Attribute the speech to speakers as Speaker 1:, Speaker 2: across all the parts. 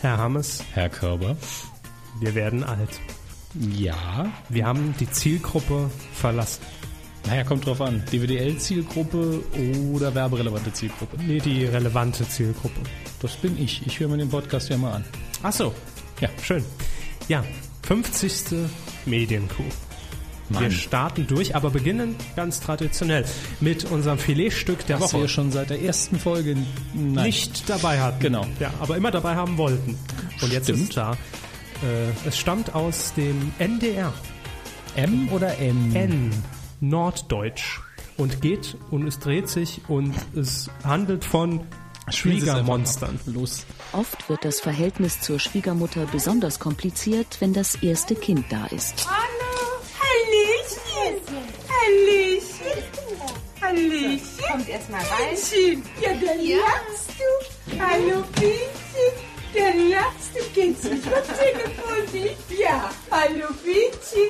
Speaker 1: Herr Hammes,
Speaker 2: Herr Körber.
Speaker 1: wir werden alt.
Speaker 2: Ja.
Speaker 1: Wir haben die Zielgruppe verlassen.
Speaker 2: Naja, kommt drauf an. DWDL-Zielgruppe oder werberelevante Zielgruppe.
Speaker 1: Nee, die relevante Zielgruppe.
Speaker 2: Das bin ich. Ich höre mir den Podcast ja mal an.
Speaker 1: Ach so.
Speaker 2: Ja.
Speaker 1: Schön. Ja, 50. Medienkuh. Wir
Speaker 2: Mann,
Speaker 1: starten durch, aber beginnen ganz traditionell mit unserem Filetstück der
Speaker 2: was
Speaker 1: Woche.
Speaker 2: wir schon seit der ersten Folge nein.
Speaker 1: nicht dabei hatten.
Speaker 2: Genau.
Speaker 1: Ja, aber immer dabei haben wollten. Und jetzt
Speaker 2: Stimmt.
Speaker 1: ist es da. Äh, es stammt aus dem NDR.
Speaker 2: M oder N?
Speaker 1: N. Norddeutsch. Und geht und es dreht sich und es handelt von
Speaker 2: Spielen Sie es einfach
Speaker 1: Schwiegermonstern.
Speaker 2: ab. Los.
Speaker 3: Oft wird das Verhältnis zur Schwiegermutter besonders kompliziert, wenn das erste Kind da ist.
Speaker 4: Hallo. Hallöchen. Hallöchen. Hallöchen. Kommt erstmal rein. Ja, dann lachst du. Hallo, Bienchen. Dann lachst du. Kennst du mich vom Telefon nicht? Ja. Hallo, Bienchen.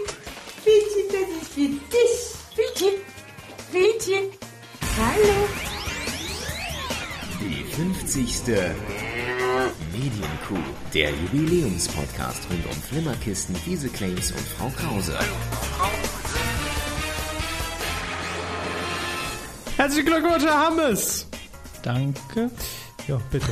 Speaker 4: Bienchen, das ist für dich. Bienchen. Bienchen. Hallo.
Speaker 5: Die 50. Medienkuh, der Jubiläumspodcast rund um Flimmerkisten, diese Claims und Frau Krause.
Speaker 1: Herzlichen Glückwunsch, Herr Hammes!
Speaker 2: Danke.
Speaker 1: Ja, bitte.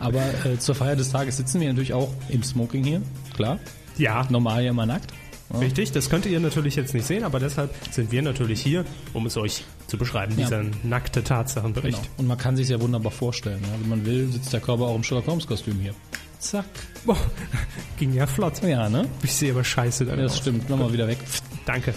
Speaker 2: Aber äh, zur Feier des Tages sitzen wir natürlich auch im Smoking hier. Klar.
Speaker 1: Ja,
Speaker 2: Normal ja mal nackt.
Speaker 1: richtig. Das könnt ihr natürlich jetzt nicht sehen, aber deshalb sind wir natürlich hier, um es euch zu beschreiben,
Speaker 2: Ja.
Speaker 1: dieser nackte Tatsachenbericht.
Speaker 2: Genau. Und man kann sich ja wunderbar vorstellen. Ja. Wenn man will, sitzt der Körper auch im Sherlock Holmes Kostüm hier. Zack.
Speaker 1: Boah, ging ja flott.
Speaker 2: Ja, ne?
Speaker 1: Ich sehe aber scheiße da
Speaker 2: Das stimmt. Nochmal wieder weg.
Speaker 1: Danke.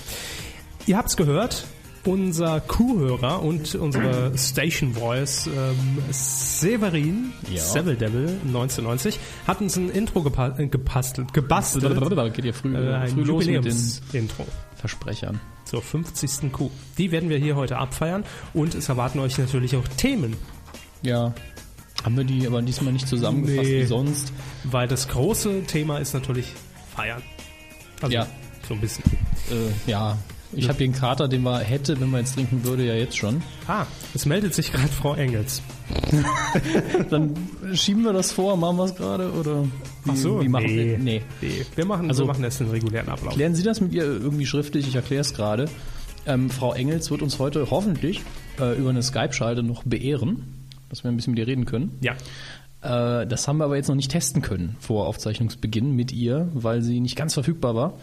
Speaker 1: Ihr habt's gehört. Unser Kuhhörer und unsere Station Voice ähm, Severin
Speaker 2: Ja.
Speaker 1: Seville Devil 1990 hat uns ein Intro gepa äh, gepastelt, gebastelt.
Speaker 2: Geht ja früh,
Speaker 1: Äh, ein
Speaker 2: früh los mit den
Speaker 1: Jubiläums-Intro
Speaker 2: Versprechern.
Speaker 1: zur 50. Kuh. Die werden wir hier heute abfeiern und es erwarten euch natürlich auch Themen,
Speaker 2: Ja. Haben wir die aber diesmal nicht zusammengefasst
Speaker 1: Nee.
Speaker 2: wie sonst?
Speaker 1: weil das große Thema ist natürlich feiern. Also
Speaker 2: Ja.
Speaker 1: so ein bisschen.
Speaker 2: Äh, ja. Ich habe den Kater, den wir hätte, wenn man jetzt trinken würde, ja jetzt schon.
Speaker 1: Ah, es meldet sich gerade Frau Engels.
Speaker 2: Dann schieben wir das vor, machen wir es gerade oder? Wie, Wie machen
Speaker 1: nee.
Speaker 2: wir? Nee.
Speaker 1: Nee. Wir machen,
Speaker 2: Also-
Speaker 1: wir machen jetzt den regulären Ablauf.
Speaker 2: Lernen Sie das mit ihr irgendwie schriftlich? Ich erkläre es gerade. Ähm, Frau Engels wird uns heute hoffentlich äh, über eine Skype-Schalte noch beehren, dass wir ein bisschen mit ihr reden können.
Speaker 1: Ja.
Speaker 2: Äh, das haben wir aber jetzt noch nicht testen können vor Aufzeichnungsbeginn mit ihr, weil sie nicht ganz verfügbar war.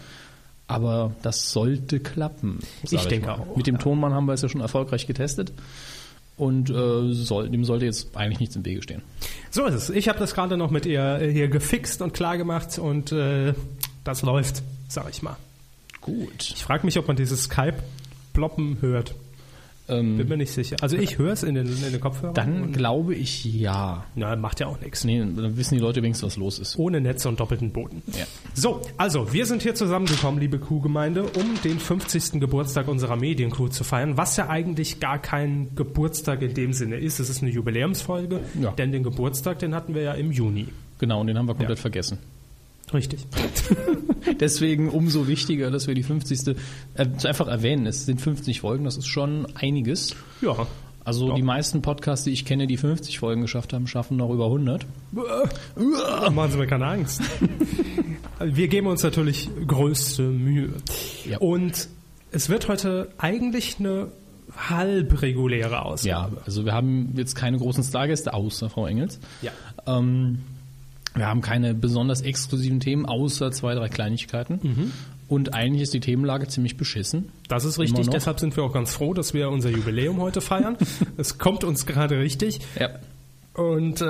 Speaker 2: Aber das sollte klappen. sag
Speaker 1: Ich denke
Speaker 2: mal.
Speaker 1: auch,
Speaker 2: Mit dem
Speaker 1: ja.
Speaker 2: Tonmann haben wir es ja schon erfolgreich getestet. Und äh, soll, dem sollte jetzt eigentlich nichts im Wege stehen.
Speaker 1: So ist es. Ich habe das gerade noch mit ihr äh, hier gefixt und klar gemacht und äh, das läuft, sag ich mal.
Speaker 2: Gut.
Speaker 1: Ich frage mich, ob man dieses Skype-Ploppen hört.
Speaker 2: Ähm,
Speaker 1: Bin mir nicht sicher. Also ich höre es in den, in den Kopfhörern.
Speaker 2: dann
Speaker 1: und,
Speaker 2: glaube ich ja.
Speaker 1: na, macht ja auch nichts.
Speaker 2: Nee, dann wissen die Leute wenigstens, was los ist.
Speaker 1: Ohne Netz und doppelten Boden.
Speaker 2: Ja.
Speaker 1: So, also wir sind hier zusammengekommen, liebe Kuhgemeinde, um den 50. Geburtstag unserer Medienkuh zu feiern, was ja eigentlich gar kein Geburtstag in dem Sinne ist. Es ist eine Jubiläumsfolge,
Speaker 2: Ja.
Speaker 1: denn den Geburtstag, den hatten wir ja im Juni.
Speaker 2: Genau, und den haben wir komplett vergessen.
Speaker 1: Richtig.
Speaker 2: Deswegen umso wichtiger, dass wir die 50. Äh, zu einfach erwähnen. Es sind 50 Folgen, das ist schon einiges.
Speaker 1: Ja.
Speaker 2: Also
Speaker 1: Ja.
Speaker 2: die meisten Podcasts, die ich kenne, die 50 Folgen geschafft haben, schaffen noch über 100.
Speaker 1: Machen Sie mir keine Angst. Wir geben uns natürlich größte Mühe.
Speaker 2: Ja.
Speaker 1: Und es wird heute eigentlich eine halbreguläre
Speaker 2: Ja,
Speaker 1: Ausgabe.
Speaker 2: also wir haben jetzt keine großen Stargäste, außer Frau Engels.
Speaker 1: Ja.
Speaker 2: Ähm, wir haben keine besonders exklusiven Themen, außer zwei, drei Kleinigkeiten.
Speaker 1: Mhm.
Speaker 2: Und eigentlich ist die Themenlage ziemlich beschissen.
Speaker 1: Das ist richtig,
Speaker 2: noch.
Speaker 1: deshalb sind wir auch ganz froh, dass wir unser Jubiläum heute feiern. es kommt uns gerade richtig.
Speaker 2: Ja.
Speaker 1: Und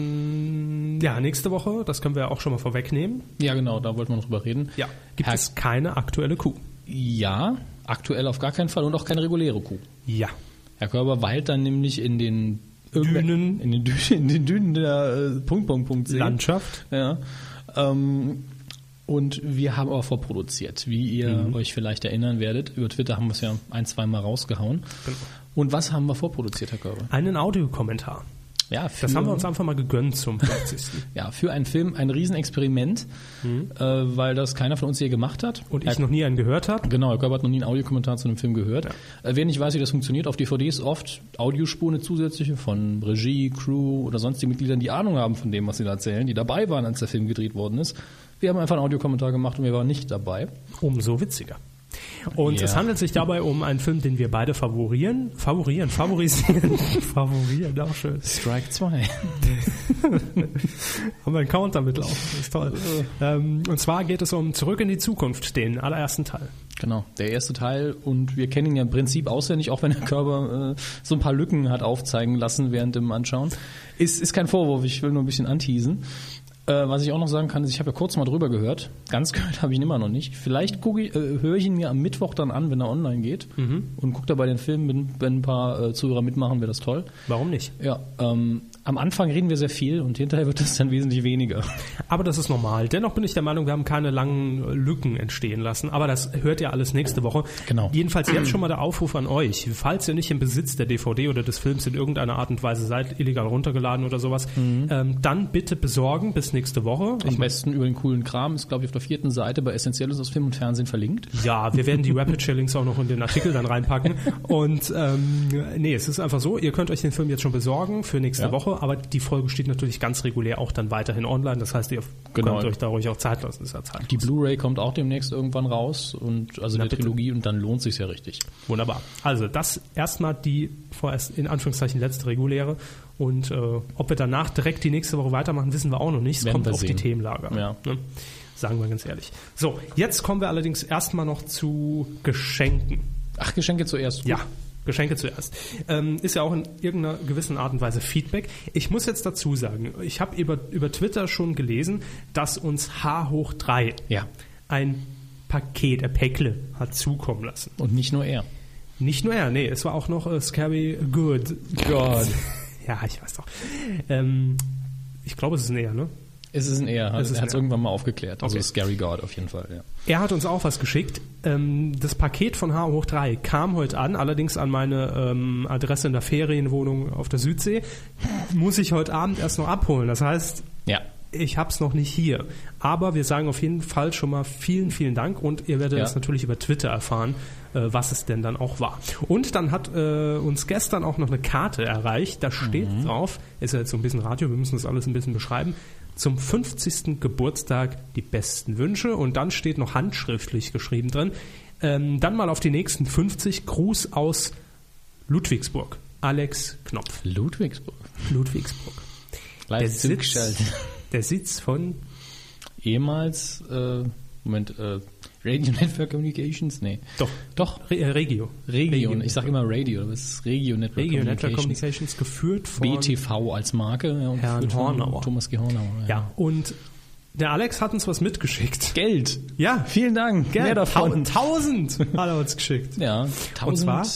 Speaker 1: ähm, ja, nächste Woche, das können wir auch schon mal vorwegnehmen,
Speaker 2: Ja, genau, da wollten wir noch drüber reden.
Speaker 1: gibt
Speaker 2: Herr,
Speaker 1: es keine aktuelle Kuh.
Speaker 2: Ja, aktuell auf gar keinen Fall und auch keine reguläre Kuh.
Speaker 1: Ja.
Speaker 2: Herr Körber weilt dann nämlich in den irgendwer-
Speaker 1: Dünen.
Speaker 2: in den, Dü in den Dünen der äh, Punkt Punkt Punkt See.
Speaker 1: Landschaft.
Speaker 2: Ja. Ähm, und wir haben aber vorproduziert, wie ihr
Speaker 1: Mhm.
Speaker 2: euch vielleicht erinnern werdet. Über Twitter haben wir es
Speaker 1: Genau.
Speaker 2: ja ein, zweimal rausgehauen. Und was haben wir vorproduziert, Herr Körber?
Speaker 1: Einen Audiokommentar.
Speaker 2: Ja, für,
Speaker 1: Das haben wir uns einfach mal gegönnt zum 50.
Speaker 2: ja, für einen Film ein Riesenexperiment, äh, weil das keiner von uns hier gemacht hat.
Speaker 1: Mhm. Und
Speaker 2: Herr
Speaker 1: ich noch nie einen gehört habe.
Speaker 2: Genau, Herr Körber hat noch nie einen Audiokommentar zu einem Film gehört. Äh, wer nicht weiß, wie das funktioniert, auf DVDs oft Audiospuren zusätzliche von Regie, Crew oder sonstigen Mitgliedern, die Ahnung haben von dem, was sie da erzählen, die dabei waren, als der Film gedreht worden ist. Wir haben einfach einen Audiokommentar gemacht und wir waren nicht dabei.
Speaker 1: Umso witziger. Und
Speaker 2: Ja.
Speaker 1: es handelt sich dabei um einen Film, den wir beide favorieren. Favorieren, favorisieren. favorieren, auch schön.
Speaker 2: Strike 2.
Speaker 1: Haben wir einen Counter mitlaufen. Das ist toll. ähm, und zwar geht es um Zurück in die Zukunft, den allerersten Teil.
Speaker 2: Genau, der erste Teil und wir kennen ihn ja im Prinzip auswendig, auch wenn Herr Körber äh, so ein paar Lücken hat aufzeigen lassen während dem Anschauen. Ist, ist kein Vorwurf, ich will nur ein bisschen anteasen. Äh, was ich auch noch sagen kann, ist, ich habe ja kurz mal drüber gehört. Ganz gehört habe ich ihn immer noch nicht. Vielleicht gucke ich, äh, höre ich ihn mir am Mittwoch dann an, wenn er online geht und gucke dabei den Film, wenn, wenn ein paar äh, Zuhörer mitmachen, wäre das toll.
Speaker 1: Warum nicht?
Speaker 2: Ja, ähm, am Anfang reden wir sehr viel und hinterher wird das dann wesentlich weniger.
Speaker 1: Aber das ist normal. Dennoch bin ich der Meinung, wir haben keine langen Lücken entstehen lassen. Aber das hört ihr alles nächste Woche.
Speaker 2: Genau.
Speaker 1: Jedenfalls jetzt schon mal der Aufruf an euch. Falls ihr nicht im Besitz der DVD oder des Films in irgendeiner Art und Weise seid, illegal runtergeladen oder sowas, ähm, dann bitte besorgen bis nächste Woche.
Speaker 2: Am besten über den coolen Kram ist, glaube ich, auf der vierten Seite bei Essentielles aus Film und Fernsehen verlinkt.
Speaker 1: Ja, wir werden die Rapid Shillings auch noch in den Artikel dann reinpacken. Und ähm, nee, es ist einfach so, ihr könnt euch den Film jetzt schon besorgen für nächste
Speaker 2: Ja.
Speaker 1: Woche, aber die Folge steht natürlich ganz regulär auch dann weiterhin online. Das heißt, ihr
Speaker 2: Genau.
Speaker 1: könnt euch da ruhig auch Zeit lassen. Ist ja Zeit.
Speaker 2: Die Blu-ray kommt auch demnächst irgendwann raus und also der
Speaker 1: bitte.
Speaker 2: Trilogie und dann lohnt sich's ja richtig.
Speaker 1: Wunderbar. Also das erstmal die vorerst in Anführungszeichen letzte reguläre. Und äh, ob wir danach direkt die nächste Woche weitermachen, wissen wir auch noch nicht. Es
Speaker 2: Werden
Speaker 1: kommt
Speaker 2: wir
Speaker 1: auf die
Speaker 2: sehen.
Speaker 1: Themenlage. an,
Speaker 2: Ja.
Speaker 1: Ne? Sagen wir ganz ehrlich. So, jetzt kommen wir allerdings erstmal noch zu Geschenken.
Speaker 2: Ach, Geschenke zuerst.
Speaker 1: Ja, Geschenke zuerst. Ähm, ist ja auch in irgendeiner gewissen Art und Weise Feedback. Ich muss jetzt dazu sagen, ich habe über, über Twitter schon gelesen, dass uns H hoch 3
Speaker 2: Ja.
Speaker 1: ein Paket, ein Päckle hat zukommen lassen.
Speaker 2: Und nicht nur er.
Speaker 1: Nicht nur er, nee, es war auch noch äh, Scary Good.
Speaker 2: Gott.
Speaker 1: ja, ich weiß doch. Ähm, ich glaube, es ist ein Er, ne?
Speaker 2: Es ist ein Er.
Speaker 1: Es
Speaker 2: Also
Speaker 1: ist
Speaker 2: er hat's
Speaker 1: ein Er.
Speaker 2: irgendwann mal aufgeklärt. Also
Speaker 1: Okay.
Speaker 2: Scary God auf jeden Fall, ja.
Speaker 1: Er hat uns auch was geschickt. Ähm, das Paket von H hoch 3 kam heute an, allerdings an meine ähm, Adresse in der Ferienwohnung auf der Südsee. Muss ich heute Abend erst noch abholen. Das heißt,
Speaker 2: Ja.
Speaker 1: ich hab's noch nicht hier. Aber wir sagen auf jeden Fall schon mal vielen, vielen Dank und ihr werdet
Speaker 2: Ja.
Speaker 1: es natürlich über Twitter erfahren, äh, was es denn dann auch war. Und dann hat äh, uns gestern auch noch eine Karte erreicht, da steht drauf, ist ja jetzt so ein bisschen Radio, wir müssen das alles ein bisschen beschreiben, zum 50. Geburtstag die besten Wünsche und dann steht noch handschriftlich geschrieben drin, ähm, dann mal auf die nächsten 50, Gruß aus Ludwigsburg. Alex Knopf,
Speaker 2: Ludwigsburg.
Speaker 1: Ludwigsburg. Der Sitz,
Speaker 2: Leipzig.
Speaker 1: der Sitz von
Speaker 2: Ehemals, äh, Moment, äh, Radio Network Communications? Nee.
Speaker 1: Doch.
Speaker 2: Doch.
Speaker 1: Re äh, Regio.
Speaker 2: Region. ne, Ich sag immer Radio, aber es ist Radio Network
Speaker 1: Regio Network
Speaker 2: Communications.
Speaker 1: Communications geführt von
Speaker 2: BTV als Marke. ja, und
Speaker 1: Herrn
Speaker 2: für Tom-
Speaker 1: Hornauer.
Speaker 2: Thomas G. Hornauer.
Speaker 1: Ja, und der Alex hat uns was mitgeschickt.
Speaker 2: Geld.
Speaker 1: Ja,
Speaker 2: Vielen Dank.
Speaker 1: Geld.
Speaker 2: Mehr davon.
Speaker 1: Tausend hat er uns geschickt.
Speaker 2: Ja, 1000
Speaker 1: zwar?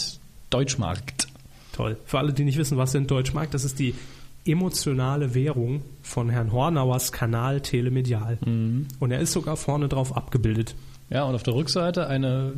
Speaker 2: Deutschmarkt.
Speaker 1: Toll. Für alle, die nicht wissen, was sind Deutschmark, das ist die emotionale Währung von Herrn Hornauers Kanal Telemedial.
Speaker 2: Mhm.
Speaker 1: Und er ist sogar vorne drauf abgebildet.
Speaker 2: Ja, und auf der Rückseite eine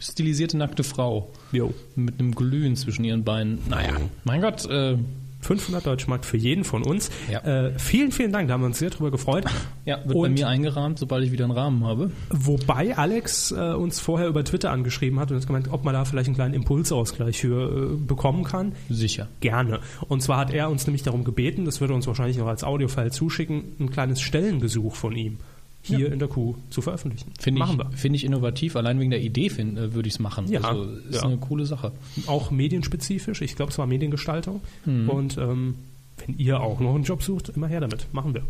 Speaker 2: stilisierte nackte Frau.
Speaker 1: Jo. Oh.
Speaker 2: Mit einem Glühen zwischen ihren Beinen. Naja, mein Gott, äh,
Speaker 1: 500 Deutschmark für jeden von uns.
Speaker 2: Ja.
Speaker 1: Äh, vielen, vielen Dank, da haben wir uns sehr drüber gefreut.
Speaker 2: ja, wird bei
Speaker 1: Und-
Speaker 2: mir eingerahmt, sobald ich wieder einen Rahmen habe.
Speaker 1: Wobei Alex äh, uns vorher über Twitter angeschrieben hat und hat gemeint, ob man da vielleicht einen kleinen Impulsausgleich für äh, bekommen kann.
Speaker 2: Sicher.
Speaker 1: Gerne. Und zwar hat er uns nämlich darum gebeten, das würde uns wahrscheinlich noch als Audiofile zuschicken, ein kleines Stellengesuch von ihm hier in der Kuh zu veröffentlichen.
Speaker 2: Finde
Speaker 1: Machen
Speaker 2: ich, find ich innovativ. Allein wegen der Idee find, äh, würde ich es machen.
Speaker 1: Ja,
Speaker 2: also, ist
Speaker 1: ja.
Speaker 2: eine coole Sache.
Speaker 1: wir. Auch medienspezifisch. Ich glaube, es war Mediengestaltung.
Speaker 2: Mhm.
Speaker 1: Und ähm, wenn ihr auch noch einen Job sucht, immer her damit. Machen wir.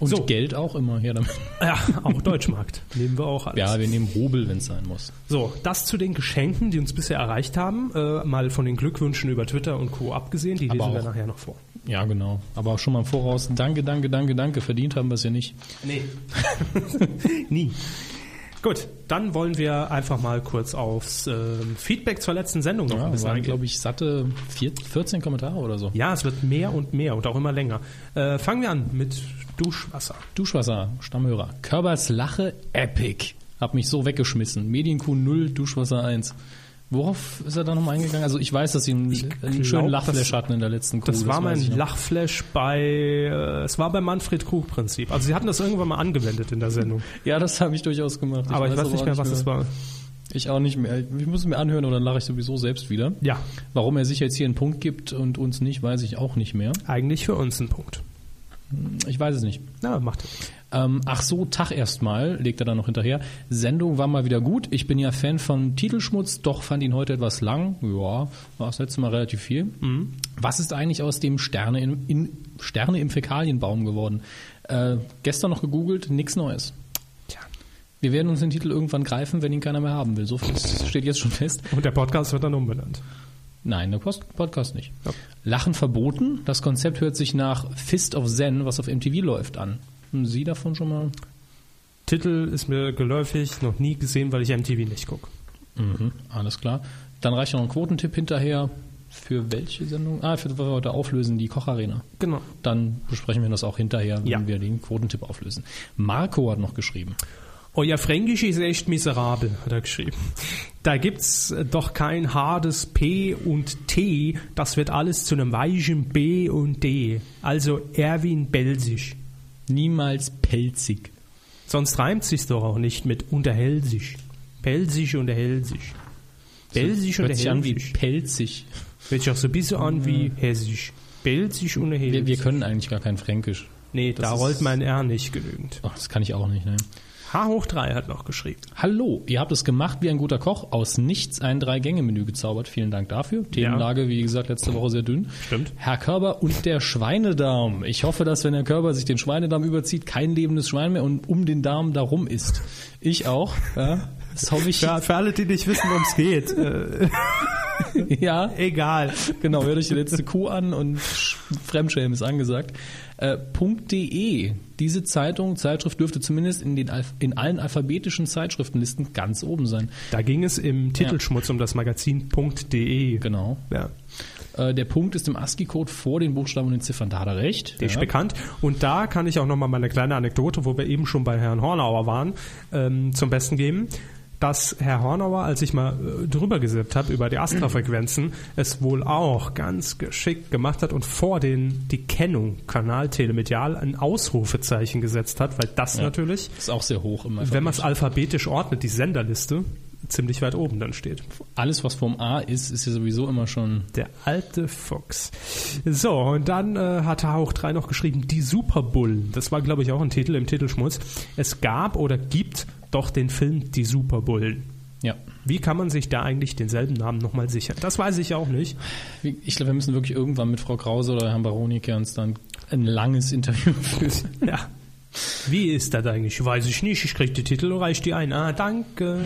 Speaker 2: Und
Speaker 1: So.
Speaker 2: Geld auch immer her damit.
Speaker 1: Ja, auch Deutschmarkt. Nehmen wir auch alles.
Speaker 2: Ja, wir nehmen Rubel, wenn es sein muss.
Speaker 1: So, das zu den Geschenken, die uns bisher erreicht haben. Äh, mal von den Glückwünschen über Twitter und Co. abgesehen, die
Speaker 2: Aber
Speaker 1: lesen wir
Speaker 2: auch-
Speaker 1: nachher noch vor.
Speaker 2: Ja, genau. Aber auch schon mal im Voraus. Danke, danke, danke, danke. Verdient haben wir es ja nicht.
Speaker 1: Nee. Nie. Gut, dann wollen wir einfach mal kurz aufs ähm, Feedback zur letzten Sendung noch ein
Speaker 2: Ja,
Speaker 1: bisschen
Speaker 2: waren,
Speaker 1: eingehen.
Speaker 2: glaube ich, satte vier, 14 Kommentare oder so.
Speaker 1: Ja, es wird mehr und mehr und auch immer länger. Äh, fangen wir an mit Duschwasser.
Speaker 2: Duschwasser, Stammhörer. Körbers Lache, epic. Hab mich so weggeschmissen. Medienkuh 0, Duschwasser 1. Worauf ist er da nochmal eingegangen? Also ich weiß, dass sie einen, einen
Speaker 1: glaub,
Speaker 2: schönen
Speaker 1: das-
Speaker 2: Lachflash hatten in der letzten Crew.
Speaker 1: Das war
Speaker 2: weiß
Speaker 1: mein
Speaker 2: ich noch.
Speaker 1: Lachflash bei, äh, es war beim Manfred Krug-Prinzip. Also sie hatten das irgendwann mal angewendet in der Sendung.
Speaker 2: Ja, das habe ich durchaus gemacht.
Speaker 1: aber ich weiß
Speaker 2: auch
Speaker 1: nicht mehr, was es war.
Speaker 2: Ich auch nicht mehr. Ich muss es mir anhören oder dann lache ich sowieso selbst wieder.
Speaker 1: Ja,
Speaker 2: Warum er sich jetzt hier einen Punkt gibt und uns nicht, weiß ich auch nicht mehr.
Speaker 1: eigentlich für uns ein Punkt.
Speaker 2: Ich weiß es nicht.
Speaker 1: Na, macht ja nichts.
Speaker 2: Ähm, ach so, Tag erstmal, legt er dann noch hinterher. Sendung war mal wieder gut. Ich bin ja Fan von Titelschmutz, doch fand ihn heute etwas lang. Ja, war das letzte Mal relativ viel. Was ist eigentlich aus dem Sterne, in, in, Sterne im Fäkalienbaum geworden? Äh, gestern noch gegoogelt, nichts Neues.
Speaker 1: Tja.
Speaker 2: Wir werden uns den Titel irgendwann greifen, wenn ihn keiner mehr haben will. So viel ist- steht jetzt schon fest.
Speaker 1: Und der Podcast wird dann umbenannt.
Speaker 2: Nein, der Post Podcast nicht.
Speaker 1: Ja.
Speaker 2: Lachen verboten. Das Konzept hört sich nach Fist of Zen, was auf MTV läuft, an. Haben Sie davon schon mal?
Speaker 1: Titel ist mir geläufig, noch nie gesehen, weil ich MTV nicht gucke.
Speaker 2: Mhm, alles klar. Dann reicht noch ein Quotentipp hinterher. Für welche Sendung? Ah, für was wir heute auflösen, die Kocharena.
Speaker 1: Genau.
Speaker 2: Dann besprechen wir das auch hinterher, wenn
Speaker 1: Ja.
Speaker 2: wir den Quotentipp auflösen. Marco hat noch geschrieben.
Speaker 1: Euer Oh Fränkisch ist echt miserabel, hat er geschrieben. Da gibt's äh, doch kein hartes P und T, das wird alles zu einem weichen B und D. Also Erwin Belsisch.
Speaker 2: Niemals pelzig.
Speaker 1: Sonst reimt sich doch auch nicht mit unterhälsig. Pelsisch und hälsisch. Belsisch und
Speaker 2: Hört sich an wie
Speaker 1: hälsisch.
Speaker 2: pelzig.
Speaker 1: Hört sich auch so ein bisschen an wie hessisch. Belsisch und hälsisch.
Speaker 2: Wir, wir können eigentlich gar kein Fränkisch.
Speaker 1: nee, da
Speaker 2: das ist-
Speaker 1: rollt mein R nicht genügend.
Speaker 2: Ach, das kann ich auch nicht, ne?
Speaker 1: H hoch 3 hat noch geschrieben.
Speaker 2: Hallo, ihr habt es gemacht wie ein guter Koch, aus nichts ein Drei-Gänge-Menü gezaubert. Vielen Dank dafür. Themenlage, wie gesagt, letzte Woche sehr dünn.
Speaker 1: Stimmt.
Speaker 2: Herr Körber und der Schweinedarm. Ich hoffe, dass, wenn Herr Körber sich den Schweinedarm überzieht, kein lebendes Schwein mehr und um den Darm darum ist. Ich auch. Ja, das hoffe ich.
Speaker 1: Ja, für alle, die nicht wissen, worum es geht. Äh,
Speaker 2: ja.
Speaker 1: egal.
Speaker 2: Genau, hört euch die letzte Kuh an und Sch- Fremdschämen ist angesagt. Äh, .de. Diese Zeitung, Zeitschrift dürfte zumindest in, den, Alph- in allen alphabetischen Zeitschriftenlisten ganz oben sein.
Speaker 1: Da ging es im Titelschmutz um das Magazin.de.
Speaker 2: Genau.
Speaker 1: Ja,
Speaker 2: Äh, der Punkt ist im ASCII-Code vor den Buchstaben und den Ziffern. Da hat er recht.
Speaker 1: der ist
Speaker 2: ja.
Speaker 1: bekannt. Und da kann ich auch nochmal meine kleine Anekdote, wo wir eben schon bei Herrn Hornauer waren, ähm, zum Besten geben. Dass Herr Hornauer, als ich mal äh, drüber gesippt habe über die Astra-Frequenzen, es wohl auch ganz geschickt gemacht hat und vor den die Kennung kanaltelemedial ein Ausrufezeichen gesetzt hat, weil das natürlich,
Speaker 2: Ist auch sehr hoch immer.
Speaker 1: wenn man es alphabetisch ordnet, die Senderliste ziemlich weit oben dann steht.
Speaker 2: Alles, was vorm A ist, ist ja sowieso immer schon.
Speaker 1: Der alte Fuchs. So, und dann äh, hat Hauch 3 noch geschrieben, die Superbullen. Das war, glaube ich, auch ein Titel im Titelschmutz. Es gab oder gibt doch den Film Die Superbullen.
Speaker 2: Ja.
Speaker 1: Wie kann man sich da eigentlich denselben Namen nochmal sichern? Das weiß ich auch nicht.
Speaker 2: Wie- Ich glaube, wir müssen wirklich irgendwann mit Frau Krause oder Herrn Baronicke uns dann ein langes Interview führen.
Speaker 1: Ja. Wie ist das eigentlich? Weiß ich nicht. Ich krieg die Titel und reich die ein. Ah, danke.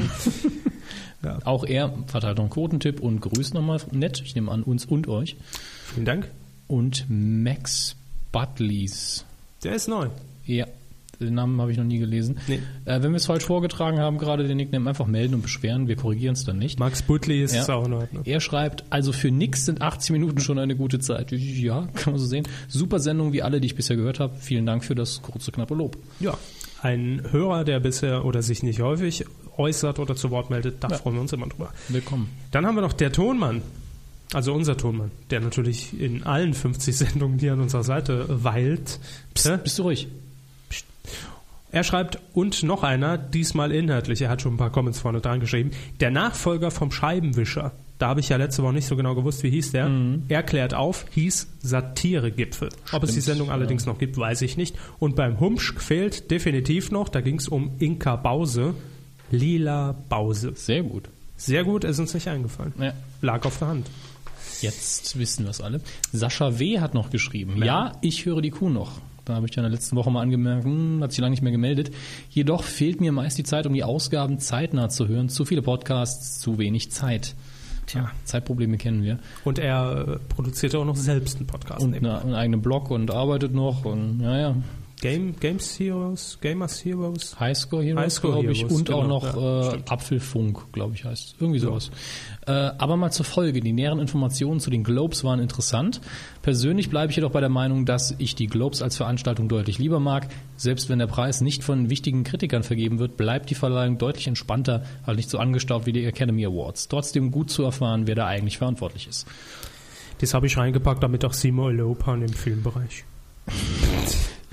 Speaker 2: Auch er verteilt noch einen Quotentipp und grüßt nochmal nett. Ich nehme an, uns und euch.
Speaker 1: Vielen Dank.
Speaker 2: Und Max Butleys.
Speaker 1: Der ist neu.
Speaker 2: Ja. Den Namen habe ich noch nie gelesen.
Speaker 1: Nee.
Speaker 2: Äh, wenn wir es falsch vorgetragen haben, gerade den Nickname einfach melden und beschweren. Wir korrigieren es dann nicht.
Speaker 1: Max Butley ist
Speaker 2: Ja.
Speaker 1: auch in Ordnung.
Speaker 2: Er schreibt, also für nix sind 80 Minuten schon eine gute Zeit. Ja, kann man so sehen. Super Sendung wie alle, die ich bisher gehört habe. Vielen Dank für das kurze, knappe Lob.
Speaker 1: Ja. Ein Hörer, der bisher oder sich nicht häufig äußert oder zu Wort meldet, da freuen wir uns immer drüber.
Speaker 2: Willkommen.
Speaker 1: Dann haben wir noch der Tonmann, also unser Tonmann, der natürlich in allen 50 Sendungen, die an unserer Seite weilt. ne, Psst.
Speaker 2: Bist du ruhig?
Speaker 1: Er schreibt, und noch einer, diesmal inhaltlich, er hat schon ein paar Comments vorne dran geschrieben, der Nachfolger vom Scheibenwischer, da habe ich ja letzte Woche nicht so genau gewusst, wie hieß der,
Speaker 2: Mhm.
Speaker 1: er klärt auf, hieß Satiregipfel. Ob es die Sendung allerdings noch gibt, weiß ich nicht. Und beim Humsch fehlt definitiv noch, da ging es um Inka Bause, Lila Bause.
Speaker 2: Sehr gut.
Speaker 1: Sehr gut, ist uns nicht eingefallen.
Speaker 2: Ja.
Speaker 1: Lag auf der Hand.
Speaker 2: Jetzt wissen wir es alle. Sascha W. hat noch geschrieben. Ja, ich höre die Kuh noch. Da habe ich ja in der letzten Woche mal angemerkt, hm, hat sich lange nicht mehr gemeldet. Jedoch fehlt mir meist die Zeit, um die Ausgaben zeitnah zu hören. Zu viele Podcasts, zu wenig Zeit. Tja, Zeitprobleme kennen wir.
Speaker 1: Und er äh, produzierte auch noch selbst einen Podcast.
Speaker 2: Und
Speaker 1: nebenbei.
Speaker 2: eine, einen eigenen Blog und arbeitet noch und ja, ja.
Speaker 1: Game, Games Heroes, Gamers Heroes.
Speaker 2: Highscore Heroes,
Speaker 1: Highscore
Speaker 2: glaube ich,
Speaker 1: Heroes,
Speaker 2: und auch
Speaker 1: genau,
Speaker 2: noch
Speaker 1: ja,
Speaker 2: äh, Apfelfunk, glaube ich, heißt Irgendwie sowas. Äh, aber mal zur Folge. Die näheren Informationen zu den Globes waren interessant. Persönlich bleibe ich jedoch bei der Meinung, dass ich die Globes als Veranstaltung deutlich lieber mag. Selbst wenn der Preis nicht von wichtigen Kritikern vergeben wird, bleibt die Verleihung deutlich entspannter, halt nicht so angestaubt wie die Academy Awards. Trotzdem gut zu erfahren, wer da eigentlich verantwortlich ist.
Speaker 1: Das habe ich reingepackt, damit auch Simon Lopan im Filmbereich.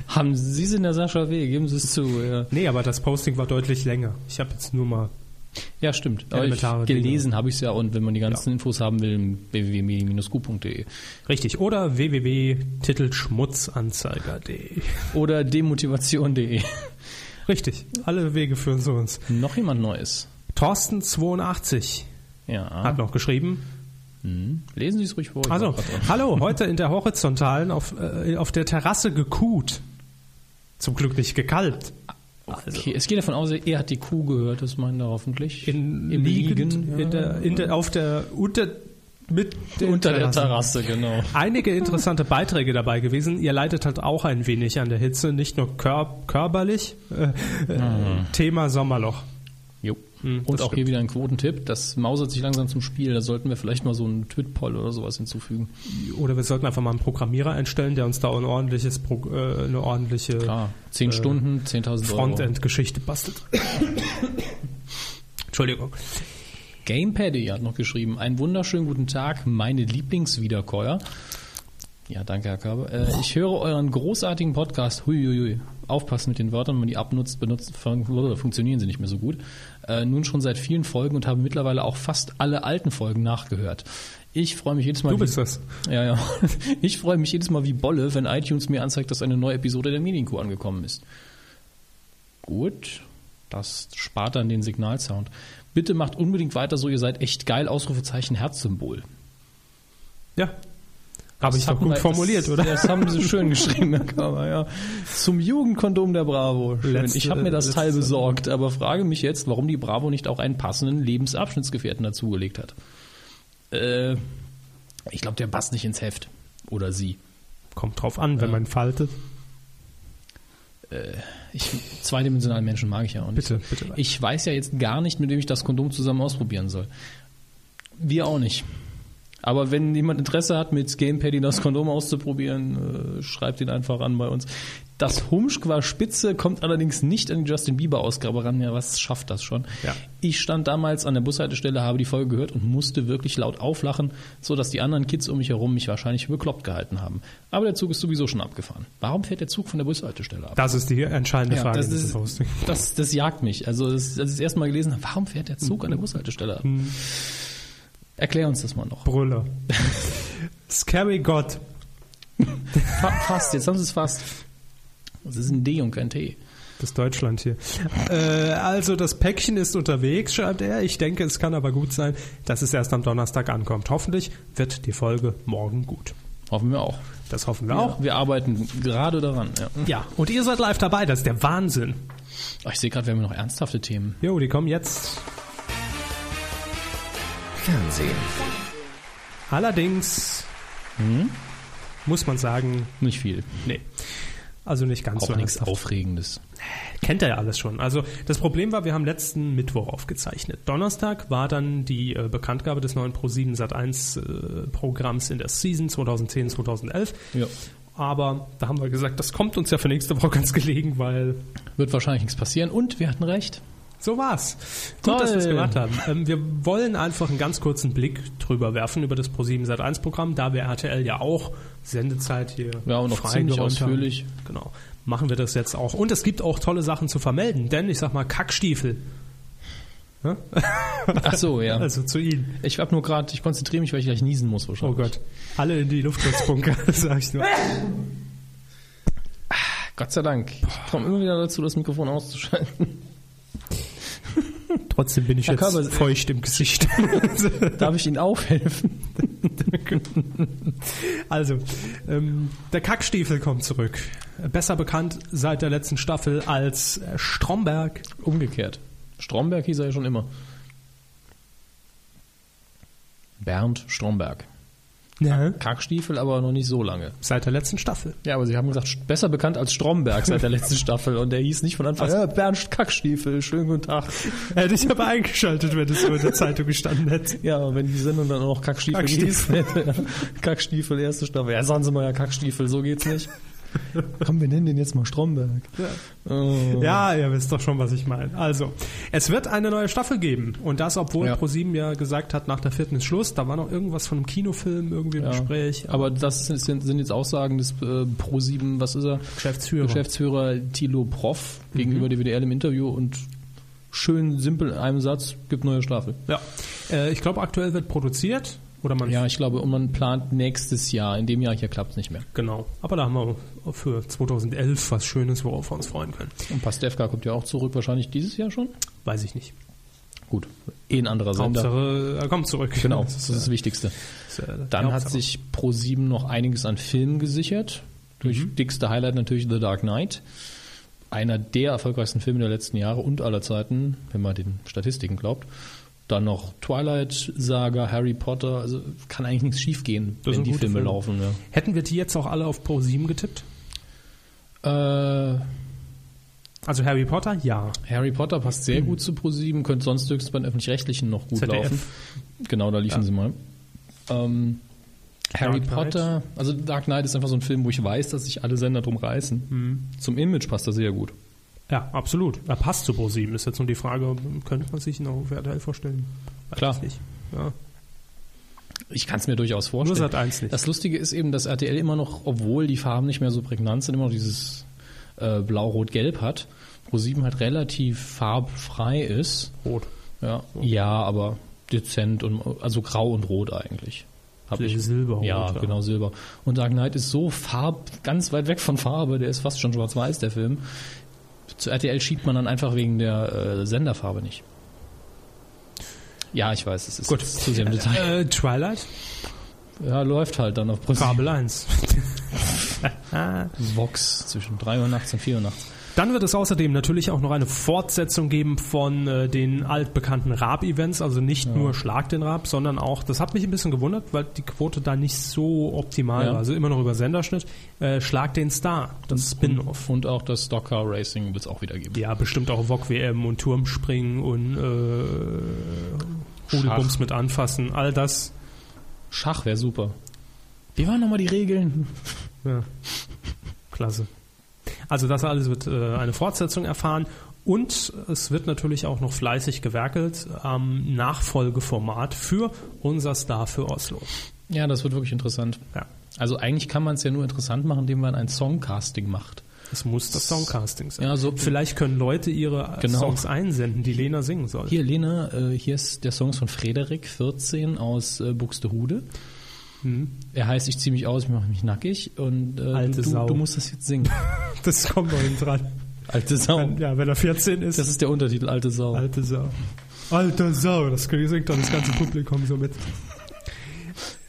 Speaker 2: Haben Sie es in der Sascha W., geben Sie es zu. Ja,
Speaker 1: Nee, aber das Posting war deutlich länger. Ich habe jetzt nur mal.
Speaker 2: ja stimmt. Aber ich,
Speaker 1: Elementare Dinge.
Speaker 2: gelesen habe ich es ja und wenn man die ganzen Infos haben will, www.medien-q.de.
Speaker 1: Richtig. Oder www.titelschmutzanzeiger.de.
Speaker 2: oder demotivation.de.
Speaker 1: Richtig. Alle Wege führen zu uns.
Speaker 2: Noch jemand Neues?
Speaker 1: Thorsten82
Speaker 2: Ja.
Speaker 1: hat noch geschrieben.
Speaker 2: Lesen Sie es ruhig vor.
Speaker 1: Also, hallo, heute in der Horizontalen auf, äh, auf der Terrasse gekuht. Zum Glück nicht gekalbt. Also.
Speaker 2: okay. Es geht davon aus, er hat die Kuh gehört, das meint er hoffentlich.
Speaker 1: In,
Speaker 2: Im
Speaker 1: liegend,
Speaker 2: Liegen.
Speaker 1: in der, in der, auf der, unter, mit den
Speaker 2: unter der
Speaker 1: Terrassen.
Speaker 2: Terrasse, genau.
Speaker 1: einige interessante Beiträge dabei gewesen. Ihr leidet halt auch ein wenig an der Hitze, nicht nur kör körperlich. Äh, äh,
Speaker 2: Mhm.
Speaker 1: Thema Sommerloch.
Speaker 2: Jo.
Speaker 1: Hm, das
Speaker 2: Und auch hier wieder ein Quotentipp. Das mausert sich langsam zum Spiel. Da sollten wir vielleicht mal so einen Twit-Poll oder sowas hinzufügen.
Speaker 1: Oder wir sollten einfach mal einen Programmierer einstellen, der uns da ein ordentliches, Pro äh, eine ordentliche
Speaker 2: Klar. Zehn
Speaker 1: Äh,
Speaker 2: Stunden, 10.000 Euro.
Speaker 1: Frontend-Geschichte bastelt. Entschuldigung.
Speaker 2: Gamepaddy hat noch geschrieben, einen wunderschönen guten Tag, meine Lieblingswiederkäuer. Ja, danke, Herr Körber. Äh, ich höre euren großartigen Podcast. Huiuiui. Aufpassen mit den Wörtern, wenn man die abnutzt, benutzt, fun oder funktionieren sie nicht mehr so gut. Äh, nun schon seit vielen Folgen und habe mittlerweile auch fast alle alten Folgen nachgehört. Ich freue mich jedes Mal.
Speaker 1: Du
Speaker 2: wie-
Speaker 1: bist das.
Speaker 2: Ja, ja. Ich freue mich jedes Mal wie Bolle, wenn iTunes mir anzeigt, dass eine neue Episode der Medienkuh angekommen ist. Gut. Das spart dann den Signalsound. Bitte macht unbedingt weiter so, ihr seid echt geil, Ausrufezeichen, Herzsymbol.
Speaker 1: Ja. Habe ich doch
Speaker 2: hatten
Speaker 1: gut
Speaker 2: wir-
Speaker 1: formuliert,
Speaker 2: das,
Speaker 1: oder?
Speaker 2: Das haben sie schön geschrieben, Herr Kammer, ja. Zum Jugendkondom der Bravo. Schön.
Speaker 1: Letzte-
Speaker 2: ich habe mir das Teil
Speaker 1: letzte-
Speaker 2: besorgt, aber frage mich jetzt, warum die Bravo nicht auch einen passenden Lebensabschnittsgefährten dazugelegt hat. Äh, ich glaube, der passt nicht ins Heft. Oder sie.
Speaker 1: Kommt drauf an, wenn man faltet.
Speaker 2: Ich, zweidimensionale Menschen mag ich ja auch nicht.
Speaker 1: Bitte, bitte.
Speaker 2: Ich weiß ja jetzt gar nicht, mit wem ich das Kondom zusammen ausprobieren soll. Wir auch nicht. Aber wenn jemand Interesse hat, mit Gamepad das Kondom auszuprobieren, äh, schreibt ihn einfach an bei uns. Das Humschqua Spitze kommt allerdings nicht an die Justin Bieber Ausgabe ran. Ja, was schafft das schon?
Speaker 1: Ja.
Speaker 2: Ich stand damals an der Bushaltestelle, habe die Folge gehört und musste wirklich laut auflachen, so dass die anderen Kids um mich herum mich wahrscheinlich für bekloppt gehalten haben. Aber der Zug ist sowieso schon abgefahren. Warum fährt der Zug von der Bushaltestelle ab?
Speaker 1: Das ist die entscheidende
Speaker 2: Ja,
Speaker 1: Frage
Speaker 2: das,
Speaker 1: in diesem
Speaker 2: ist,
Speaker 1: Posting.
Speaker 2: das, das jagt mich. Also, das, als ich das erste Mal gelesen habe, warum fährt der Zug
Speaker 1: Mhm.
Speaker 2: an der Bushaltestelle ab? Erklär uns das mal noch.
Speaker 1: Brüller. Scary God.
Speaker 2: Fa fast, jetzt haben sie es fast. Es ist ein D und kein T.
Speaker 1: Das Deutschland hier. Äh, also das Päckchen ist unterwegs, schreibt er. Ich denke, es kann aber gut sein, dass es erst am Donnerstag ankommt. Hoffentlich wird die Folge morgen gut.
Speaker 2: Hoffen wir auch.
Speaker 1: Das hoffen wir auch.
Speaker 2: Auch wir arbeiten gerade daran. Ja.
Speaker 1: Ja, und ihr seid live dabei, das ist der Wahnsinn.
Speaker 2: Oh, ich sehe gerade, wir haben noch ernsthafte Themen.
Speaker 1: Jo, die kommen jetzt.
Speaker 5: Fernsehen.
Speaker 1: Allerdings
Speaker 2: Mhm.
Speaker 1: muss man sagen,
Speaker 2: Nicht viel.
Speaker 1: nee. Also nicht ganz
Speaker 2: Auch
Speaker 1: so
Speaker 2: nichts
Speaker 1: ernsthaft.
Speaker 2: Aufregendes.
Speaker 1: Kennt er ja alles schon. Also das Problem war, wir haben letzten Mittwoch aufgezeichnet. Donnerstag war dann die äh, Bekanntgabe des neuen Pro7 Sat1 äh, Programms in der Season 2010, 2011.
Speaker 2: Ja.
Speaker 1: Aber da haben wir gesagt, das kommt uns ja für nächste Woche ganz gelegen, weil
Speaker 2: Wird wahrscheinlich nichts passieren. Und wir hatten recht.
Speaker 1: so war's. Gut, dass wir es
Speaker 2: Toll.
Speaker 1: gemacht haben. Ähm, wir wollen einfach einen ganz kurzen Blick drüber werfen über das Pro7 Sat1 Programm, da wir RTL ja auch Sendezeit hier
Speaker 2: Ja, und auch
Speaker 1: freigeräumt
Speaker 2: ziemlich ausführlich.
Speaker 1: Haben. Genau. Machen wir das jetzt auch. Und es gibt auch tolle Sachen zu vermelden, denn ich sag mal Kackstiefel.
Speaker 2: Ach so, ja.
Speaker 1: Also zu Ihnen.
Speaker 2: Ich hab nur gerade, ich konzentriere mich, weil ich gleich niesen muss
Speaker 1: Oh
Speaker 2: wahrscheinlich.
Speaker 1: Gott. Alle in die Luftschutzbunker, sag ich nur.
Speaker 2: Gott sei Dank. Ich komme immer wieder dazu, das Mikrofon auszuschalten.
Speaker 1: Trotzdem bin ich
Speaker 2: Herr
Speaker 1: jetzt
Speaker 2: Körber, äh,
Speaker 1: feucht im Gesicht.
Speaker 2: Darf ich Ihnen aufhelfen?
Speaker 1: Also, ähm, der Kackstiefel kommt zurück. Besser bekannt seit der letzten Staffel als äh, Stromberg.
Speaker 2: Umgekehrt. Stromberg hieß er ja schon immer. Bernd Stromberg.
Speaker 1: Ja.
Speaker 2: Kackstiefel, aber noch nicht so lange.
Speaker 1: Seit der letzten Staffel.
Speaker 2: Ja, aber sie haben gesagt, st- besser bekannt als Stromberg seit der letzten Staffel. Und der hieß nicht von Anfang an, ja, Bernd Kackstiefel, schönen guten Tag.
Speaker 1: Hätte ich aber eingeschaltet, wenn es so in der Zeitung gestanden hätte.
Speaker 2: Ja, aber wenn die Sendung dann auch noch Kackstiefel
Speaker 1: Kackstiefel.
Speaker 2: hieß. ne? Kackstiefel, erste Staffel. Ja, sagen Sie mal ja Kackstiefel, so geht's nicht. Komm, wir nennen den jetzt mal Stromberg. Oh.
Speaker 1: Ja, ihr wisst doch schon, was ich meine. Also, es wird eine neue Staffel geben. Und das, obwohl
Speaker 2: Ja.
Speaker 1: ProSieben ja gesagt hat, nach der vierten ist Schluss. Da war noch irgendwas von einem Kinofilm irgendwie im
Speaker 2: Ja.
Speaker 1: Gespräch.
Speaker 2: Aber das sind, sind sind jetzt Aussagen des äh, Pro7, was ist er?
Speaker 1: Geschäftsführer. Mhm.
Speaker 2: Geschäftsführer Thilo Prof gegenüber der WDL im Interview und schön simpel in einem Satz, gibt neue Staffel.
Speaker 1: Ja. Äh, ich glaube, aktuell wird produziert. Oder man.
Speaker 2: Ja, ich glaube, und man plant nächstes Jahr. In dem Jahr hier klappt es nicht mehr.
Speaker 1: Genau. Aber da haben wir für 2011 was Schönes, worauf wir uns freuen können.
Speaker 2: Und Pastewka kommt ja auch zurück, wahrscheinlich dieses Jahr schon.
Speaker 1: Weiß ich nicht.
Speaker 2: Gut, eh ein anderer Sender.
Speaker 1: Hauptsache, er kommt zurück.
Speaker 2: Genau,
Speaker 1: Das
Speaker 2: das
Speaker 1: ist,
Speaker 2: ist das Wichtigste.
Speaker 1: äh, die
Speaker 2: Dann hat
Speaker 1: Hauptsache.
Speaker 2: sich Pro7 noch einiges an Filmen gesichert. Durch
Speaker 1: Mhm.
Speaker 2: dickste Highlight natürlich The Dark Knight. Einer der erfolgreichsten Filme der letzten Jahre und aller Zeiten, wenn man den Statistiken glaubt. Dann noch Twilight Saga, Harry Potter. Also kann eigentlich nichts schiefgehen,
Speaker 1: Das
Speaker 2: wenn
Speaker 1: sind
Speaker 2: die
Speaker 1: gute
Speaker 2: Filme
Speaker 1: Filme.
Speaker 2: laufen.
Speaker 1: Hätten wir die jetzt auch alle auf ProSieben getippt?
Speaker 2: Ja. Äh,
Speaker 1: Also Harry Potter? Ja.
Speaker 2: Harry Potter passt
Speaker 1: Hm.
Speaker 2: sehr gut zu Pro7, könnte sonst höchstens bei den öffentlich-rechtlichen noch gut
Speaker 1: ZDF.
Speaker 2: laufen. Genau, da liefen sie mal. Ähm, Harry
Speaker 1: Dark Knight.
Speaker 2: Potter, also Dark Knight ist einfach so ein Film, wo ich weiß, dass sich alle Sender drum reißen.
Speaker 1: Hm.
Speaker 2: Zum Image passt er sehr gut.
Speaker 1: Ja, absolut. Er passt zu ProSieben. Ist jetzt nur die Frage, könnte man sich ihn auch auf RTL vorstellen? Weiß
Speaker 2: Klar.
Speaker 1: ich Nicht. Ja.
Speaker 2: Ich kann es mir durchaus vorstellen.
Speaker 1: Nur Sat.1 nicht.
Speaker 2: Das Lustige ist eben, dass RTL immer noch, obwohl die Farben nicht mehr so prägnant sind, immer noch dieses äh, Blau-Rot-Gelb hat. Pro7 halt relativ farbfrei ist.
Speaker 1: Rot.
Speaker 2: Ja, ja aber dezent und also grau und rot eigentlich. Hab
Speaker 1: Sil- Silberrot,
Speaker 2: Ja,
Speaker 1: ja.
Speaker 2: genau, Silber. Und Dark Knight ist so farb, ganz weit weg von Farbe, der ist fast schon schwarz-weiß, der Film. Zu RTL schiebt man dann einfach wegen der äh, Senderfarbe nicht. Ja, ich weiß, es ist
Speaker 1: Gut.
Speaker 2: jetzt zu sehr im Detail.
Speaker 1: Äh, Twilight?
Speaker 2: Ja, läuft halt dann auf Brüssel.
Speaker 1: Kabel 1.
Speaker 2: Vox zwischen 3 Uhr nachts und 4 Uhr nachts.
Speaker 1: Dann wird es außerdem natürlich auch noch eine Fortsetzung geben von äh, den altbekannten Raab-Events, also nicht nur Schlag den Raab, sondern auch, das hat mich ein bisschen gewundert, weil die Quote da nicht so optimal
Speaker 2: Ja.
Speaker 1: war, also immer noch über Senderschnitt, äh, Schlag den Star, das Spin-Off.
Speaker 2: Und auch das Stockcar Racing wird es auch wieder geben.
Speaker 1: Ja, bestimmt auch Wok WM und Turmspringen und äh, Rudelbums mit anfassen, all das.
Speaker 2: Schach wäre super. Wie waren nochmal die Regeln?
Speaker 1: Ja. Klasse. Also das alles wird äh, eine Fortsetzung erfahren und es wird natürlich auch noch fleißig gewerkelt am Nachfolgeformat für unser Star für Oslo.
Speaker 2: Ja, das wird wirklich interessant.
Speaker 1: Ja.
Speaker 2: Also eigentlich kann man es ja nur interessant machen, indem man ein Songcasting macht.
Speaker 1: Es muss das Songcasting sein.
Speaker 2: Ja, so-
Speaker 1: Vielleicht können Leute ihre
Speaker 2: Genau.
Speaker 1: Songs einsenden, die Lena singen soll.
Speaker 2: Hier, Lena, äh, hier ist der Song von Frederik 14 aus äh, Buxtehude. Er heißt Ich zieh mich aus, ich mache mich nackig und äh,
Speaker 1: Mhm. Alte
Speaker 2: du,
Speaker 1: Sau.
Speaker 2: du musst das jetzt singen.
Speaker 1: Das kommt noch hinten dran.
Speaker 2: Alte Sau.
Speaker 1: Ja, wenn er 14 ist.
Speaker 2: Das ist der Untertitel, Alte Sau.
Speaker 1: Alte Sau. Alte Sau, das singt dann das ganze Publikum so mit.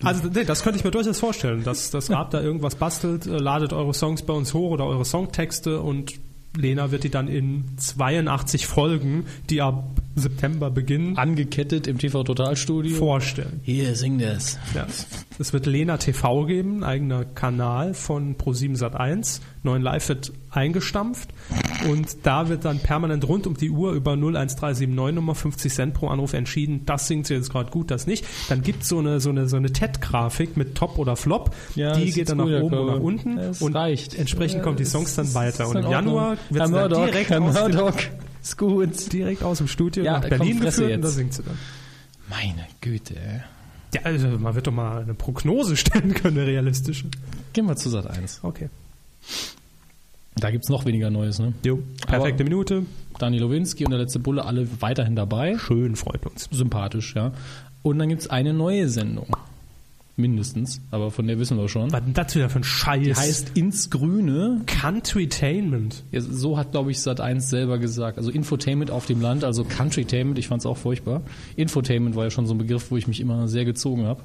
Speaker 1: Also nee, das könnte ich mir durchaus vorstellen, dass das Rab da irgendwas bastelt, äh, ladet eure Songs bei uns hoch oder eure Songtexte und Lena wird die dann in 82 Folgen, die ab September beginnen,
Speaker 2: Angekettet im TV Total Studio.
Speaker 1: vorstellen.
Speaker 2: Hier, sing das.
Speaker 1: Ja. Es wird Lena TV geben, ein eigener Kanal von Pro7 Sat1. 9 Live wird eingestampft und da wird dann permanent rund um die Uhr über 01379 Nummer 50 Cent pro Anruf entschieden, das singt sie jetzt gerade gut, das nicht. Dann gibt so eine so eine so eine TED-Grafik mit Top oder Flop,
Speaker 2: Ja,
Speaker 1: die
Speaker 2: das
Speaker 1: geht
Speaker 2: ist
Speaker 1: dann nach
Speaker 2: gut, Herr
Speaker 1: oben oder
Speaker 2: Körber.
Speaker 1: nach unten
Speaker 2: Das
Speaker 1: und
Speaker 2: reicht.
Speaker 1: entsprechend
Speaker 2: Ja,
Speaker 1: kommen die
Speaker 2: das
Speaker 1: Songs dann
Speaker 2: ist-
Speaker 1: weiter
Speaker 2: ist
Speaker 1: und
Speaker 2: in
Speaker 1: im
Speaker 2: Ordnung.
Speaker 1: Januar wird
Speaker 2: Herr
Speaker 1: sie dann
Speaker 2: Murdoch,
Speaker 1: direkt
Speaker 2: Herr
Speaker 1: aus dem,
Speaker 2: Murdoch. Ist gut.
Speaker 1: direkt aus dem Studio
Speaker 2: Ja,
Speaker 1: nach
Speaker 2: da kommt
Speaker 1: Berlin
Speaker 2: Fresse
Speaker 1: geführt und
Speaker 2: jetzt.
Speaker 1: da singt sie dann.
Speaker 2: Meine Güte. ey.
Speaker 1: Ja, also man wird doch mal eine Prognose stellen können, eine realistische.
Speaker 2: Gehen wir zu Sat 1.
Speaker 1: Okay.
Speaker 2: Da gibt's noch weniger Neues, ne?
Speaker 1: Jo, perfekte
Speaker 2: Aber-
Speaker 1: Minute.
Speaker 2: Dani Lowinski und der letzte Bulle alle weiterhin dabei.
Speaker 1: Schön, freut uns.
Speaker 2: Sympathisch, ja. Und dann gibt's eine neue Sendung. Mindestens, aber von der wissen wir schon.
Speaker 1: Was denn das wieder für ein Scheiß?
Speaker 2: Die heißt Ins Grüne.
Speaker 1: Countrytainment.
Speaker 2: Ja, so hat, glaube ich, Sat1 selber gesagt. Also Infotainment auf dem Land, also Countrytainment, ich fand's auch furchtbar. Infotainment war ja schon so ein Begriff, wo ich mich immer sehr gezogen habe.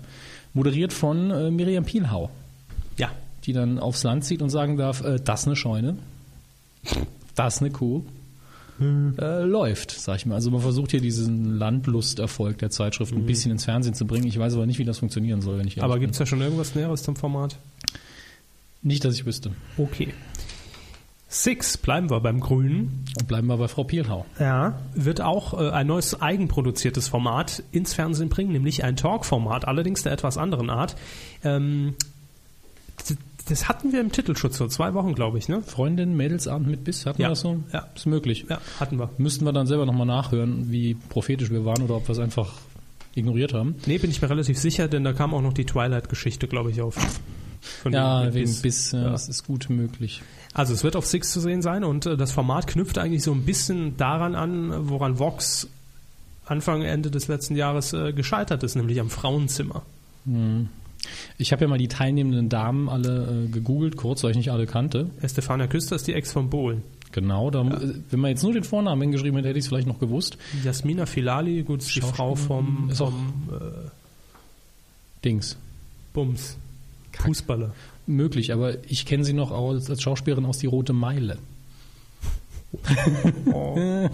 Speaker 2: Moderiert von äh, Miriam Pielhau,
Speaker 1: Ja.
Speaker 2: die ne dann aufs Land zieht und sagen darf, äh, das eine Scheune, das eine ne Kuh,
Speaker 1: Hm.
Speaker 2: äh, läuft, sag ich mal. Also man versucht hier diesen Landlusterfolg der Zeitschrift ein bisschen ins Fernsehen zu bringen. Ich weiß aber nicht, wie das funktionieren soll, wenn ich
Speaker 1: Hm. Aber
Speaker 2: ehrlich
Speaker 1: gibt es da schon irgendwas Näheres zum Format?
Speaker 2: bin. Nicht, dass ich wüsste.
Speaker 1: Okay. Six, bleiben wir beim Grünen,
Speaker 2: Und bleiben wir bei Frau Pielhau.
Speaker 1: ja. wird auch äh, ein neues eigenproduziertes Format ins Fernsehen bringen, nämlich ein Talk-Format, allerdings der etwas anderen Art. Ähm, d- das hatten wir im Titelschutz vor zwei Wochen, glaube ich, ne?
Speaker 2: Freundin, Mädelsabend mit Biss, hatten
Speaker 1: Ja.
Speaker 2: wir das so?
Speaker 1: Ja.
Speaker 2: Ist möglich.
Speaker 1: Ja, hatten wir.
Speaker 2: Müssten wir dann selber nochmal nachhören, wie prophetisch wir waren oder ob wir es einfach ignoriert haben.
Speaker 1: Nee, bin ich mir relativ sicher, denn da kam auch noch die Twilight-Geschichte, glaube ich, auf. Von
Speaker 2: Ja,
Speaker 1: dem
Speaker 2: wegen
Speaker 1: Biss.
Speaker 2: Biss, ja, das ist gut möglich.
Speaker 1: Also es wird auf Six zu sehen sein und äh, das Format knüpft eigentlich so ein bisschen daran an, woran Vox Anfang, Ende des letzten Jahres äh, gescheitert ist, nämlich am Frauenzimmer.
Speaker 2: Ich habe ja mal die teilnehmenden Damen alle äh, gegoogelt, kurz, weil ich nicht alle kannte.
Speaker 1: Estefania Küster ist die Ex von Bohlen.
Speaker 2: Genau, da, äh, wenn man jetzt nur den Vornamen hingeschrieben hätte, hätte ich es vielleicht noch gewusst.
Speaker 1: Jasmina Filali, gut, ist die Frau vom,
Speaker 2: ist auch-
Speaker 1: vom äh,
Speaker 2: Dings.
Speaker 1: Bums. Fußballer.
Speaker 2: Möglich, aber ich kenne sie noch aus, als Schauspielerin aus Die Rote Meile.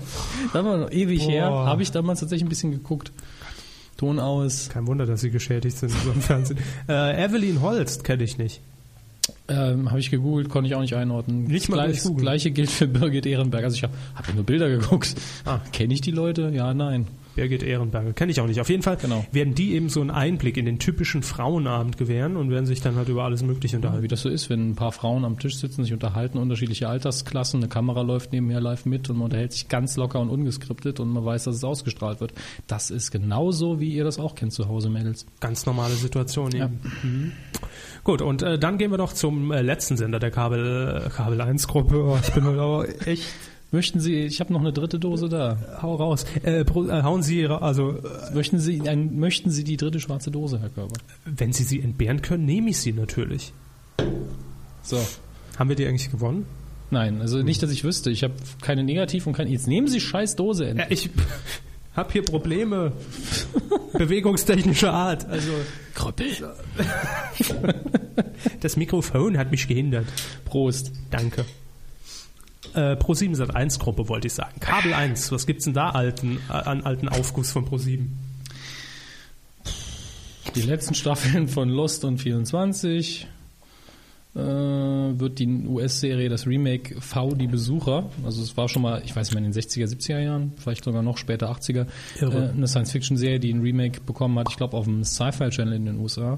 Speaker 2: das war noch ewig her.
Speaker 1: Oh. Boah.
Speaker 2: Habe ich damals tatsächlich ein bisschen geguckt. Ton aus.
Speaker 1: Kein Wunder, dass sie geschädigt sind im Fernsehen. Äh, Evelyn Holst kenne ich nicht.
Speaker 2: Ähm, habe ich gegoogelt, konnte ich auch nicht einordnen.
Speaker 1: Nicht mal
Speaker 2: Gleich,
Speaker 1: durch
Speaker 2: das
Speaker 1: Google.
Speaker 2: gleiche gilt für Birgit Ehrenberg. Also ich habe hab ja nur Bilder geguckt.
Speaker 1: Ah.
Speaker 2: Kenne ich die Leute? Ja, nein.
Speaker 1: Birgit Ehrenberger, kenne ich auch nicht. Auf jeden Fall
Speaker 2: Genau.
Speaker 1: werden die eben so einen Einblick in den typischen Frauenabend gewähren und werden sich dann halt über alles Mögliche
Speaker 2: Ja,
Speaker 1: unterhalten.
Speaker 2: Wie das so ist, wenn ein paar Frauen am Tisch sitzen, sich unterhalten, unterschiedliche Altersklassen, eine Kamera läuft nebenher live mit und man unterhält sich ganz locker und ungeskriptet und man weiß, dass es ausgestrahlt wird. Das ist genauso, wie ihr das auch kennt zu Hause, Mädels.
Speaker 1: Ganz normale Situation eben. Mhm. Gut, und äh, dann gehen wir noch zum äh, letzten Sender der Kabel, äh, Kabel 1-Gruppe. Oh, ich bin heute aber echt.
Speaker 2: Möchten Sie, ich habe noch eine dritte Dose da.
Speaker 1: Hau raus. Äh, pro, äh, hauen Sie Ihre, also äh,
Speaker 2: Möchten Sie, ein, möchten Sie die dritte schwarze Dose, Herr Körber?
Speaker 1: wenn Sie sie entbehren können, nehme ich sie natürlich.
Speaker 2: So.
Speaker 1: Haben wir die eigentlich gewonnen?
Speaker 2: Nein, also nicht, dass ich wüsste. Ich habe keine Negativ und keine. Jetzt nehmen Sie scheiß Dose endlich.
Speaker 1: ich habe hier Probleme. Bewegungstechnischer Art. Also
Speaker 2: Kröppel.
Speaker 1: das Mikrofon hat mich gehindert.
Speaker 2: Prost.
Speaker 1: Danke. Äh, Pro7 Sat 1 Gruppe wollte ich sagen. Kabel 1, was gibt's denn da alten, äh, an alten Aufguss von Pro7?
Speaker 2: Die letzten Staffeln von Lost und 24 äh, wird die US-Serie, das Remake V, die Besucher, also es war schon mal, ich weiß nicht mehr, in den 60er, 70er Jahren, vielleicht sogar noch später 80er, äh,
Speaker 1: Irre.
Speaker 2: eine Science-Fiction-Serie, die ein Remake bekommen hat, ich glaube auf dem Sci-Fi-Channel in den USA.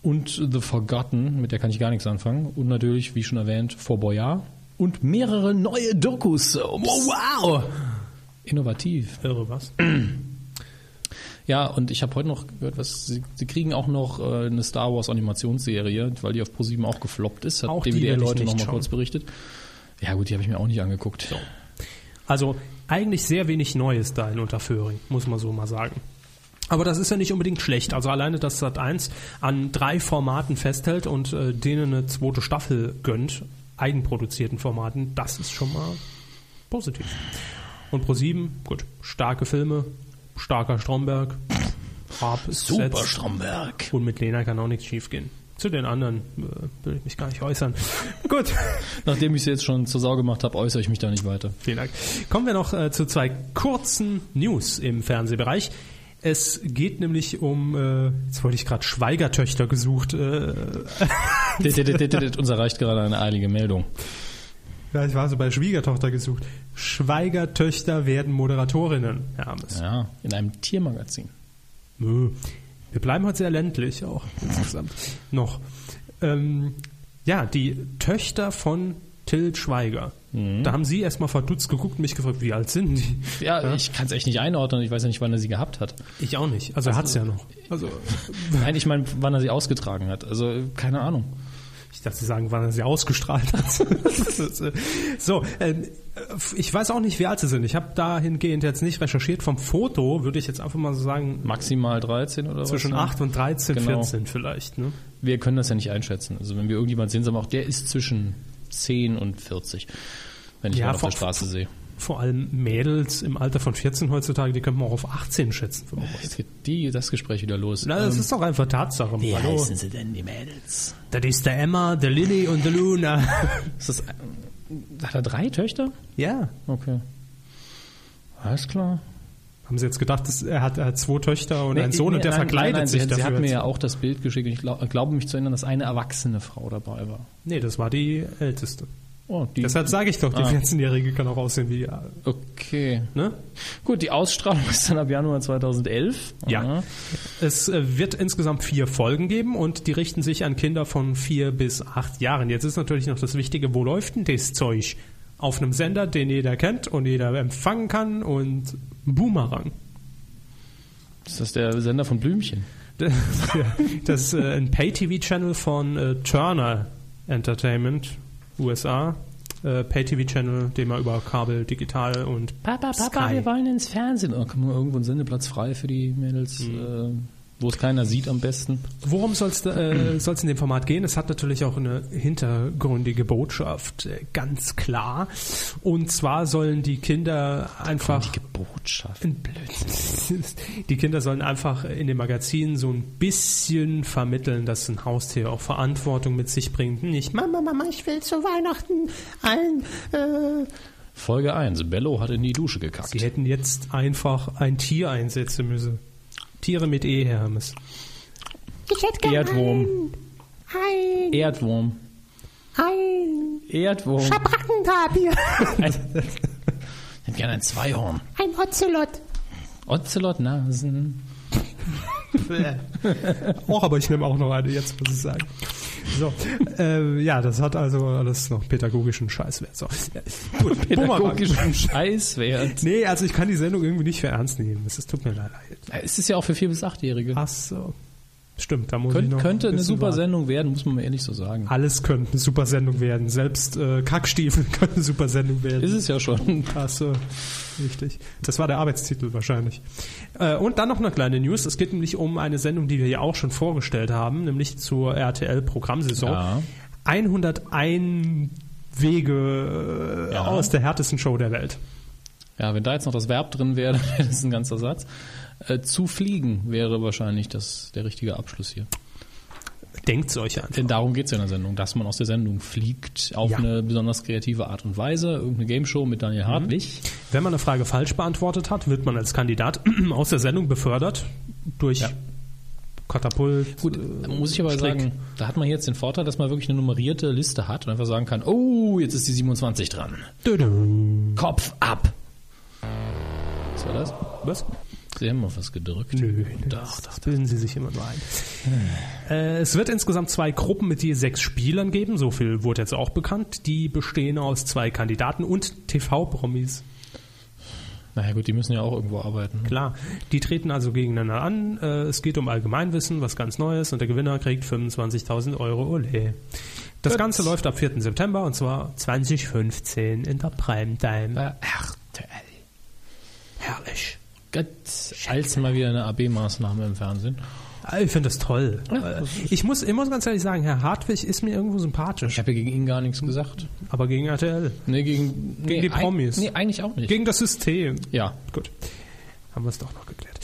Speaker 2: Und The Forgotten, mit der kann ich gar nichts anfangen. Und natürlich, wie schon erwähnt, Fort Boyard. Und mehrere neue Dokus. Oh, Wow! Innovativ.
Speaker 1: Irre was?
Speaker 2: Ja, und ich habe heute noch gehört, was sie, sie kriegen auch noch äh, eine Star Wars Animationsserie, weil die auf ProSieben auch gefloppt ist. Hat
Speaker 1: Auch die
Speaker 2: DWDL
Speaker 1: werde ich
Speaker 2: heute
Speaker 1: nicht
Speaker 2: nochmal
Speaker 1: schauen.
Speaker 2: kurz berichtet. Ja gut, die habe ich mir auch nicht angeguckt.
Speaker 1: Also eigentlich sehr wenig Neues da in Unterföhring, muss man so mal sagen. Aber das ist ja nicht unbedingt schlecht. Also alleine, dass Sat 1 an drei Formaten festhält und äh, denen eine zweite Staffel gönnt, eigenproduzierten Formaten, das ist schon mal positiv. Und Pro7, gut, starke Filme, starker Stromberg, Raab ist
Speaker 2: Super
Speaker 1: gesetzt.
Speaker 2: Stromberg.
Speaker 1: Und mit Lena kann auch nichts schiefgehen. Zu den anderen äh, will ich mich gar nicht äußern. Gut.
Speaker 2: Nachdem ich sie jetzt schon zur Sau gemacht habe, äußere ich mich da nicht weiter.
Speaker 1: Vielen Dank. Kommen wir noch äh, zu zwei kurzen News im Fernsehbereich. Es geht nämlich um, äh, jetzt wollte ich gerade Schweigertöchter gesucht. Äh,
Speaker 2: Dit, dit, dit, dit, dit, dit. Uns erreicht gerade eine eilige Meldung.
Speaker 1: ja, ich war so bei Schwiegertochter gesucht. Schweigertöchter werden Moderatorinnen, Herr Ames.
Speaker 2: Ja, in einem Tiermagazin.
Speaker 1: Nö. Wir bleiben heute sehr ländlich auch insgesamt. Noch. Ähm, ja, die Töchter von Till Schweiger. Da haben Sie erstmal verdutzt geguckt und mich gefragt, wie alt sind die?
Speaker 2: Mhm. Ja, ich kann es echt nicht einordnen. Ich weiß ja nicht, wann er sie gehabt hat.
Speaker 1: Ich auch nicht. Also, er hat's ja noch. Also,
Speaker 2: Nein, ich meine, wann er sie ausgetragen hat. Also, keine Ahnung.
Speaker 1: Ich dachte, Sie sagen, wann er sie ausgestrahlt hat. so, ähm, ich weiß auch nicht, wie alt sie sind. Ich habe dahingehend jetzt nicht recherchiert. Vom Foto würde ich jetzt einfach mal so sagen,
Speaker 2: Maximal 13 oder was?
Speaker 1: zwischen
Speaker 2: ne?
Speaker 1: 8 und 13,
Speaker 2: Genau.
Speaker 1: 14 vielleicht. Ne?
Speaker 2: wir können das ja nicht einschätzen. Also wenn wir irgendjemand sehen, sagen wir auch, der ist zwischen 10 und 40. Wenn ich
Speaker 1: Ja,
Speaker 2: mal auf
Speaker 1: vor-
Speaker 2: der Straße sehe.
Speaker 1: Vor allem Mädels im Alter von 14 heutzutage, die können wir auch auf 18 schätzen. vermutlich.
Speaker 2: Jetzt geht die, das Gespräch wieder los.
Speaker 1: Na, das ist doch einfach Tatsache. Hallo.
Speaker 2: Ähm, sie denn, die Mädels?
Speaker 1: Das ist der Emma, der Lilly und der Luna.
Speaker 2: Ähm, Ist das, hat er drei Töchter?
Speaker 1: ja.
Speaker 2: Okay. Alles klar.
Speaker 1: Haben Sie jetzt gedacht, dass er, hat, er hat zwei Töchter und einen Sohn und der verkleidet sich
Speaker 2: sie,
Speaker 1: dafür?
Speaker 2: Sie hat mir
Speaker 1: jetzt?
Speaker 2: ja auch das Bild geschickt und ich glaub- glaube mich zu erinnern, dass eine erwachsene Frau dabei war.
Speaker 1: nee, das war die Älteste.
Speaker 2: Oh, die.
Speaker 1: Deshalb sage ich doch, die
Speaker 2: Ah.
Speaker 1: 14-Jährige kann auch aussehen wie. äh,
Speaker 2: okay.
Speaker 1: Ne?
Speaker 2: Gut, die Ausstrahlung ist dann ab Januar 2011.
Speaker 1: Ja.
Speaker 2: Aha.
Speaker 1: Es äh, wird insgesamt vier Folgen geben und die richten sich an Kinder von vier bis acht Jahren. Jetzt ist natürlich noch das Wichtige, wo läuft denn das Zeug? Auf einem Sender, den jeder kennt und jeder empfangen kann und Boomerang.
Speaker 2: Ist das der Sender von Blümchen?
Speaker 1: Das ist äh, ein Pay-TV-Channel von äh, Turner Entertainment, USA. Äh, Pay-TV-Channel, den man über Kabel, digital und
Speaker 2: Papa, Papa,
Speaker 1: Sky.
Speaker 2: wir wollen ins Fernsehen. Oh, komm mal irgendwo einen Sendeplatz frei für die Mädels,
Speaker 1: Mhm.
Speaker 2: äh, wo es keiner sieht am besten.
Speaker 1: Worum soll es äh, soll's in dem Format gehen? Es hat natürlich auch eine hintergründige Botschaft, äh, ganz klar. Und zwar sollen die Kinder einfach.
Speaker 2: Botschaft.
Speaker 1: Ein Blödsinn. Die Kinder sollen einfach in dem Magazin so ein bisschen vermitteln, dass ein Haustier auch Verantwortung mit sich bringt. Nicht, Mama, Mama, ich will zu Weihnachten ein. Äh.
Speaker 2: Folge 1. Bello hat in die Dusche gekackt.
Speaker 1: Sie hätten jetzt einfach ein Tier einsetzen müssen. Tiere mit E, Herr Hermes.
Speaker 6: Ich hätte gern
Speaker 2: Erdwurm.
Speaker 6: ein,
Speaker 2: Erdwurm.
Speaker 6: ein
Speaker 2: Erdwurm.
Speaker 6: Schabrackentabir,
Speaker 2: Ich hätte gerne ein Zweihorn.
Speaker 6: ein Ocelot.
Speaker 2: Ocelotnasen.
Speaker 1: Och, aber ich nehme auch noch eine, jetzt muss ich sagen. So, äh, ja, das hat also alles noch pädagogischen Scheißwert. So. Ja, Gut, Bumerang.
Speaker 2: Pädagogischen Scheißwert.
Speaker 1: Nee, also ich kann die Sendung irgendwie nicht für ernst nehmen. Es ist- tut mir leider leid.
Speaker 2: Es ist ja auch für 4- bis 8-Jährige.
Speaker 1: Ach so. Stimmt, da muss ich
Speaker 2: Könnt,
Speaker 1: noch ein
Speaker 2: könnte eine
Speaker 1: bisschen
Speaker 2: super
Speaker 1: warten.
Speaker 2: Sendung werden, muss man mal ehrlich so sagen.
Speaker 1: Alles könnte eine super Sendung werden. Selbst äh, Kackstiefel könnte eine super Sendung werden.
Speaker 2: Ist es ja schon.
Speaker 1: Ach so, richtig. Das war der Arbeitstitel wahrscheinlich. Äh, und dann noch eine kleine News. Es geht nämlich um eine Sendung, die wir ja auch schon vorgestellt haben, nämlich zur RTL-Programmsaison.
Speaker 2: Ja.
Speaker 1: 101 Wege äh,
Speaker 2: Ja.
Speaker 1: aus der härtesten Show der Welt.
Speaker 2: Ja, wenn da jetzt noch das Verb drin wäre, dann wäre das ein ganzer Satz. Äh, zu fliegen wäre wahrscheinlich das, der richtige Abschluss hier.
Speaker 1: Denkt's euch an.
Speaker 2: Denn darum geht's ja in der Sendung, dass man aus der Sendung fliegt auf
Speaker 1: Ja.
Speaker 2: eine besonders kreative Art und Weise. Irgendeine Gameshow mit Daniel Hartwig.
Speaker 1: Wenn man eine Frage falsch beantwortet hat, wird man als Kandidat aus der Sendung befördert durch
Speaker 2: Ja.
Speaker 1: Katapult.
Speaker 2: Gut, da Äh, muss ich aber
Speaker 1: Strick.
Speaker 2: sagen, da hat man jetzt den Vorteil, dass man wirklich eine nummerierte Liste hat und einfach sagen kann, oh, jetzt ist die 27 dran.
Speaker 1: Dödö.
Speaker 2: Kopf ab. Was war das?
Speaker 1: Was?
Speaker 2: Sie haben auf was gedrückt.
Speaker 1: Nö, doch, das bilden sie sich immer nur ein. Äh, es wird insgesamt zwei Gruppen mit je sechs Spielern geben, so viel wurde jetzt auch bekannt. Die bestehen aus zwei Kandidaten und TV-Promis.
Speaker 2: Naja gut, die müssen ja auch irgendwo arbeiten.
Speaker 1: Klar, die treten also gegeneinander an. Äh, Es geht um Allgemeinwissen, was ganz Neues und der Gewinner kriegt 25.000 Euro. Ole. Das
Speaker 2: Gut.
Speaker 1: Ganze läuft ab 4. September und zwar 2015 in der Primetime.
Speaker 2: Bei RTL.
Speaker 1: Herrlich.
Speaker 2: Gott, als mal wieder eine AB-Maßnahme im Fernsehen.
Speaker 1: Ah, Ich finde das toll.
Speaker 2: Ja.
Speaker 1: Äh, Ich muss, ich muss ganz ehrlich sagen, Herr Hartwig ist mir irgendwo
Speaker 2: Ich
Speaker 1: sympathisch,
Speaker 2: habe ja gegen ihn gar nichts gesagt.
Speaker 1: aber gegen RTL.
Speaker 2: Nee, gegen, gegen
Speaker 1: die Promis.
Speaker 2: Nee, eigentlich auch nicht.
Speaker 1: Gegen das System.
Speaker 2: ja.
Speaker 1: Gut. Haben wir es doch noch geklärt.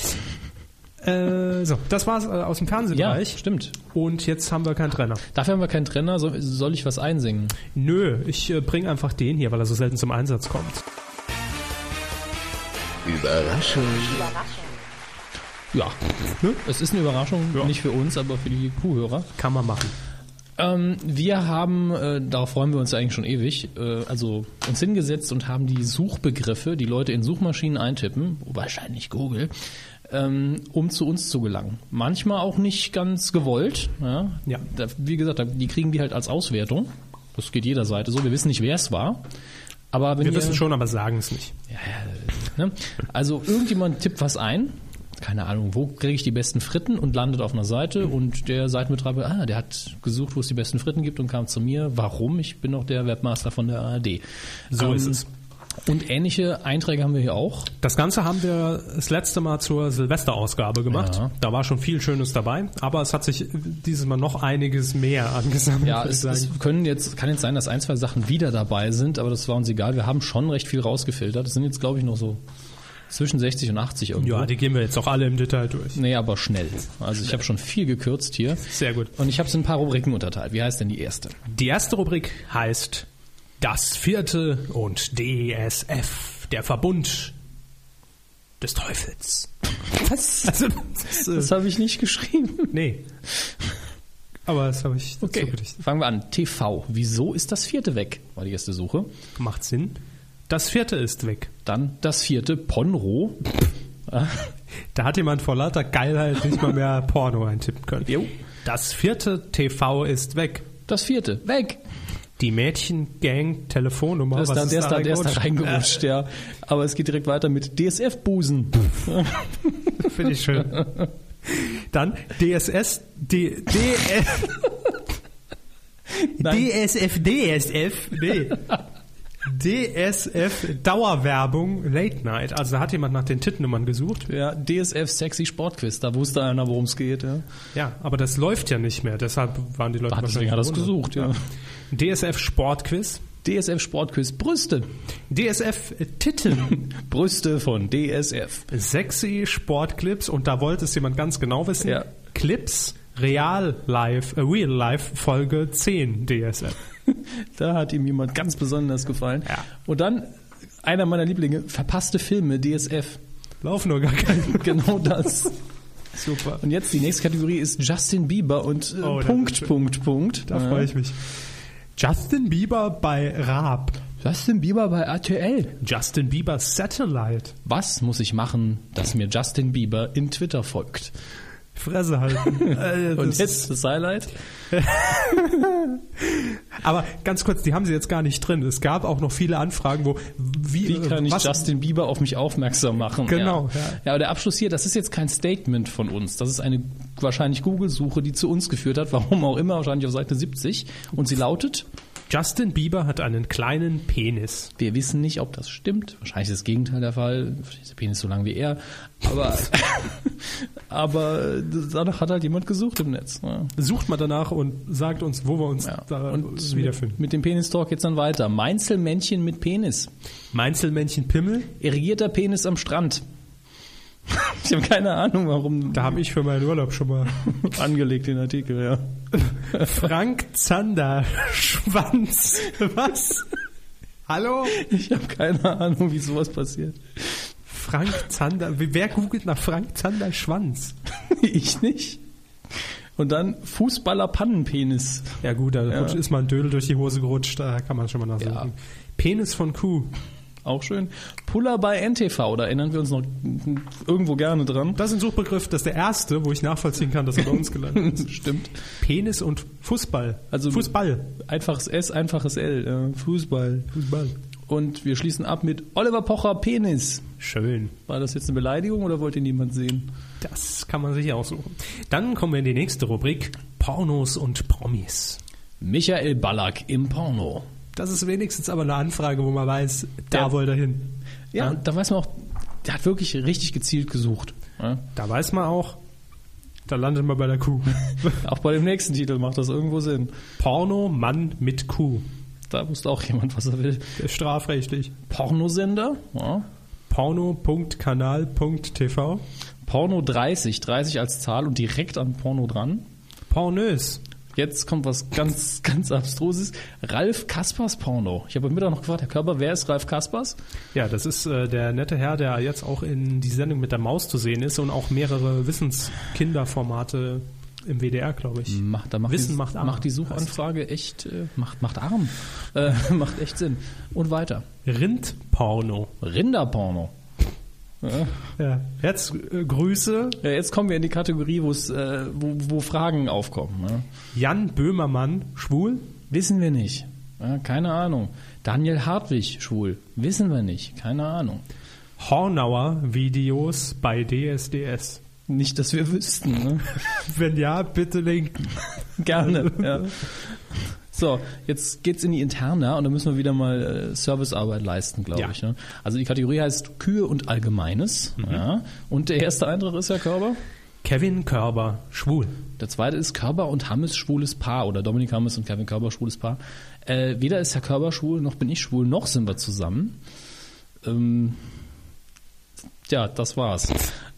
Speaker 1: äh, so, das war's äh, aus dem
Speaker 2: Ja,
Speaker 1: Fernsehbereich.
Speaker 2: stimmt.
Speaker 1: Und jetzt haben wir keinen Trainer.
Speaker 2: Dafür haben wir keinen Trainer. So, soll ich was einsingen?
Speaker 1: Nö, ich äh, bringe einfach den hier, weil er so selten zum Einsatz kommt.
Speaker 5: Überraschung.
Speaker 2: Ja.
Speaker 1: Ne?
Speaker 2: Es ist eine Überraschung,
Speaker 1: Ja.
Speaker 2: nicht für uns, aber für die Kuhhörer.
Speaker 1: Kann man machen.
Speaker 2: Ähm, wir haben, äh, darauf freuen wir uns ja eigentlich schon ewig, äh, also uns hingesetzt und haben die Suchbegriffe, die Leute in Suchmaschinen eintippen, wahrscheinlich Google, ähm, um zu uns zu gelangen. Manchmal auch nicht ganz gewollt. Ja.
Speaker 1: Ja.
Speaker 2: Da, wie gesagt, da- die kriegen die halt als Auswertung. Das geht jeder Seite so. Wir wissen nicht, wer es war. Aber wenn
Speaker 1: Wir
Speaker 2: ihr,
Speaker 1: wissen schon, aber sagen es nicht.
Speaker 2: Ne? Also irgendjemand tippt was ein. Keine Ahnung, wo kriege ich die besten Fritten und landet auf einer Seite und der Seitenbetreiber, ah, der hat gesucht, wo es die besten Fritten gibt und kam zu mir. Warum? Ich bin doch der Webmaster von der ARD.
Speaker 1: So ist es.
Speaker 2: Ähm, Und ähnliche Einträge haben wir hier auch.
Speaker 1: Das Ganze haben wir das letzte Mal zur Silvesterausgabe gemacht.
Speaker 2: Ja.
Speaker 1: Da war schon viel Schönes dabei, aber es hat sich dieses Mal noch einiges mehr angesammelt.
Speaker 2: Ja,
Speaker 1: würde ich
Speaker 2: es,
Speaker 1: sagen.
Speaker 2: es können jetzt, kann jetzt sein, dass ein, zwei Sachen wieder dabei sind, aber das war uns egal. Wir haben schon recht viel rausgefiltert. Es sind jetzt, glaube ich, noch so zwischen 60 und 80 irgendwo.
Speaker 1: ja, die gehen wir jetzt auch alle im Detail durch.
Speaker 2: Nee, aber schnell. Also ich habe schon viel gekürzt hier.
Speaker 1: Sehr gut.
Speaker 2: Und ich habe es in ein paar Rubriken unterteilt. Wie heißt denn die erste?
Speaker 1: Die erste Rubrik heißt Das vierte und DSF, der Verbund des Teufels.
Speaker 2: Was?
Speaker 1: Also, das,
Speaker 2: Das
Speaker 1: ist, äh,
Speaker 2: habe ich nicht geschrieben.
Speaker 1: nee. Aber das habe ich dazu
Speaker 2: Okay,
Speaker 1: gedichtet.
Speaker 2: fangen wir an. TV. Wieso ist das vierte weg? War die erste Suche.
Speaker 1: Macht Sinn. Das vierte ist weg.
Speaker 2: Dann das vierte, Ponro.
Speaker 1: Da hat jemand vor lauter Geilheit nicht mal mehr Porno eintippen können.
Speaker 2: Jo.
Speaker 1: Das vierte TV ist weg.
Speaker 2: Das vierte, weg.
Speaker 1: Die Mädchen-Gang-Telefonnummer.
Speaker 2: Das Oh, ist dann, der ist dann, der ist da
Speaker 1: reingerutscht?
Speaker 2: reingerutscht, ja. Aber es geht direkt weiter mit DSF-Busen.
Speaker 1: Finde ich schön. Dann DSS, D, DF,
Speaker 2: Nein.
Speaker 1: DSF, DSF, nee. DSF Dauerwerbung Late Night. Also da hat jemand nach den Tittennummern gesucht.
Speaker 2: Ja, DSF Sexy Sportquiz. Da wusste einer, worum es geht. Ja.
Speaker 1: Ja, aber das läuft ja nicht mehr. Deshalb waren die Leute
Speaker 2: Hat deswegen hat er es
Speaker 1: verwundert.
Speaker 2: gesucht, ja.
Speaker 1: DSF Sportquiz.
Speaker 2: DSF Sportquiz Brüste.
Speaker 1: DSF Titten.
Speaker 2: Brüste von DSF.
Speaker 1: Sexy Sportclips. Und da wollte es jemand ganz genau wissen.
Speaker 2: Ja.
Speaker 1: Clips Real Life, äh, Real Life Folge 10 DSF.
Speaker 2: Da hat ihm jemand ganz besonders gefallen.
Speaker 1: Ja.
Speaker 2: Und dann einer meiner Lieblinge, verpasste Filme DSF.
Speaker 1: Lauf nur gar keine.
Speaker 2: Genau das.
Speaker 1: Super.
Speaker 2: Und jetzt die nächste Kategorie ist Justin Bieber und äh,
Speaker 1: Oh, da-
Speaker 2: Punkt, Punkt, Punkt. Äh,
Speaker 1: Da
Speaker 2: Ja.
Speaker 1: freue ich mich. Justin Bieber bei Raab.
Speaker 2: Justin Bieber bei RTL.
Speaker 1: Justin Bieber Satellite.
Speaker 2: Was muss ich machen, dass mir Justin Bieber in Twitter folgt?
Speaker 1: Fresse halten. Äh,
Speaker 2: Und
Speaker 1: das-
Speaker 2: jetzt das Highlight.
Speaker 1: aber ganz kurz, die haben sie jetzt gar nicht drin. Es gab auch noch viele Anfragen, wo wie, äh,
Speaker 2: Wie kann ich
Speaker 1: was,
Speaker 2: Justin Bieber auf mich aufmerksam machen?
Speaker 1: Genau,
Speaker 2: Ja.
Speaker 1: ja.
Speaker 2: ja, aber der Abschluss hier, das ist jetzt kein Statement von uns. Das ist eine wahrscheinlich Google-Suche, die zu uns geführt hat, warum auch immer, wahrscheinlich auf Seite 70. Und sie lautet,
Speaker 1: Justin Bieber hat einen kleinen Penis.
Speaker 2: wir wissen nicht, ob das stimmt. Wahrscheinlich ist das Gegenteil der Fall. Wahrscheinlich ist der Penis so lang wie er. Aber, aber danach hat halt jemand gesucht im Netz. Ja.
Speaker 1: Sucht mal danach und sagt uns, wo wir uns
Speaker 2: Ja.
Speaker 1: da
Speaker 2: Und
Speaker 1: wiederfinden.
Speaker 2: mit, mit dem Penis-Talk geht's dann weiter. Meinzelmännchen mit Penis.
Speaker 1: Meinzelmännchen Pimmel,
Speaker 2: Irrigierter Penis am Strand. Ich habe keine Ahnung, warum
Speaker 1: da habe ich für meinen Urlaub schon mal.
Speaker 2: angelegt den Artikel, ja.
Speaker 1: Frank Zander Schwanz. Was? Hallo?
Speaker 2: Ich habe keine Ahnung, wie sowas passiert.
Speaker 1: Frank Zander. Wer googelt nach Frank Zander Schwanz?
Speaker 2: Ich nicht. Und dann Fußballer Pannenpenis.
Speaker 1: Ja gut, da rutscht- ist mal ein Dödel durch die Hose gerutscht, da kann man schon mal nachsuchen.
Speaker 2: Ja.
Speaker 1: Penis von Kuh.
Speaker 2: Auch schön. Puller bei NTV, da erinnern wir uns noch irgendwo gerne dran.
Speaker 1: Das ist ein Suchbegriff, das ist der erste, wo ich nachvollziehen kann, dass er bei uns gelandet ist.
Speaker 2: Stimmt.
Speaker 1: Penis und Fußball.
Speaker 2: Also-
Speaker 1: Fußball.
Speaker 2: Einfaches S, einfaches L. äh, Fußball.
Speaker 1: Fußball.
Speaker 2: Und wir schließen ab mit Oliver Pocher Penis.
Speaker 1: Schön.
Speaker 2: War das jetzt eine Beleidigung oder wollte ihn jemand sehen?
Speaker 1: Das kann man sich aussuchen. Dann kommen wir in die nächste Rubrik. Pornos und Promis.
Speaker 2: Michael Ballack im Porno.
Speaker 1: Das ist wenigstens aber eine Anfrage, wo man weiß, da
Speaker 2: Ja.
Speaker 1: wollte er hin.
Speaker 2: Ja, und da weiß man auch, der hat wirklich richtig gezielt gesucht. Ja.
Speaker 1: Da weiß man auch, da landet man bei der Kuh.
Speaker 2: Auch bei dem nächsten Titel macht das irgendwo Sinn.
Speaker 1: Porno, Mann mit Kuh.
Speaker 2: Da wusste auch jemand, was er will.
Speaker 1: Strafrechtlich.
Speaker 2: Pornosender, ja.
Speaker 1: Porno.kanal.tv.
Speaker 2: Porno 30, 30 als Zahl und direkt an Porno dran.
Speaker 1: Pornös.
Speaker 2: Jetzt kommt was ganz, ganz Abstruses. Ralf Kaspers Porno. Ich habe heute Mittag noch gefragt, Herr Körper, wer ist Ralf Kaspers?
Speaker 1: Ja, das ist äh, der nette Herr, der jetzt auch in die Sendung mit der Maus zu sehen ist und auch mehrere Wissenskinderformate im WDR, glaube ich.
Speaker 2: Macht, da macht Ah,
Speaker 1: Wissen
Speaker 2: die,
Speaker 1: macht arm.
Speaker 2: Macht die Suchanfrage echt, äh, macht, macht arm. Äh, macht echt Sinn. Und weiter.
Speaker 1: Rindporno.
Speaker 2: Rinderporno.
Speaker 1: Ja. Jetzt äh, Grüße
Speaker 2: Ja, jetzt kommen wir in die Kategorie, wo es, äh, wo, wo Fragen aufkommen. Ne?
Speaker 1: Jan Böhmermann, schwul.
Speaker 2: Wissen wir nicht. Ja, keine Ahnung. Daniel Hartwig, schwul. Wissen wir nicht. Keine Ahnung.
Speaker 1: Hornauer Videos bei DSDS.
Speaker 2: Nicht, dass wir wüssten. Ne?
Speaker 1: Wenn ja, bitte linken.
Speaker 2: Gerne. ja. So, jetzt geht's in die Interna und da müssen wir wieder mal äh, Servicearbeit leisten, glaube
Speaker 1: Ja.
Speaker 2: ich. Ne? Also die Kategorie heißt Kühe und Allgemeines. Ja. Und der erste Eintrag ist ja Körber.
Speaker 1: Kevin Körber, schwul.
Speaker 2: Der zweite ist Körber und Hammes schwules Paar oder Dominik Hammes und Kevin Körber schwules Paar. Äh, weder ist Herr Körber schwul, noch bin ich schwul, noch sind wir zusammen. Ähm, ja, das war's.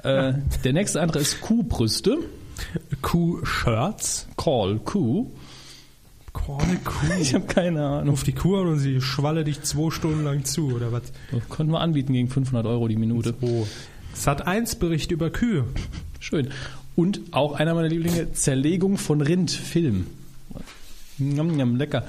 Speaker 2: Äh, der nächste andere ist Kuhbrüste.
Speaker 1: Kuh-Shirts.
Speaker 2: Call Kuh.
Speaker 1: Korne
Speaker 2: Ich
Speaker 1: Kuh.
Speaker 2: habe keine Ahnung.
Speaker 1: Ruf die Kuh an und sie schwalle dich zwei Stunden lang zu, oder was?
Speaker 2: Könnten wir anbieten gegen 500 Euro die Minute.
Speaker 1: Oh. Sat1 Bericht über Kühe.
Speaker 2: Schön. Und auch einer meiner Lieblinge, Zerlegung von Rind, Film. Njam, njam, lecker.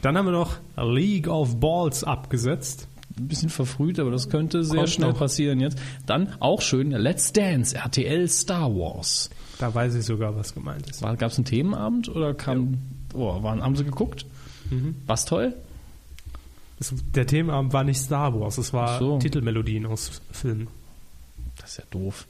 Speaker 1: Dann haben wir noch League of Balls abgesetzt.
Speaker 2: Ein bisschen verfrüht, aber das könnte sehr
Speaker 1: Kommt
Speaker 2: schnell
Speaker 1: noch.
Speaker 2: passieren jetzt. Dann auch schön, Let's Dance, RTL Star Wars.
Speaker 1: Da weiß ich sogar, was gemeint ist.
Speaker 2: Gab es einen Themenabend oder kam, oh, waren, haben sie geguckt?
Speaker 1: Mhm.
Speaker 2: Was toll?
Speaker 1: Das, der Themenabend war nicht Star Wars, es
Speaker 2: Ach
Speaker 1: war
Speaker 2: so.
Speaker 1: Titelmelodien aus Filmen.
Speaker 2: Das ist ja doof.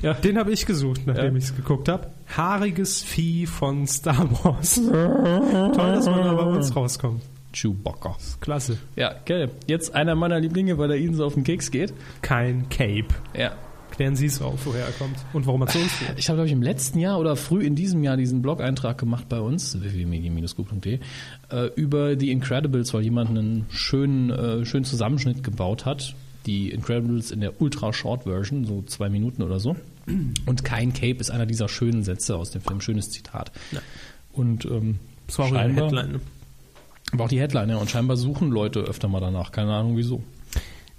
Speaker 1: Ja. Den habe ich gesucht, nachdem ich es geguckt habe. Haariges Vieh von Star Wars. Toll, dass man da bei uns rauskommt.
Speaker 2: Chewbacca.
Speaker 1: Klasse.
Speaker 2: Ja, gell. Jetzt einer meiner Lieblinge, weil er ihnen so auf den Keks geht.
Speaker 1: Kein Cape.
Speaker 2: Ja.
Speaker 1: Klären Sie es auf, woher er kommt und warum er zu uns geht.
Speaker 2: Ich habe, glaube ich, im letzten Jahr oder früh in diesem Jahr diesen Blog-Eintrag gemacht bei uns, www.medien-group.de, äh, über die Incredibles, weil jemand einen schönen, äh, schönen Zusammenschnitt gebaut hat. Die Incredibles in der Ultra-Short-Version, so zwei Minuten oder so. Und kein Cape ist einer dieser schönen Sätze aus dem Film, schönes Zitat. Und ähm,
Speaker 1: Das war auch ihre
Speaker 2: scheinbar-
Speaker 1: Headline.
Speaker 2: War auch die Headline, ja. Und scheinbar suchen Leute öfter mal danach. Keine Ahnung wieso.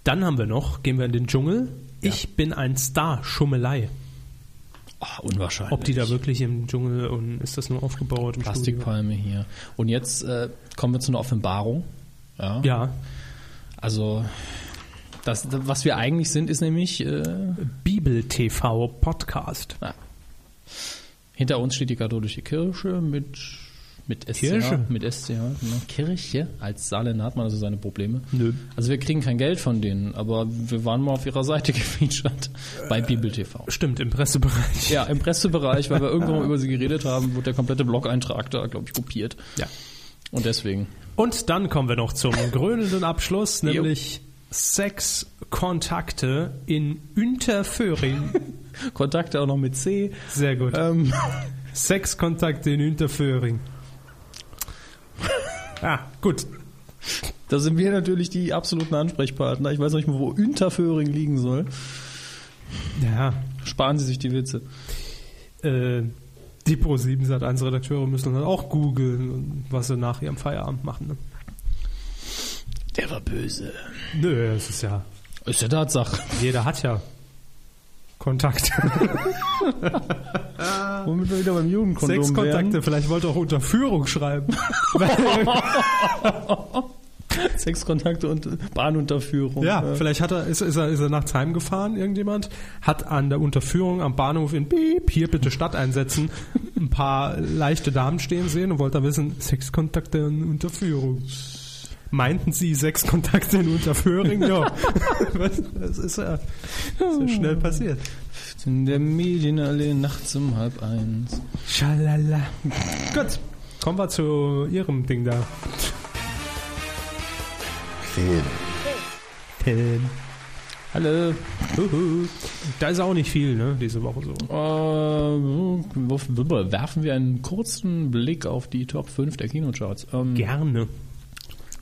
Speaker 1: Dann haben wir noch, gehen wir in den Dschungel. Ich bin ein Star, Schummelei.
Speaker 2: Ach, Ah, unwahrscheinlich.
Speaker 1: Ob die da wirklich im Dschungel und ist das nur aufgebaut? Im Studio?
Speaker 2: Plastikpalme hier. Und jetzt äh, kommen wir zu einer Offenbarung. Ja.
Speaker 1: Ja.
Speaker 2: Also, das, was wir eigentlich sind, ist nämlich, äh,
Speaker 1: Bibel TV Podcast.
Speaker 2: hinter uns steht die katholische Kirche mit, mit SCH.
Speaker 1: Kirche?
Speaker 2: Mit SCH, genau. Kirche. Als Saarländer hat man also seine Probleme.
Speaker 1: Nö.
Speaker 2: Also wir kriegen kein Geld von denen, aber wir waren mal auf ihrer Seite gefeatured bei Bibel TV.
Speaker 1: Stimmt, im Pressebereich.
Speaker 2: Ja, im Pressebereich, weil wir irgendwann mal über sie geredet haben, wurde der komplette Blog-Eintrag da, glaube ich, kopiert.
Speaker 1: Ja.
Speaker 2: Und deswegen.
Speaker 1: Und dann kommen wir noch zum gröhnenden Abschluss, nämlich Sexkontakte in Unterföhring.
Speaker 2: Kontakte auch noch mit C.
Speaker 1: Sehr gut.
Speaker 2: Ähm,
Speaker 1: Sexkontakte in Unterföhring. Ah, gut.
Speaker 2: Da sind wir natürlich die absoluten Ansprechpartner. Ich weiß noch nicht mal, wo Unterföhring liegen soll.
Speaker 1: Ja.
Speaker 2: Sparen Sie sich die Witze.
Speaker 1: Äh, die Pro7 Sat 1 Redakteure müssen dann auch googeln, was sie nach ihrem Feierabend machen. Ne?
Speaker 2: Der war böse.
Speaker 1: Nö, es ist ja.
Speaker 2: Ist ja Tatsache.
Speaker 1: Jeder hat ja Kontakt.
Speaker 2: Womit wir wieder beim Jugendkondom
Speaker 1: Sexkontakte, vielleicht wollt ihr auch Unterführung schreiben.
Speaker 2: wären. Sexkontakte und Bahnunterführung.
Speaker 1: Ja, vielleicht hat er, ist, ist, er, ist er nachts heimgefahren, irgendjemand, hat an der Unterführung am Bahnhof in Beep, hier bitte Stadt einsetzen, ein paar leichte Damen stehen sehen und wollte da wissen, Sexkontakte in Unterführung. Meinten Sie Sexkontakte in Unterführung? Ja. Was? das ist ja, das ist ja schnell passiert.
Speaker 2: In der Medienallee nachts um halb eins.
Speaker 1: Schalala. Gut, kommen wir zu Ihrem Ding da.
Speaker 5: Film.
Speaker 1: Film.
Speaker 2: Hallo.
Speaker 1: Da ist auch nicht viel, ne, diese Woche so.
Speaker 2: Äh, werfen wir einen kurzen Blick auf die Top 5 der Kinocharts. Ähm,
Speaker 1: Gerne.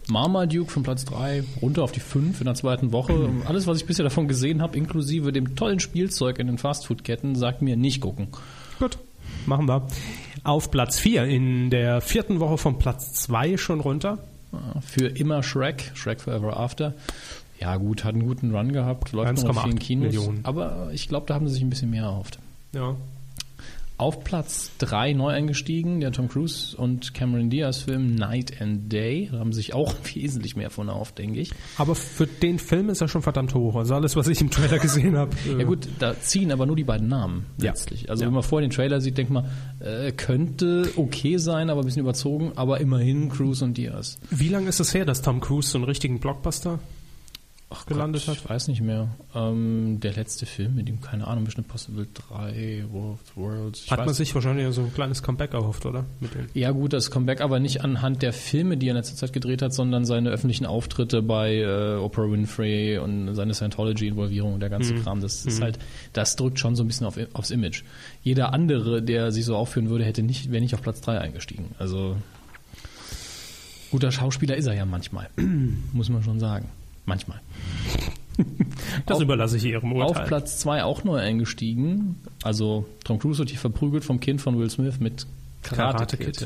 Speaker 2: Marmaduke von Platz 3 runter auf die 5 in der zweiten Woche. Alles, was ich bisher davon gesehen habe, inklusive dem tollen Spielzeug in den Fastfood-Ketten, sagt mir nicht gucken.
Speaker 1: Gut, machen wir. Auf Platz 4 in der vierten Woche von Platz 2 schon runter.
Speaker 2: Äh, Für immer Shrek, Shrek Forever After. Ja gut, hat einen guten Run gehabt, läuft noch in
Speaker 1: 1,8
Speaker 2: vielen Kinos.
Speaker 1: Millionen.
Speaker 2: Aber ich glaube, da haben sie sich ein bisschen mehr erhofft.
Speaker 1: Ja.
Speaker 2: Auf Platz 3 neu eingestiegen, der Tom Cruise und Cameron Diaz Film Night and Day. Da haben sich auch wesentlich mehr von erhofft, denke ich.
Speaker 1: Aber für den Film ist er schon verdammt hoch. Also alles, was ich im Trailer gesehen äh. habe.
Speaker 2: Ja gut, da ziehen aber nur die beiden Namen
Speaker 1: Ja.
Speaker 2: letztlich. Also wenn man vorher den Trailer sieht, denkt man, äh, könnte okay sein, aber ein bisschen überzogen, aber immerhin Cruise und Diaz.
Speaker 1: Wie lange ist es her, dass Tom Cruise so einen richtigen Blockbuster gelandet
Speaker 2: Ich weiß nicht mehr. Ähm, der letzte Film mit ihm, keine Ahnung, bestimmt Possible 3, War of the Worlds.
Speaker 1: hat?
Speaker 2: Ich
Speaker 1: Hat
Speaker 2: weiß
Speaker 1: man sich wahrscheinlich so ein kleines Comeback erhofft, oder? Mit dem.
Speaker 2: Ja gut, das Comeback aber nicht anhand der Filme, die er in letzter Zeit gedreht hat, sondern seine öffentlichen Auftritte bei äh, Oprah Winfrey und seine Scientology-Involvierung und der ganze Kram. Das ist halt, das drückt schon so ein bisschen auf, aufs Image. Jeder andere, der sich so aufführen würde, hätte nicht, wäre nicht auf Platz 3 eingestiegen. Also guter Schauspieler ist er ja manchmal, muss man schon sagen. Manchmal.
Speaker 1: Das überlasse ich Ihrem Urteil.
Speaker 2: Auf Platz 2 auch neu eingestiegen. Also Tom Cruise wird hier verprügelt vom Kind von Will Smith mit Karate,
Speaker 1: Karate
Speaker 2: Kid.
Speaker 1: Kid.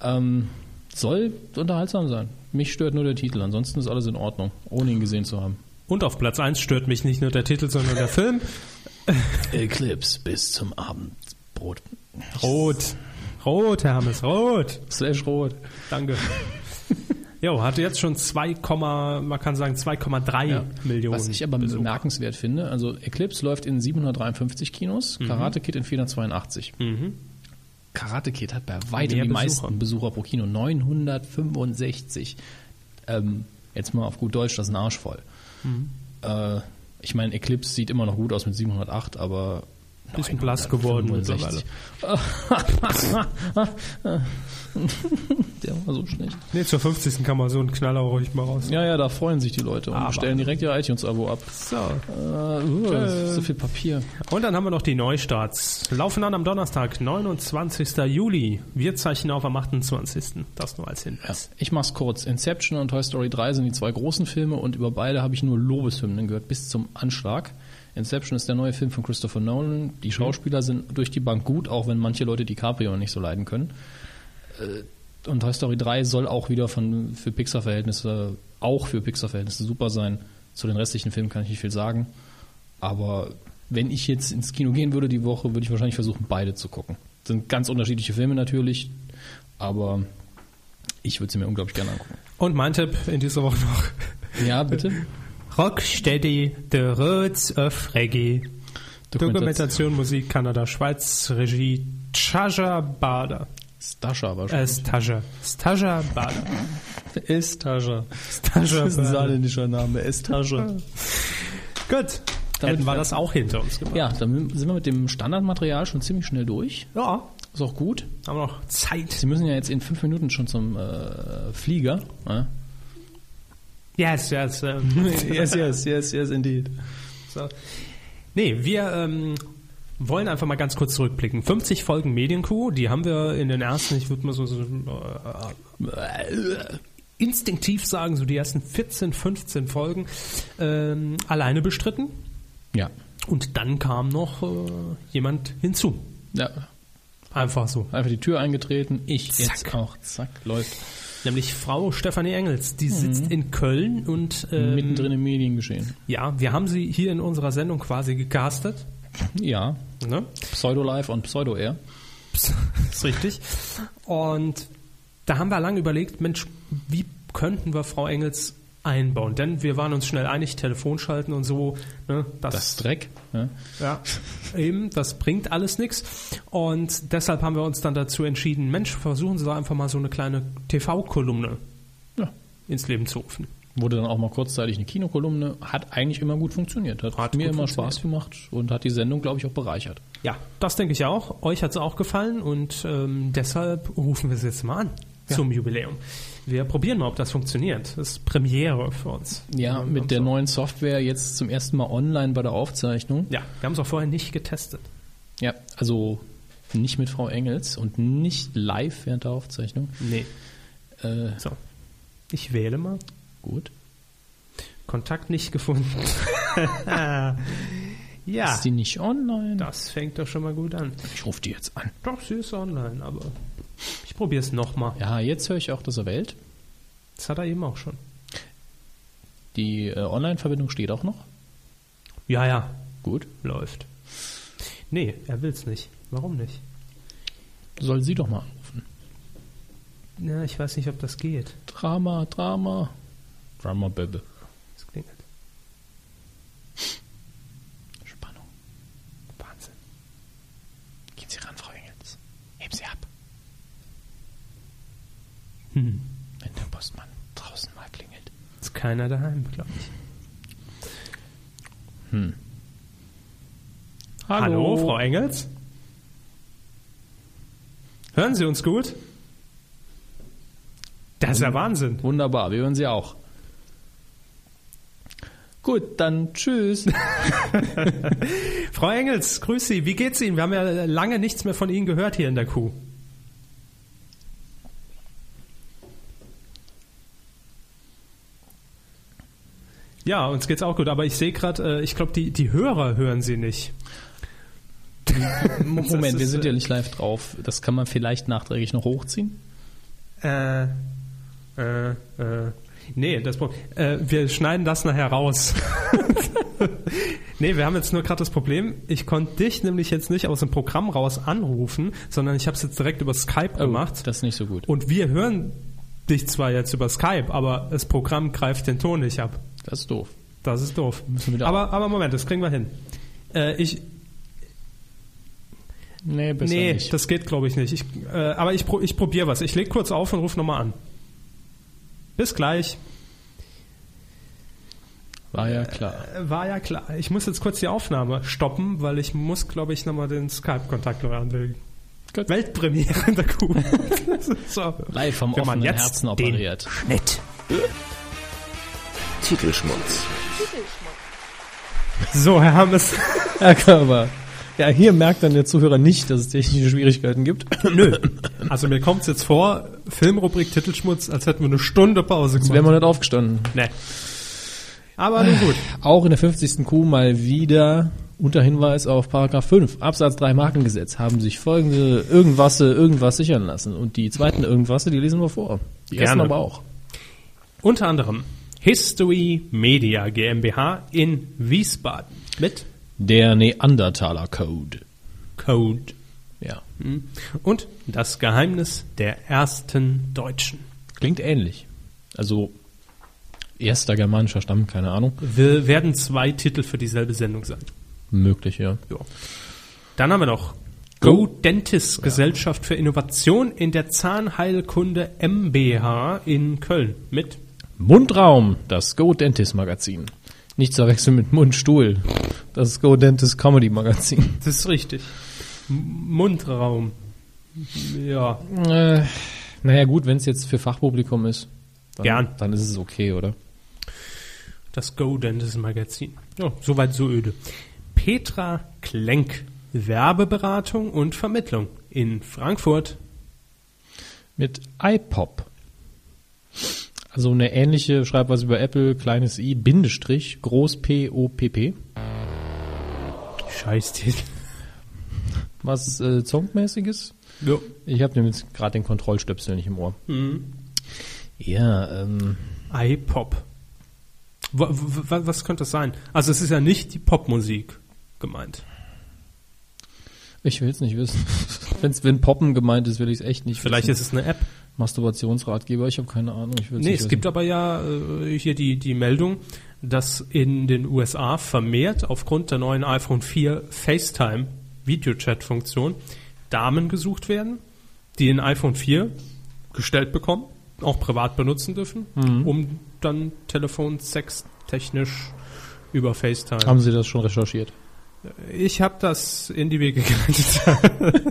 Speaker 2: Ja. Ähm, soll unterhaltsam sein. Mich stört nur der Titel. Ansonsten ist alles in Ordnung, ohne ihn gesehen zu haben.
Speaker 1: Und auf Platz 1 stört mich nicht nur der Titel, sondern der Film.
Speaker 2: Eclipse bis zum Abendbrot.
Speaker 1: Rot. Rot, Hermes, rot.
Speaker 2: Slash rot.
Speaker 1: Danke. Jo, hat jetzt schon 2, man kann sagen 2,3 Millionen.
Speaker 2: Was ich aber
Speaker 1: Besucher.
Speaker 2: bemerkenswert finde, also Eclipse läuft in 753 Kinos,
Speaker 1: Mhm.
Speaker 2: Karate Kid in 482. Karate Kid hat bei weitem
Speaker 1: Mehr
Speaker 2: die
Speaker 1: Besucher.
Speaker 2: meisten Besucher pro Kino, 965. Ähm, jetzt mal auf gut Deutsch, das ist ein Arsch voll.
Speaker 1: Mhm.
Speaker 2: Äh, ich meine, Eclipse sieht immer noch gut aus mit 708, aber
Speaker 1: Bisschen blass geworden
Speaker 2: 965. Der war so schlecht.
Speaker 1: Nee, zur 50. kann man so einen Knaller ruhig mal raus.
Speaker 2: Ja, ja, da freuen sich die Leute und
Speaker 1: Aber-
Speaker 2: stellen direkt ihr iTunes-Abo ab.
Speaker 1: So.
Speaker 2: Äh, uh, das ist so viel Papier.
Speaker 1: Und dann haben wir noch die Neustarts. Laufen an am Donnerstag, 29. Juli. Wir zeichnen auf am 28. Das nur als
Speaker 2: Ja,
Speaker 1: Hinweis.
Speaker 2: ich mach's kurz. Inception und Toy Story 3 sind die zwei großen Filme und über beide habe ich nur Lobeshymnen gehört, bis zum Anschlag. Inception ist der neue Film von Christopher Nolan. Die Schauspieler sind durch die Bank gut, auch wenn manche Leute DiCaprio nicht so leiden können. Äh, Und Toy Story 3 soll auch wieder von, für Pixar-Verhältnisse, auch für Pixar-Verhältnisse super sein. Zu den restlichen Filmen kann ich nicht viel sagen. Aber wenn ich jetzt ins Kino gehen würde die Woche, würde ich wahrscheinlich versuchen, beide zu gucken. Sind ganz unterschiedliche Filme natürlich, aber ich würde sie mir unglaublich gerne angucken.
Speaker 1: Und mein Tipp in dieser Woche noch.
Speaker 2: Ja, bitte.
Speaker 1: Rocksteady, The Roots of Reggae.
Speaker 2: Dokumentation.
Speaker 1: Dokumentation, Musik, Kanada, Schweiz, Regie, Taja Bader.
Speaker 2: Stascha
Speaker 1: Äh,
Speaker 2: wahrscheinlich.
Speaker 1: Staja. Staja Bader.
Speaker 2: Estascha.
Speaker 1: Staja
Speaker 2: Das ist ein
Speaker 1: Bader.
Speaker 2: saarländischer Name, Äh, Estascha.
Speaker 1: Gut.
Speaker 2: Damit
Speaker 1: Hätten wir das auch hinter uns gemacht.
Speaker 2: Ja, dann sind wir mit dem Standardmaterial schon ziemlich schnell durch.
Speaker 1: Ja,
Speaker 2: Ist auch gut.
Speaker 1: haben wir noch Zeit.
Speaker 2: Sie müssen ja jetzt in fünf Minuten schon zum äh, Flieger. ne?
Speaker 1: Yes, yes. ähm,
Speaker 2: yes, yes, yes, yes, indeed.
Speaker 1: So. Nee, wir ähm, wollen einfach mal ganz kurz zurückblicken. 50 Folgen Medienkuh, die haben wir in den ersten, ich würde mal so, so äh, instinktiv sagen, so die ersten 14, 15 Folgen ähm, alleine bestritten.
Speaker 2: Ja.
Speaker 1: Und dann kam noch äh, jemand hinzu.
Speaker 2: ja.
Speaker 1: Einfach so.
Speaker 2: Einfach die Tür eingetreten, ich
Speaker 1: Zack.
Speaker 2: jetzt auch. Zack, läuft.
Speaker 1: Nämlich Frau Stefanie Engels,
Speaker 2: Mhm.
Speaker 1: die sitzt in Köln und ähm,
Speaker 2: Mittendrin im Mediengeschehen.
Speaker 1: ja, wir haben sie hier in unserer Sendung quasi gecastet.
Speaker 2: Ja.
Speaker 1: Ne?
Speaker 2: Pseudo-Live und Pseudo-Air.
Speaker 1: ist richtig. Und da haben wir lange überlegt, Mensch, wie könnten wir Frau Engels einbauen? Denn wir waren uns schnell einig, Telefonschalten und so, ne, das,
Speaker 2: Das ist Dreck. ne? Ja.
Speaker 1: ja, eben, das bringt alles nichts. Und deshalb haben wir uns dann dazu entschieden, Mensch, versuchen Sie doch einfach mal so eine kleine TV-Kolumne
Speaker 2: ja.
Speaker 1: ins Leben zu rufen.
Speaker 2: Wurde dann auch mal kurzzeitig eine Kinokolumne. Hat eigentlich immer gut funktioniert. Hat,
Speaker 1: Hat
Speaker 2: mir
Speaker 1: gut
Speaker 2: immer Spaß gemacht und hat die Sendung, glaube ich, auch bereichert.
Speaker 1: Ja, das denke ich auch. Euch hat es auch gefallen und ähm, deshalb rufen wir es jetzt mal an zum Jubiläum. Wir probieren mal, ob das funktioniert. Das ist Premiere für uns.
Speaker 2: Ja, mit der neuen Software jetzt zum ersten Mal online bei der Aufzeichnung.
Speaker 1: Ja, wir haben es auch vorher nicht getestet.
Speaker 2: Ja, also nicht mit Frau Engels und nicht live während der Aufzeichnung.
Speaker 1: Nee.
Speaker 2: Äh,
Speaker 1: So. Ich wähle mal.
Speaker 2: gut.
Speaker 1: Kontakt nicht gefunden. ja.
Speaker 2: Ist die nicht online?
Speaker 1: Das fängt doch schon mal gut an.
Speaker 2: Ah. Ich rufe die jetzt an.
Speaker 1: Doch, sie ist online, aber ich probiere es nochmal.
Speaker 2: Ja, jetzt höre ich auch, dass er wählt.
Speaker 1: Das hat er eben auch schon.
Speaker 2: Die äh, Online-Verbindung steht auch noch.
Speaker 1: Ja, ja.
Speaker 2: Gut.
Speaker 1: Läuft. Nee, er will's nicht. Warum nicht?
Speaker 2: Soll sie doch mal anrufen.
Speaker 1: Na, ich weiß nicht, ob das geht.
Speaker 2: Drama, Drama. Drama, Bebe.
Speaker 1: Es klingelt.
Speaker 2: Spannung.
Speaker 1: Wahnsinn.
Speaker 2: Gehen Sie ran, Frau Engels. Heben Sie ab.
Speaker 1: Hm.
Speaker 2: Wenn der Postmann draußen mal klingelt.
Speaker 1: Ist keiner daheim, glaube ich. Hallo, Frau Engels? Hören Sie uns gut? Das ist ja Wahnsinn.
Speaker 2: Wunderbar, wir hören Sie auch. Gut, dann tschüss.
Speaker 1: Frau Engels, grüß Sie. Wie geht's Ihnen? Wir haben ja lange nichts mehr von Ihnen gehört hier in der Kuh. Ja, uns geht's auch gut, aber ich sehe gerade, äh, ich glaube, die, die Hörer hören Sie nicht. Das
Speaker 2: Moment,
Speaker 1: ist,
Speaker 2: wir sind
Speaker 1: äh,
Speaker 2: ja nicht live drauf. Das kann man vielleicht nachträglich noch hochziehen.
Speaker 1: Äh, äh, äh. Nee, das Pro- äh, wir schneiden das nachher raus. nee, wir haben jetzt nur gerade das Problem, ich konnte dich nämlich jetzt nicht aus dem Programm raus anrufen, sondern ich habe es jetzt direkt über
Speaker 2: Oh,
Speaker 1: Skype gemacht.
Speaker 2: Das ist nicht so gut.
Speaker 1: Und wir hören dich zwar jetzt über Skype, aber das Programm greift den Ton nicht ab.
Speaker 2: Das ist doof.
Speaker 1: Das ist doof.
Speaker 2: Müssen wir da-
Speaker 1: Aber, aber Moment, das kriegen wir hin. Äh, ich,
Speaker 2: Nee, besser
Speaker 1: nee,
Speaker 2: nicht.
Speaker 1: das geht glaube ich nicht. Ich, äh, aber ich, pro, ich probiere was. Ich lege kurz auf und rufe nochmal an. Bis gleich.
Speaker 2: War ja klar.
Speaker 1: War ja klar. Ich muss jetzt kurz die Aufnahme stoppen, weil ich muss, glaube ich, nochmal den Skype-Kontakt neu anlegen.
Speaker 2: Gut.
Speaker 1: Weltpremiere in der Kuh. so.
Speaker 2: Live vom
Speaker 1: Wenn man
Speaker 2: offenen
Speaker 1: jetzt
Speaker 2: Herzen
Speaker 1: den-
Speaker 2: operiert.
Speaker 5: Titelschmutz.
Speaker 1: so, Herr Hammes.
Speaker 2: Herr Körber. Ja, hier merkt dann der Zuhörer nicht, dass es technische Schwierigkeiten gibt.
Speaker 1: Nö. Also mir kommt es jetzt vor, Filmrubrik Titelschmutz, als hätten wir eine Stunde Pause gemacht.
Speaker 2: Wäre man nicht aufgestanden.
Speaker 1: nee. Aber nun gut.
Speaker 2: Auch in der 50. Kuh mal wieder unter Hinweis auf Paragraph 5 Absatz 3 Markengesetz haben sich folgende Irgendwasse irgendwas sichern lassen. Und die zweiten Irgendwasse, die lesen wir vor. Die ersten
Speaker 1: Gerne.
Speaker 2: aber auch.
Speaker 1: Unter anderem History Media GmbH in Wiesbaden mit
Speaker 2: Der Neandertaler Code.
Speaker 1: Code.
Speaker 2: Ja.
Speaker 1: Und das Geheimnis der ersten Deutschen.
Speaker 2: Klingt ähnlich. Also erster germanischer Stamm, keine Ahnung.
Speaker 1: Wir werden zwei Titel für dieselbe Sendung sein.
Speaker 2: Möglich, ja.
Speaker 1: Dann haben wir noch Go Dentis, Gesellschaft für Innovation in der Zahnheilkunde MBH in Köln mit.
Speaker 2: Mundraum, das Go Dentist Magazin. Nicht zu verwechseln mit Mundstuhl. Das Go Dentist Comedy Magazin.
Speaker 1: Das ist richtig. M- Mundraum. Ja,
Speaker 2: Äh, naja, gut, wenn es jetzt für Fachpublikum ist. Dann,
Speaker 1: Gern.
Speaker 2: Dann ist es okay, oder?
Speaker 1: das Go Dentis Magazin. Ja, soweit so öde. Petra Klenk, Werbeberatung und Vermittlung in Frankfurt.
Speaker 2: Mit iPop. Also eine ähnliche Schreibweise über Apple, kleines i, Bindestrich, groß P, O, P, P.
Speaker 1: Scheiß Titel.
Speaker 2: Was äh, Songmäßiges.
Speaker 1: Ja.
Speaker 2: Ich habe nämlich gerade den Kontrollstöpsel nicht im Ohr. Mhm. Ja, ähm,
Speaker 1: iPop. Wa- wa- wa- Was könnte das sein? Also es ist ja nicht die Popmusik gemeint.
Speaker 2: ich will's nicht wissen. Wenn's, wenn Poppen gemeint ist, will ich's echt nicht
Speaker 1: Vielleicht
Speaker 2: wissen.
Speaker 1: ist es eine App.
Speaker 2: Masturbationsratgeber, ich habe keine Ahnung. Ich will's
Speaker 1: Nee,
Speaker 2: nicht
Speaker 1: es
Speaker 2: wissen.
Speaker 1: gibt aber ja äh, hier die, die Meldung, dass in den USA vermehrt aufgrund der neuen iPhone 4 FaceTime Videochat-Funktion Damen gesucht werden, die ein iPhone 4 gestellt bekommen, auch privat benutzen dürfen,
Speaker 2: Mhm.
Speaker 1: um dann Telefonsex technisch über FaceTime.
Speaker 2: Haben Sie das schon recherchiert?
Speaker 1: ich habe das in die Wege geleitet.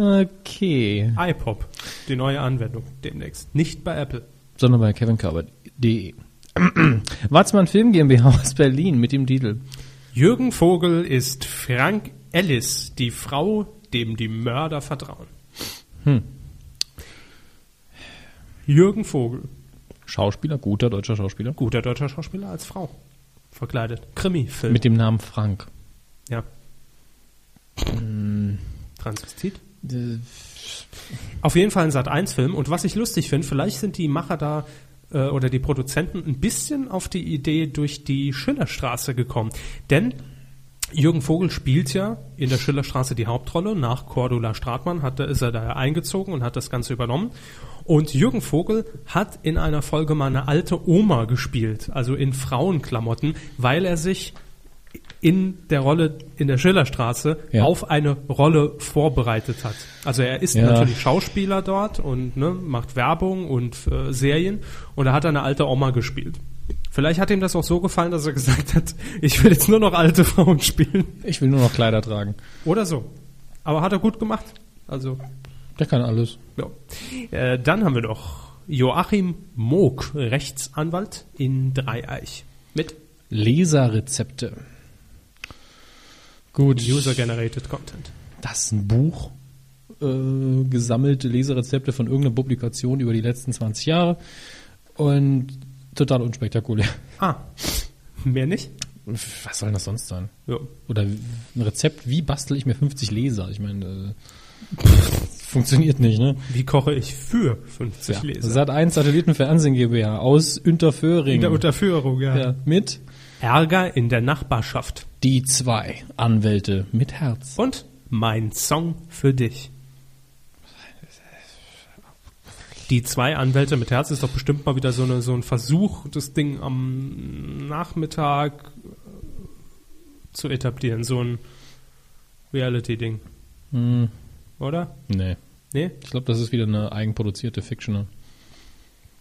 Speaker 2: Okay.
Speaker 1: iPop, die neue Anwendung demnächst. Nicht bei Apple.
Speaker 2: Sondern bei kevincarbert.de. e. Watzmann Film GmbH aus Berlin mit dem Titel.
Speaker 1: Jürgen Vogel ist Frank Ellis, die Frau, dem die Mörder vertrauen.
Speaker 2: Hm.
Speaker 1: Jürgen Vogel,
Speaker 2: Schauspieler, guter deutscher Schauspieler.
Speaker 1: guter deutscher Schauspieler als Frau. Verkleidet. Krimi-Film.
Speaker 2: Mit dem Namen Frank.
Speaker 1: ja.
Speaker 2: Hm.
Speaker 1: Transvestit.
Speaker 2: Äh,
Speaker 1: Auf jeden Fall ein Sat1-Film. Und was ich lustig finde, vielleicht sind die Macher da äh, oder die Produzenten ein bisschen auf die Idee durch die Schillerstraße gekommen. Denn Jürgen Vogel spielt ja in der Schillerstraße die Hauptrolle. Nach Cordula Stratmann hat, ist er da eingezogen und hat das Ganze übernommen. Und Jürgen Vogel hat in einer Folge mal eine alte Oma gespielt, also in Frauenklamotten, weil er sich in der Rolle in der Schillerstraße
Speaker 2: Ja.
Speaker 1: auf eine Rolle vorbereitet hat. Also er ist
Speaker 2: Ja.
Speaker 1: natürlich Schauspieler dort und ne, macht Werbung und äh, Serien und da hat er eine alte Oma gespielt. Vielleicht hat ihm das auch so gefallen, dass er gesagt hat, ich will jetzt nur noch alte Frauen spielen.
Speaker 2: Ich will nur noch Kleider tragen.
Speaker 1: Oder so. Aber hat er gut gemacht. Also,
Speaker 2: Der kann alles.
Speaker 1: ja. Äh, dann haben wir noch Joachim Moog, Rechtsanwalt in Dreieich. Mit
Speaker 2: Leserrezepte. Gut.
Speaker 1: User-Generated Content.
Speaker 2: Das ist ein Buch. Äh, gesammelte Leserezepte von irgendeiner Publikation über die letzten 20 Jahre. Und total unspektakulär.
Speaker 1: Ah, mehr nicht?
Speaker 2: Was soll das sonst sein?
Speaker 1: Ja.
Speaker 2: Oder ein Rezept, wie bastel ich mir 50 Leser? Ich meine, äh, Funktioniert nicht, ne?
Speaker 1: Wie koche ich für 50
Speaker 2: Ja.
Speaker 1: Leser?
Speaker 2: Sat 1 Satellitenfernsehen GmbH aus Unterföhring.
Speaker 1: In der Unterführung, ja.
Speaker 2: ja. Mit
Speaker 1: Ärger in der Nachbarschaft.
Speaker 2: die zwei Anwälte mit Herz.
Speaker 1: Und mein Song für dich. Die zwei Anwälte mit Herz ist doch bestimmt mal wieder so, eine, so ein Versuch, das Ding am Nachmittag äh, zu etablieren. So ein Reality-Ding. Oder?
Speaker 2: Nee.
Speaker 1: Nee?
Speaker 2: Ich glaube, das ist wieder eine eigenproduzierte Fictional.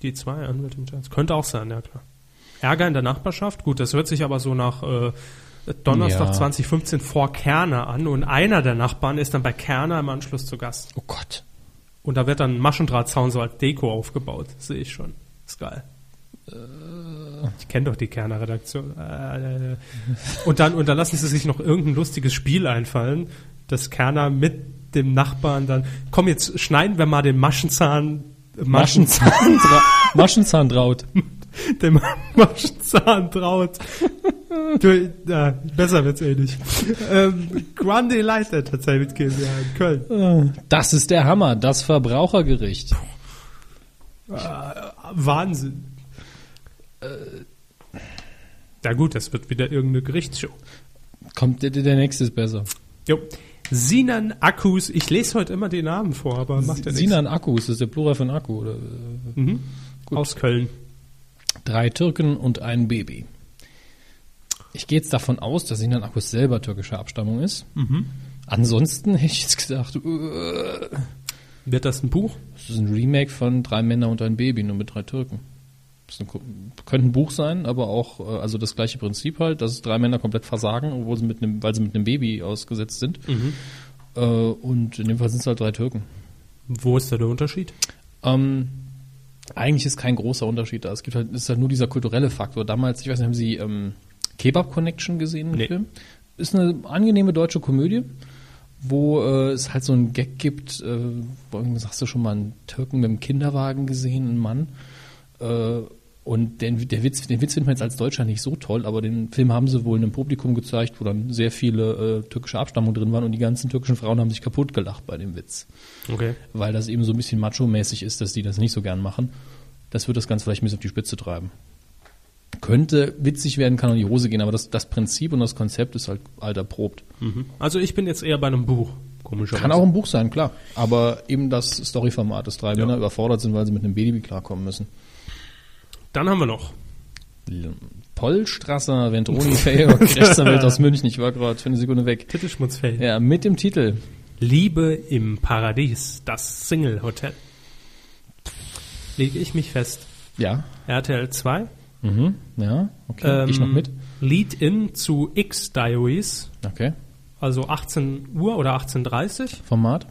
Speaker 1: Die zwei Anwälte mit Herz. Könnte auch sein, ja klar. Ärger in der Nachbarschaft? Gut, das hört sich aber so nach äh, Donnerstag
Speaker 2: Ja.
Speaker 1: 2015 vor Kerner an und einer der Nachbarn ist dann bei Kerner im Anschluss zu Gast.
Speaker 2: Oh Gott.
Speaker 1: Und da wird dann ein Maschendrahtzaun so als Deko aufgebaut. Sehe ich schon. Ist geil.
Speaker 2: Äh.
Speaker 1: Ich kenne doch die Kerner Redaktion. Äh, äh, äh. Und dann, und dann lassen sie sich noch irgendein lustiges Spiel einfallen, das Kerner mit dem Nachbarn dann, komm jetzt schneiden wir mal den Maschenzahn, Maschen,
Speaker 2: Maschenzahn, Maschenzahndraut.
Speaker 1: dem Maschenzahn traut. du, ja, besser wird's eh nicht. Ähm, Grande Leiter tatsächlich mit GmbH in Köln.
Speaker 2: Das ist der Hammer, das Verbrauchergericht.
Speaker 1: Wahnsinn. Äh, Na gut, das wird wieder irgendeine Gerichtsshow.
Speaker 2: Kommt, der, der nächste ist besser.
Speaker 1: Jo. Sinan Akkus, ich lese heute immer die Namen vor, aber macht ja nichts.
Speaker 2: Sinan Akku, ist das der Plural von Akku? Oder?
Speaker 1: Aus Köln.
Speaker 2: Drei Türken und ein Baby. Ich gehe jetzt davon aus, dass Sinan Akku selber türkischer Abstammung ist.
Speaker 1: Mhm.
Speaker 2: Ansonsten hätte ich jetzt gedacht, äh,
Speaker 1: Wird das ein Buch?
Speaker 2: das ist ein Remake von Drei Männer und ein Baby, nur mit drei Türken. Das ist ein, Ko- könnte ein Buch sein, aber auch äh, also das gleiche Prinzip halt, dass drei Männer komplett versagen, obwohl sie mit einem, weil sie mit einem Baby ausgesetzt sind.
Speaker 1: Mhm.
Speaker 2: Äh, und in dem Fall sind es halt drei Türken.
Speaker 1: Wo ist da der Unterschied?
Speaker 2: Ähm, eigentlich ist kein großer Unterschied da. Es gibt halt, es ist halt nur dieser kulturelle Faktor. Damals, ich weiß nicht, haben Sie ähm, Kebab Connection gesehen? den
Speaker 1: Nee.
Speaker 2: Film? Ist eine angenehme deutsche Komödie, wo äh, es halt so einen Gag gibt. Äh, wo irgendwas hast du schon mal einen Türken mit einem Kinderwagen gesehen, einen Mann? Äh, und den, der Witz, den Witz findet man jetzt als Deutscher nicht so toll, aber den Film haben sie wohl in einem Publikum gezeigt, wo dann sehr viele äh, türkische Abstammung drin waren und die ganzen türkischen Frauen haben sich kaputt gelacht bei dem Witz
Speaker 1: Okay.
Speaker 2: weil das eben so ein bisschen macho-mäßig ist, dass die das nicht so gern machen. Das wird das Ganze vielleicht ein bisschen auf die Spitze treiben. Könnte witzig werden, kann in die Hose gehen, aber das, das Prinzip und das Konzept ist halt alt erprobt.
Speaker 1: Also ich bin jetzt eher bei einem Buch. Komischerweise.
Speaker 2: Kann auch ein Buch sein, klar. Aber eben das Storyformat, dass drei Männer überfordert sind, weil sie mit einem Baby klarkommen müssen.
Speaker 1: Dann haben wir noch.
Speaker 2: Pollstrasser, Ventroni, Fair, Rechtsanwalt aus München, ich war gerade für eine Sekunde weg.
Speaker 1: Titelschmutzfeld.
Speaker 2: Ja, mit dem Titel.
Speaker 1: Liebe im Paradies, das Single Hotel. Lege ich mich fest.
Speaker 2: Ja.
Speaker 1: RTL 2.
Speaker 2: Mhm. Ja, okay. ich noch
Speaker 1: Ähm,
Speaker 2: mit.
Speaker 1: Lead-In zu X-Diaries.
Speaker 2: Okay.
Speaker 1: Also 18 Uhr oder 18.30 Uhr.
Speaker 2: Format.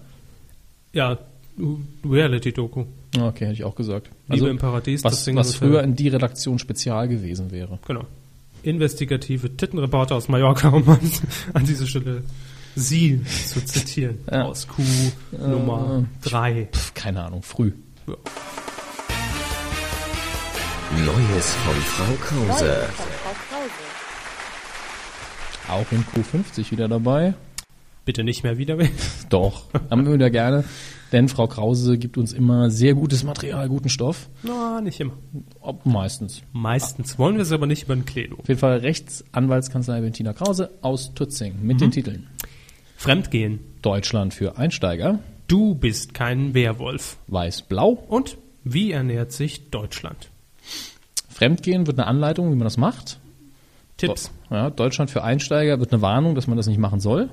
Speaker 1: Ja, Reality-Doku.
Speaker 2: Ah, Okay, hätte ich auch gesagt. Also,
Speaker 1: Liebe im Paradies, das
Speaker 2: was,
Speaker 1: Ding
Speaker 2: was
Speaker 1: ist,
Speaker 2: früher
Speaker 1: äh,
Speaker 2: in die Redaktion spezial gewesen wäre.
Speaker 1: Genau. Investigative Tittenreporter aus Mallorca, um an, an dieser Stelle sie zu zitieren.
Speaker 2: Ja. Äh,
Speaker 1: Aus Q Nummer 3.
Speaker 2: Pff, keine Ahnung, früh.
Speaker 5: Neues von Frau Krause.
Speaker 2: Auch in Q50 wieder dabei.
Speaker 1: Bitte nicht mehr wieder. wählen.
Speaker 2: Doch, haben wir wieder gerne. Denn Frau Krause gibt uns immer sehr gutes Material, guten Stoff.
Speaker 1: Na, nicht immer.
Speaker 2: Ob meistens.
Speaker 1: Meistens wollen wir es aber nicht über den Kledo.
Speaker 2: Auf jeden Fall Rechtsanwaltskanzlei Bettina Krause aus Tutzing mit
Speaker 1: Mhm.
Speaker 2: den Titeln
Speaker 1: Fremdgehen.
Speaker 2: Deutschland für Einsteiger,
Speaker 1: Du bist kein Werwolf.
Speaker 2: Weiß-Blau,
Speaker 1: Und wie ernährt sich Deutschland?
Speaker 2: Fremdgehen wird eine Anleitung, wie man das macht.
Speaker 1: Tipps.
Speaker 2: Ja, Deutschland für Einsteiger wird eine Warnung, dass man das nicht machen soll.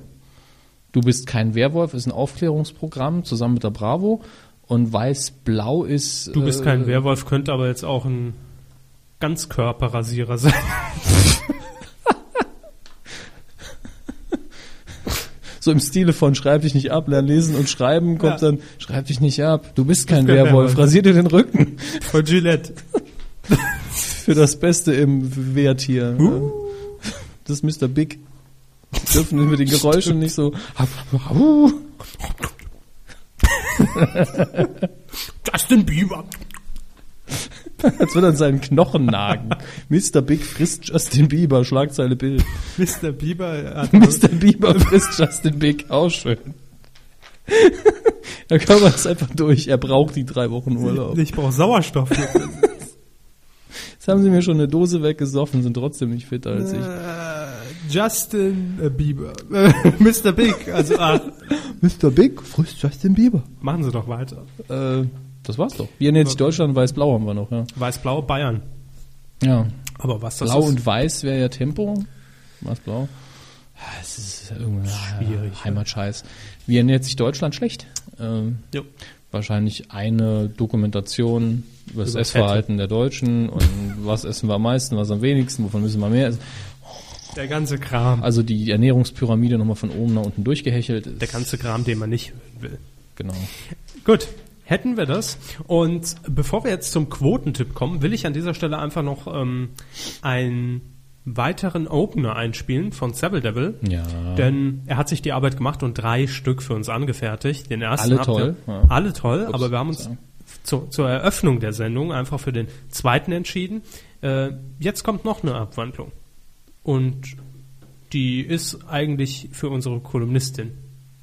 Speaker 2: Du bist kein Werwolf ist ein Aufklärungsprogramm zusammen mit der Bravo. Und Weiß-Blau ist.
Speaker 1: Du bist kein
Speaker 2: äh,
Speaker 1: Werwolf, könnte aber jetzt auch ein Ganzkörperrasierer sein.
Speaker 2: So im Stile von schreib dich nicht ab, lern lesen und schreiben kommt
Speaker 1: Ja.
Speaker 2: dann schreib dich nicht ab. Du bist kein
Speaker 1: kein
Speaker 2: Werwolf,
Speaker 1: Werwolf.
Speaker 2: rasier dir den Rücken
Speaker 1: Von Gillette.
Speaker 2: für das Beste im Wert hier.
Speaker 1: Uh.
Speaker 2: Das ist Mr. Big. Dürfen wir mit den Geräuschen nicht so. Au.
Speaker 1: Justin Bieber.
Speaker 2: Als würde er an seinen Knochen nagen. Mr. Big frisst Justin Bieber, Schlagzeile Bild.
Speaker 1: Mr. Bieber hat
Speaker 2: Mr. Bieber frisst Justin Big, auch schön. Der Körper ist einfach durch. Er braucht die drei Wochen Urlaub.
Speaker 1: Ich brauche Sauerstoff.
Speaker 2: Jetzt haben sie mir schon eine Dose weggesoffen, sind trotzdem nicht fitter als ich.
Speaker 1: Justin äh, Bieber. Mr. Big. Also,
Speaker 2: Mr. Big frisst Justin Bieber.
Speaker 1: Machen Sie doch weiter.
Speaker 2: Äh, das war's doch. Wir nennen jetzt Deutschland, weiß-blau haben wir noch, ja.
Speaker 1: Weiß-Blau, Bayern.
Speaker 2: Ja.
Speaker 1: Aber was das
Speaker 2: Blau
Speaker 1: ist.
Speaker 2: und weiß wäre ja Tempo. Was blau? Ah, Es ist irgendwie schwierig. ne? Heimatscheiß. Wie ernährt sich Deutschland schlecht? Ähm,
Speaker 1: Jo.
Speaker 2: Wahrscheinlich eine Dokumentation über das
Speaker 1: Über
Speaker 2: Essverhalten der Deutschen und was essen wir am meisten, was am wenigsten, wovon müssen wir mehr essen.
Speaker 1: Der ganze Kram.
Speaker 2: Also die Ernährungspyramide nochmal von oben nach unten durchgehechelt. Ist,
Speaker 1: Der ganze Kram, den man nicht hören will.
Speaker 2: genau.
Speaker 1: Gut, hätten wir das. Und bevor wir jetzt zum Quotentipp kommen, will ich an dieser Stelle einfach noch ähm, einen weiteren Opener einspielen von Savile Devil.
Speaker 2: Ja.
Speaker 1: Denn er hat sich die Arbeit gemacht und drei Stück für uns angefertigt. Den ersten
Speaker 2: Alle
Speaker 1: habt ihr-
Speaker 2: toll, ja.
Speaker 1: Alle toll, aber wir haben uns zu, zur Eröffnung der Sendung einfach für den zweiten entschieden. Äh, jetzt kommt noch eine Abwandlung. Und die ist eigentlich für unsere Kolumnistin.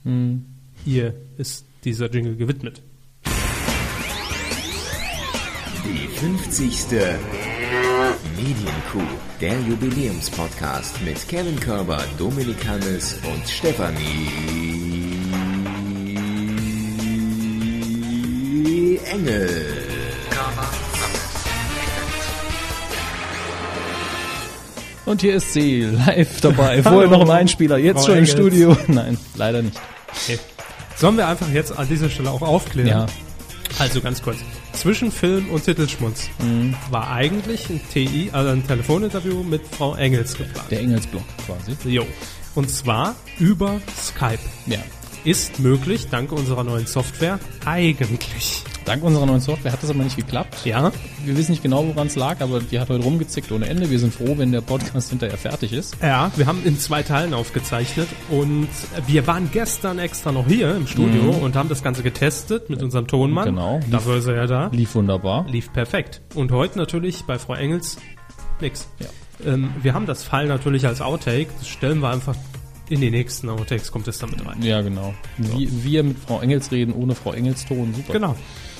Speaker 2: Hm.
Speaker 1: Ihr ist dieser Jingle gewidmet.
Speaker 5: Die 50. Medienkuh, der Jubiläumspodcast mit Kevin Körber, Dominik Hannes und Stefanie Engel.
Speaker 2: Und hier ist sie live dabei. Vorher
Speaker 1: Hallo.
Speaker 2: noch im Einspieler, jetzt
Speaker 1: Frau
Speaker 2: schon im
Speaker 1: Engels.
Speaker 2: Studio. Nein, leider nicht.
Speaker 1: Okay. Sollen wir einfach jetzt an dieser Stelle auch aufklären?
Speaker 2: Ja.
Speaker 1: Also ganz kurz. Zwischen Film und Titelschmutz
Speaker 2: Mhm.
Speaker 1: war eigentlich ein TI, also ein Telefoninterview mit Frau Engels geplant.
Speaker 2: Der Engelsblock quasi.
Speaker 1: Jo. Und zwar über Skype.
Speaker 2: Ja.
Speaker 1: Ist möglich, dank unserer neuen Software, eigentlich.
Speaker 2: Dank unserer neuen Software hat das aber nicht geklappt.
Speaker 1: Ja?
Speaker 2: Wir wissen nicht genau, woran es lag, aber die hat heute rumgezickt ohne Ende. Wir sind froh, wenn der Podcast hinterher fertig ist.
Speaker 1: Ja, wir haben in zwei Teilen aufgezeichnet und wir waren gestern extra noch hier im Studio und haben das Ganze getestet mit unserem Tonmann.
Speaker 2: Mhm. Genau.
Speaker 1: Dafür ist er ja da.
Speaker 2: Lief wunderbar.
Speaker 1: Lief perfekt. Und heute natürlich bei Frau Engels nix.
Speaker 2: Ja.
Speaker 1: Ähm, wir haben das Fall natürlich als Outtake, das stellen wir einfach in die nächsten Outtakes, kommt es damit rein.
Speaker 2: Ja, genau. Wir, wir mit Frau Engels reden, ohne Frau Engels Ton. Super.
Speaker 1: Genau.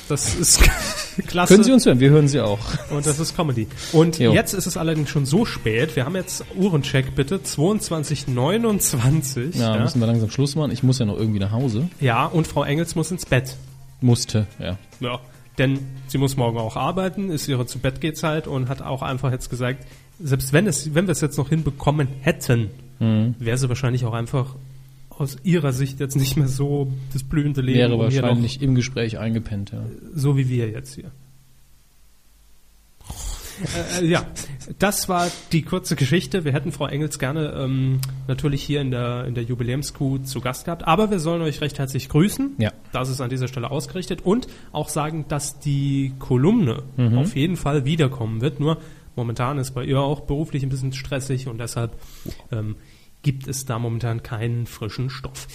Speaker 1: Das ist klasse.
Speaker 2: Können Sie uns hören? Wir hören Sie auch.
Speaker 1: Und das ist Comedy. Und
Speaker 2: Jo.
Speaker 1: jetzt ist es allerdings schon so spät. Wir haben jetzt Uhrencheck bitte. 22.29.
Speaker 2: Ja,
Speaker 1: Ja,
Speaker 2: müssen wir langsam Schluss machen. Ich muss ja noch irgendwie nach Hause.
Speaker 1: ja, und Frau Engels muss ins Bett.
Speaker 2: Musste, ja.
Speaker 1: Ja. Denn sie muss morgen auch arbeiten, ist ihre zu Bett geht Zeit und hat auch einfach jetzt gesagt, selbst wenn es, wenn wir es jetzt noch hinbekommen hätten,
Speaker 2: Mhm.
Speaker 1: wäre sie wahrscheinlich auch einfach aus ihrer Sicht jetzt nicht mehr so das blühende Leben
Speaker 2: Wäre
Speaker 1: um hier noch-
Speaker 2: wahrscheinlich im Gespräch eingepennt, ja.
Speaker 1: so wie wir jetzt hier. Äh, äh, ja, das war die kurze Geschichte. Wir hätten Frau Engels gerne ähm, natürlich hier in der, in der Jubiläumskuh zu Gast gehabt, aber wir sollen euch recht herzlich grüßen.
Speaker 2: Ja.
Speaker 1: Das ist an dieser Stelle ausgerichtet und auch sagen, dass die Kolumne auf jeden Fall wiederkommen wird. Nur momentan ist bei ihr auch beruflich ein bisschen stressig und deshalb ähm, gibt es da momentan keinen frischen Stoff.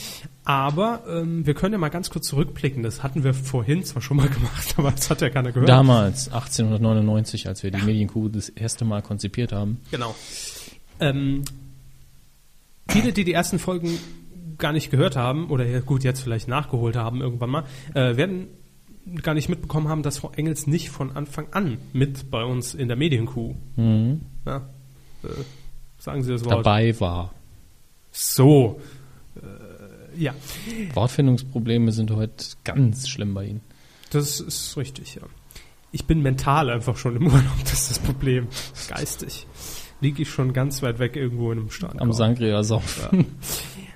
Speaker 1: Aber ähm, wir können ja mal ganz kurz zurückblicken. Das hatten wir vorhin zwar schon mal gemacht, aber das hat ja keiner gehört.
Speaker 2: Damals, 1899, als wir die Medienkuh das erste Mal konzipiert haben.
Speaker 1: Genau. Ähm, viele, die die ersten Folgen gar nicht gehört haben oder ja, gut jetzt vielleicht nachgeholt haben irgendwann mal, äh, werden gar nicht mitbekommen haben, dass Frau Engels nicht von Anfang an mit bei uns in der Medienkuh. Ja, äh, sagen Sie das Wort.
Speaker 2: Mhm. Dabei war.
Speaker 1: So. Äh, ja,
Speaker 2: Wortfindungsprobleme sind heute ganz schlimm bei Ihnen.
Speaker 1: das ist richtig, ja. Ich bin mental einfach schon im Urlaub, das ist das Problem. Geistig. Liege ich schon ganz weit weg irgendwo in einem Strand.
Speaker 2: Am Sangria-Saufen.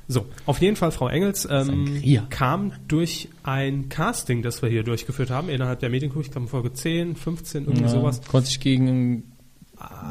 Speaker 1: So, auf jeden Fall, Frau Engels ähm,
Speaker 2: Sangria.
Speaker 1: kam durch ein Casting, das wir hier durchgeführt haben, innerhalb der Medienkuh, ich glaube Folge 10, 15, irgendwie sowas. Ah,
Speaker 2: Konnte sich gegen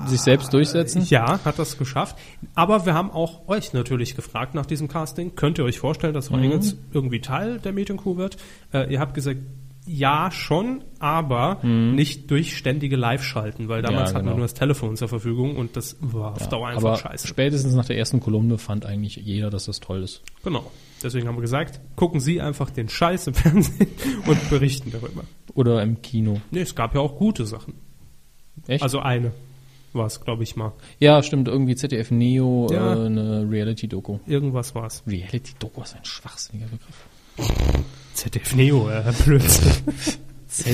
Speaker 2: sich selbst durchsetzen?
Speaker 1: Ja, hat das geschafft. Aber wir haben auch euch natürlich gefragt nach diesem Casting. Könnt ihr euch vorstellen, dass Frau
Speaker 2: Mhm.
Speaker 1: Engels irgendwie Teil der Medienkuh wird? Äh, ihr habt gesagt, ja, schon, aber nicht durch ständige Live-Schalten, weil damals hatten wir
Speaker 2: Mhm. genau.
Speaker 1: nur das Telefon zur Verfügung und das war auf Dauer einfach
Speaker 2: Aber
Speaker 1: scheiße.
Speaker 2: spätestens nach der ersten Kolumne fand eigentlich jeder, dass das toll ist.
Speaker 1: Genau. Deswegen haben wir gesagt, gucken Sie einfach den Scheiß im Fernsehen und berichten darüber.
Speaker 2: Oder im Kino.
Speaker 1: Nee, es gab ja auch gute Sachen.
Speaker 2: Echt?
Speaker 1: Also eine war es, glaube ich mal.
Speaker 2: ja, stimmt, irgendwie ZDF Neo,
Speaker 1: Ja.
Speaker 2: äh, eine Reality-Doku.
Speaker 1: Irgendwas war es.
Speaker 2: Reality-Doku ist ein schwachsinniger Begriff.
Speaker 1: ZDF Neo, äh, Blödsinn.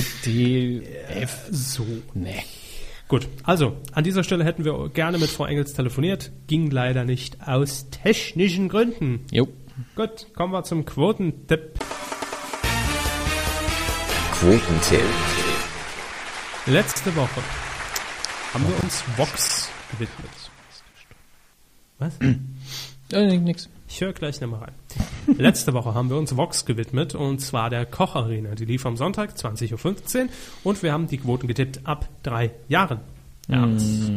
Speaker 2: ZDF.
Speaker 1: so.
Speaker 2: Nee.
Speaker 1: Gut, also an dieser Stelle hätten wir gerne mit Frau Engels telefoniert, ging leider nicht aus technischen Gründen.
Speaker 2: Jo.
Speaker 1: Gut, kommen wir zum Quotentipp.
Speaker 5: Quotentipp.
Speaker 1: Letzte Woche haben wir uns Vox gewidmet. Was?
Speaker 2: Äh, nix.
Speaker 1: Ich höre gleich nochmal rein. Letzte Woche haben wir uns Vox gewidmet und zwar der Kocharena. Die lief am Sonntag 20.15 Uhr und wir haben die Quoten getippt ab drei Jahren. Ernst.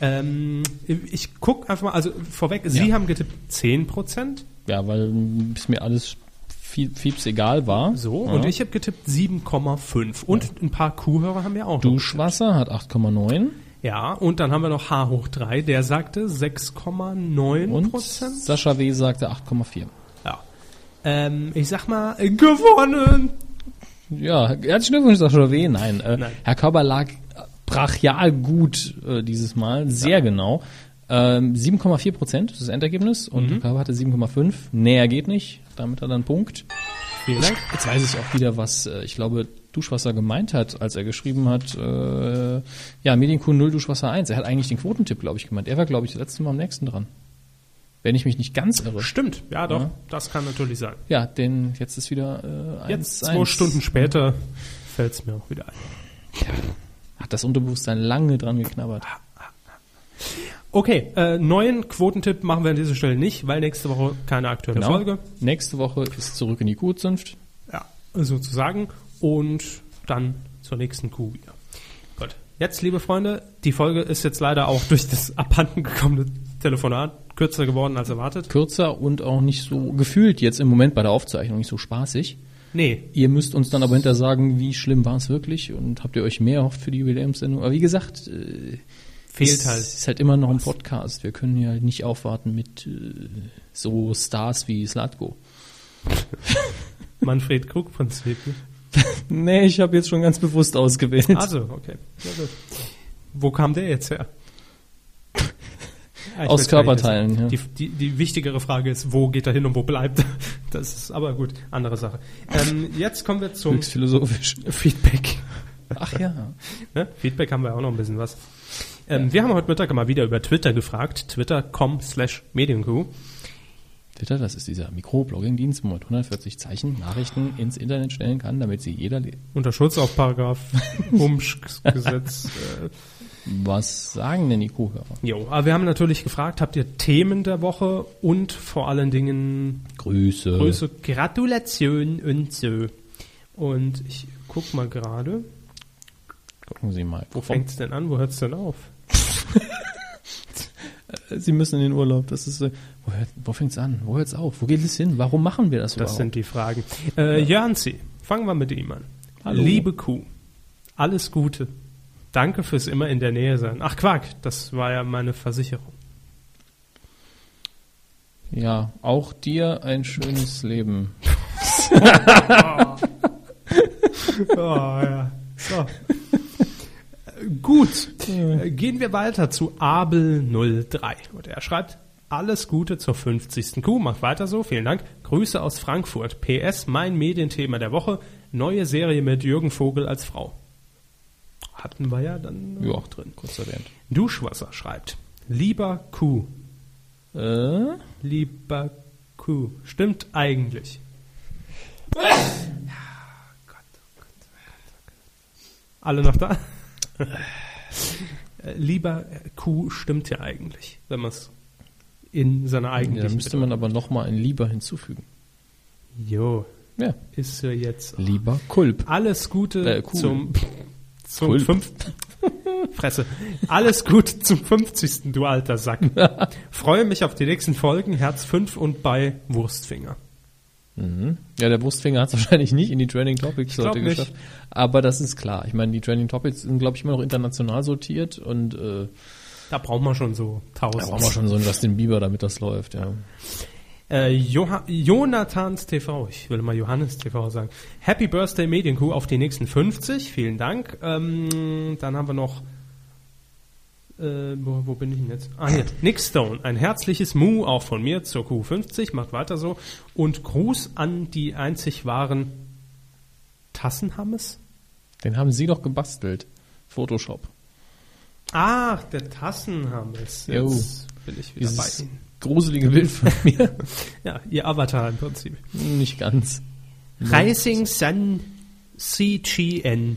Speaker 1: Ähm, ich gucke einfach mal, also vorweg, Sie
Speaker 2: Ja.
Speaker 1: haben getippt 10%,
Speaker 2: Ja, weil mm, bis mir alles viel, fieps egal war.
Speaker 1: so,
Speaker 2: ja.
Speaker 1: und ich habe getippt 7,5. Und ein paar Kuhhörer haben wir auch noch.
Speaker 2: Duschwasser hat 8,9
Speaker 1: Ja, und dann haben wir noch H hoch 3, der sagte
Speaker 2: und
Speaker 1: 6,9%.
Speaker 2: Sascha W. sagte 8,4.
Speaker 1: Ja. Ähm, ich sag mal, äh, gewonnen!
Speaker 2: Ja, herzlichen Glückwunsch, Sascha W. Nein, äh,
Speaker 1: Nein.
Speaker 2: Herr Körber lag brachial gut äh, dieses Mal, sehr genau. Ähm, 7,4 Prozent ist das Endergebnis
Speaker 1: Mhm.
Speaker 2: und Herr Körber hatte 7,5. Näher geht nicht, damit hat er einen Punkt.
Speaker 1: Vielen Dank.
Speaker 2: Jetzt weiß ich auch wieder, was äh, ich glaube Duschwasser gemeint hat, als er geschrieben hat, äh, ja, Medienkuh 0 Duschwasser 1. Er hat eigentlich den Quotentipp, glaube ich, gemeint. Er war, glaube ich, das letzte Mal am nächsten dran. Wenn ich mich nicht ganz irre.
Speaker 1: Stimmt, ja doch,
Speaker 2: Ja.
Speaker 1: das kann natürlich sein.
Speaker 2: Ja, denn jetzt ist wieder äh, 1,
Speaker 1: Jetzt zwei Stunden später fällt es mir auch wieder ein.
Speaker 2: Hat das Unterbewusstsein lange dran geknabbert.
Speaker 1: Okay, äh, neuen Quotentipp machen wir an dieser Stelle nicht, weil nächste Woche keine aktuelle
Speaker 2: Genau.
Speaker 1: Folge.
Speaker 2: Nächste Woche ist zurück in die Kuhzunft.
Speaker 1: Ja, sozusagen. Und dann zur nächsten Kuh wieder. Gut. Jetzt, liebe Freunde, die Folge ist jetzt leider auch durch das abhandengekommene Telefonat kürzer geworden als erwartet.
Speaker 2: Kürzer und auch nicht so gefühlt jetzt im Moment bei der Aufzeichnung nicht so spaßig.
Speaker 1: Nee,
Speaker 2: Ihr müsst uns dann aber hinter sagen, wie schlimm war es wirklich und habt ihr euch mehr erhofft für die Jubiläumssendung. Aber wie gesagt, äh,
Speaker 1: fehlt
Speaker 2: es
Speaker 1: halt.
Speaker 2: ist halt immer noch ein Podcast. Wir können ja nicht aufwarten mit äh, so Stars wie Slatko.
Speaker 1: Manfred Krug-Prinzip. ne?
Speaker 2: Nee, ich habe jetzt schon ganz bewusst ausgewählt.
Speaker 1: Also, okay. Sehr gut. Wo kam der jetzt her? Ah, ich
Speaker 2: Aus
Speaker 1: weiß gar nicht, was-
Speaker 2: Körperteilen, ja.
Speaker 1: Die, die, die wichtigere Frage ist, wo geht er hin und wo bleibt er? Das ist aber gut, andere Sache. Ähm, jetzt kommen wir zum
Speaker 2: Höchst philosophisch.
Speaker 1: Feedback.
Speaker 2: Ach ja.
Speaker 1: Ne? Feedback haben wir auch noch ein bisschen was. Ähm, wir haben heute Mittag mal wieder über Twitter gefragt. Twitter.com slash Medienkuh.
Speaker 2: Twitter, das ist dieser Mikroblogging-Dienst, wo man mit 140 Zeichen Nachrichten ins Internet stellen kann, damit sie jeder le-
Speaker 1: Unter Schutz auf Paragraph Humsch-Gesetz. Äh,
Speaker 2: Was sagen denn die Kuhhörer?
Speaker 1: jo, aber wir haben natürlich gefragt, habt ihr Themen der Woche und vor allen Dingen
Speaker 2: Grüße.
Speaker 1: Grüße, Also, Gratulation und so. Und ich guck mal gerade.
Speaker 2: Gucken Sie mal.
Speaker 1: Wo fängt's denn an? Wo hört's denn auf?
Speaker 2: äh, Sie müssen in den Urlaub. Das ist, äh, wo, hört, wo fängt's an? Wo hört's auf? Wo geht es hin? Warum machen wir das
Speaker 1: Das
Speaker 2: überhaupt?
Speaker 1: sind die Fragen. Äh, Jörnsi, fangen wir mit ihm an.
Speaker 2: Hallo.
Speaker 1: Liebe Kuh, alles Gute. Danke fürs immer in der Nähe sein. Ach Quark, das war ja meine Versicherung.
Speaker 2: ja, auch dir ein schönes Leben.
Speaker 1: Oh ja. So. Gut, Äh, gehen wir weiter zu Abel03. Und er schreibt, alles Gute zur 50. Kuh, macht weiter so, vielen Dank. Grüße aus Frankfurt. PS, mein Medienthema der Woche, neue Serie mit Jürgen Vogel als Frau. Hatten wir ja dann
Speaker 2: Ja,
Speaker 1: auch drin.
Speaker 2: kurz erwähnt.
Speaker 1: Duschwasser schreibt, lieber Kuh,
Speaker 2: Äh,
Speaker 1: lieber Kuh. Stimmt eigentlich. Gott, oh Gott, oh Gott, oh Gott. Alle noch da? Äh, lieber Kuh stimmt ja eigentlich, wenn man es in seiner
Speaker 2: ja, da
Speaker 1: eigentlichen
Speaker 2: müsste man aber nochmal ein Lieber hinzufügen.
Speaker 1: Bedeutung- Jo,
Speaker 2: Ja.
Speaker 1: ist ja jetzt
Speaker 2: Lieber Kulp.
Speaker 1: alles Gute
Speaker 2: Äh, cool.
Speaker 1: zum, zum
Speaker 2: Cool.
Speaker 1: fünf, Fresse. Alles Gute zum 50. Du alter Sack. Freue mich auf die nächsten Folgen. Herz 5 und bei Wurstfinger.
Speaker 2: Ja, der Brustfinger hat es wahrscheinlich nicht in die Training Topics
Speaker 1: glaub
Speaker 2: heute
Speaker 1: nicht.
Speaker 2: geschafft. Aber das ist klar. Ich meine, die Training Topics sind, glaube ich, immer noch international sortiert und äh,
Speaker 1: Da braucht man schon so 1000.
Speaker 2: da brauchen wir schon so einen Justin Bieber, damit das läuft, ja.
Speaker 1: Äh, Joha Jonathans TV, ich will mal Johannes TV sagen. Happy Birthday Medienkuh auf die nächsten 50, vielen Dank. Ähm, dann haben wir noch Äh, wo, wo bin ich denn jetzt? Ah, hier. Nick Stone, ein herzliches Mu auch von mir zur Q50, macht weiter so. Und Gruß an die einzig wahren Tassenhammes?
Speaker 2: Den haben Sie doch gebastelt. Photoshop.
Speaker 1: Ach, Ah, der Tassenhammes. Jetzt bin ich wieder bei
Speaker 2: Dieses
Speaker 1: Ihnen.
Speaker 2: gruselige Bild von mir.
Speaker 1: Ja, Ihr Avatar im Prinzip.
Speaker 2: Nicht ganz.
Speaker 1: Rising Sun CGN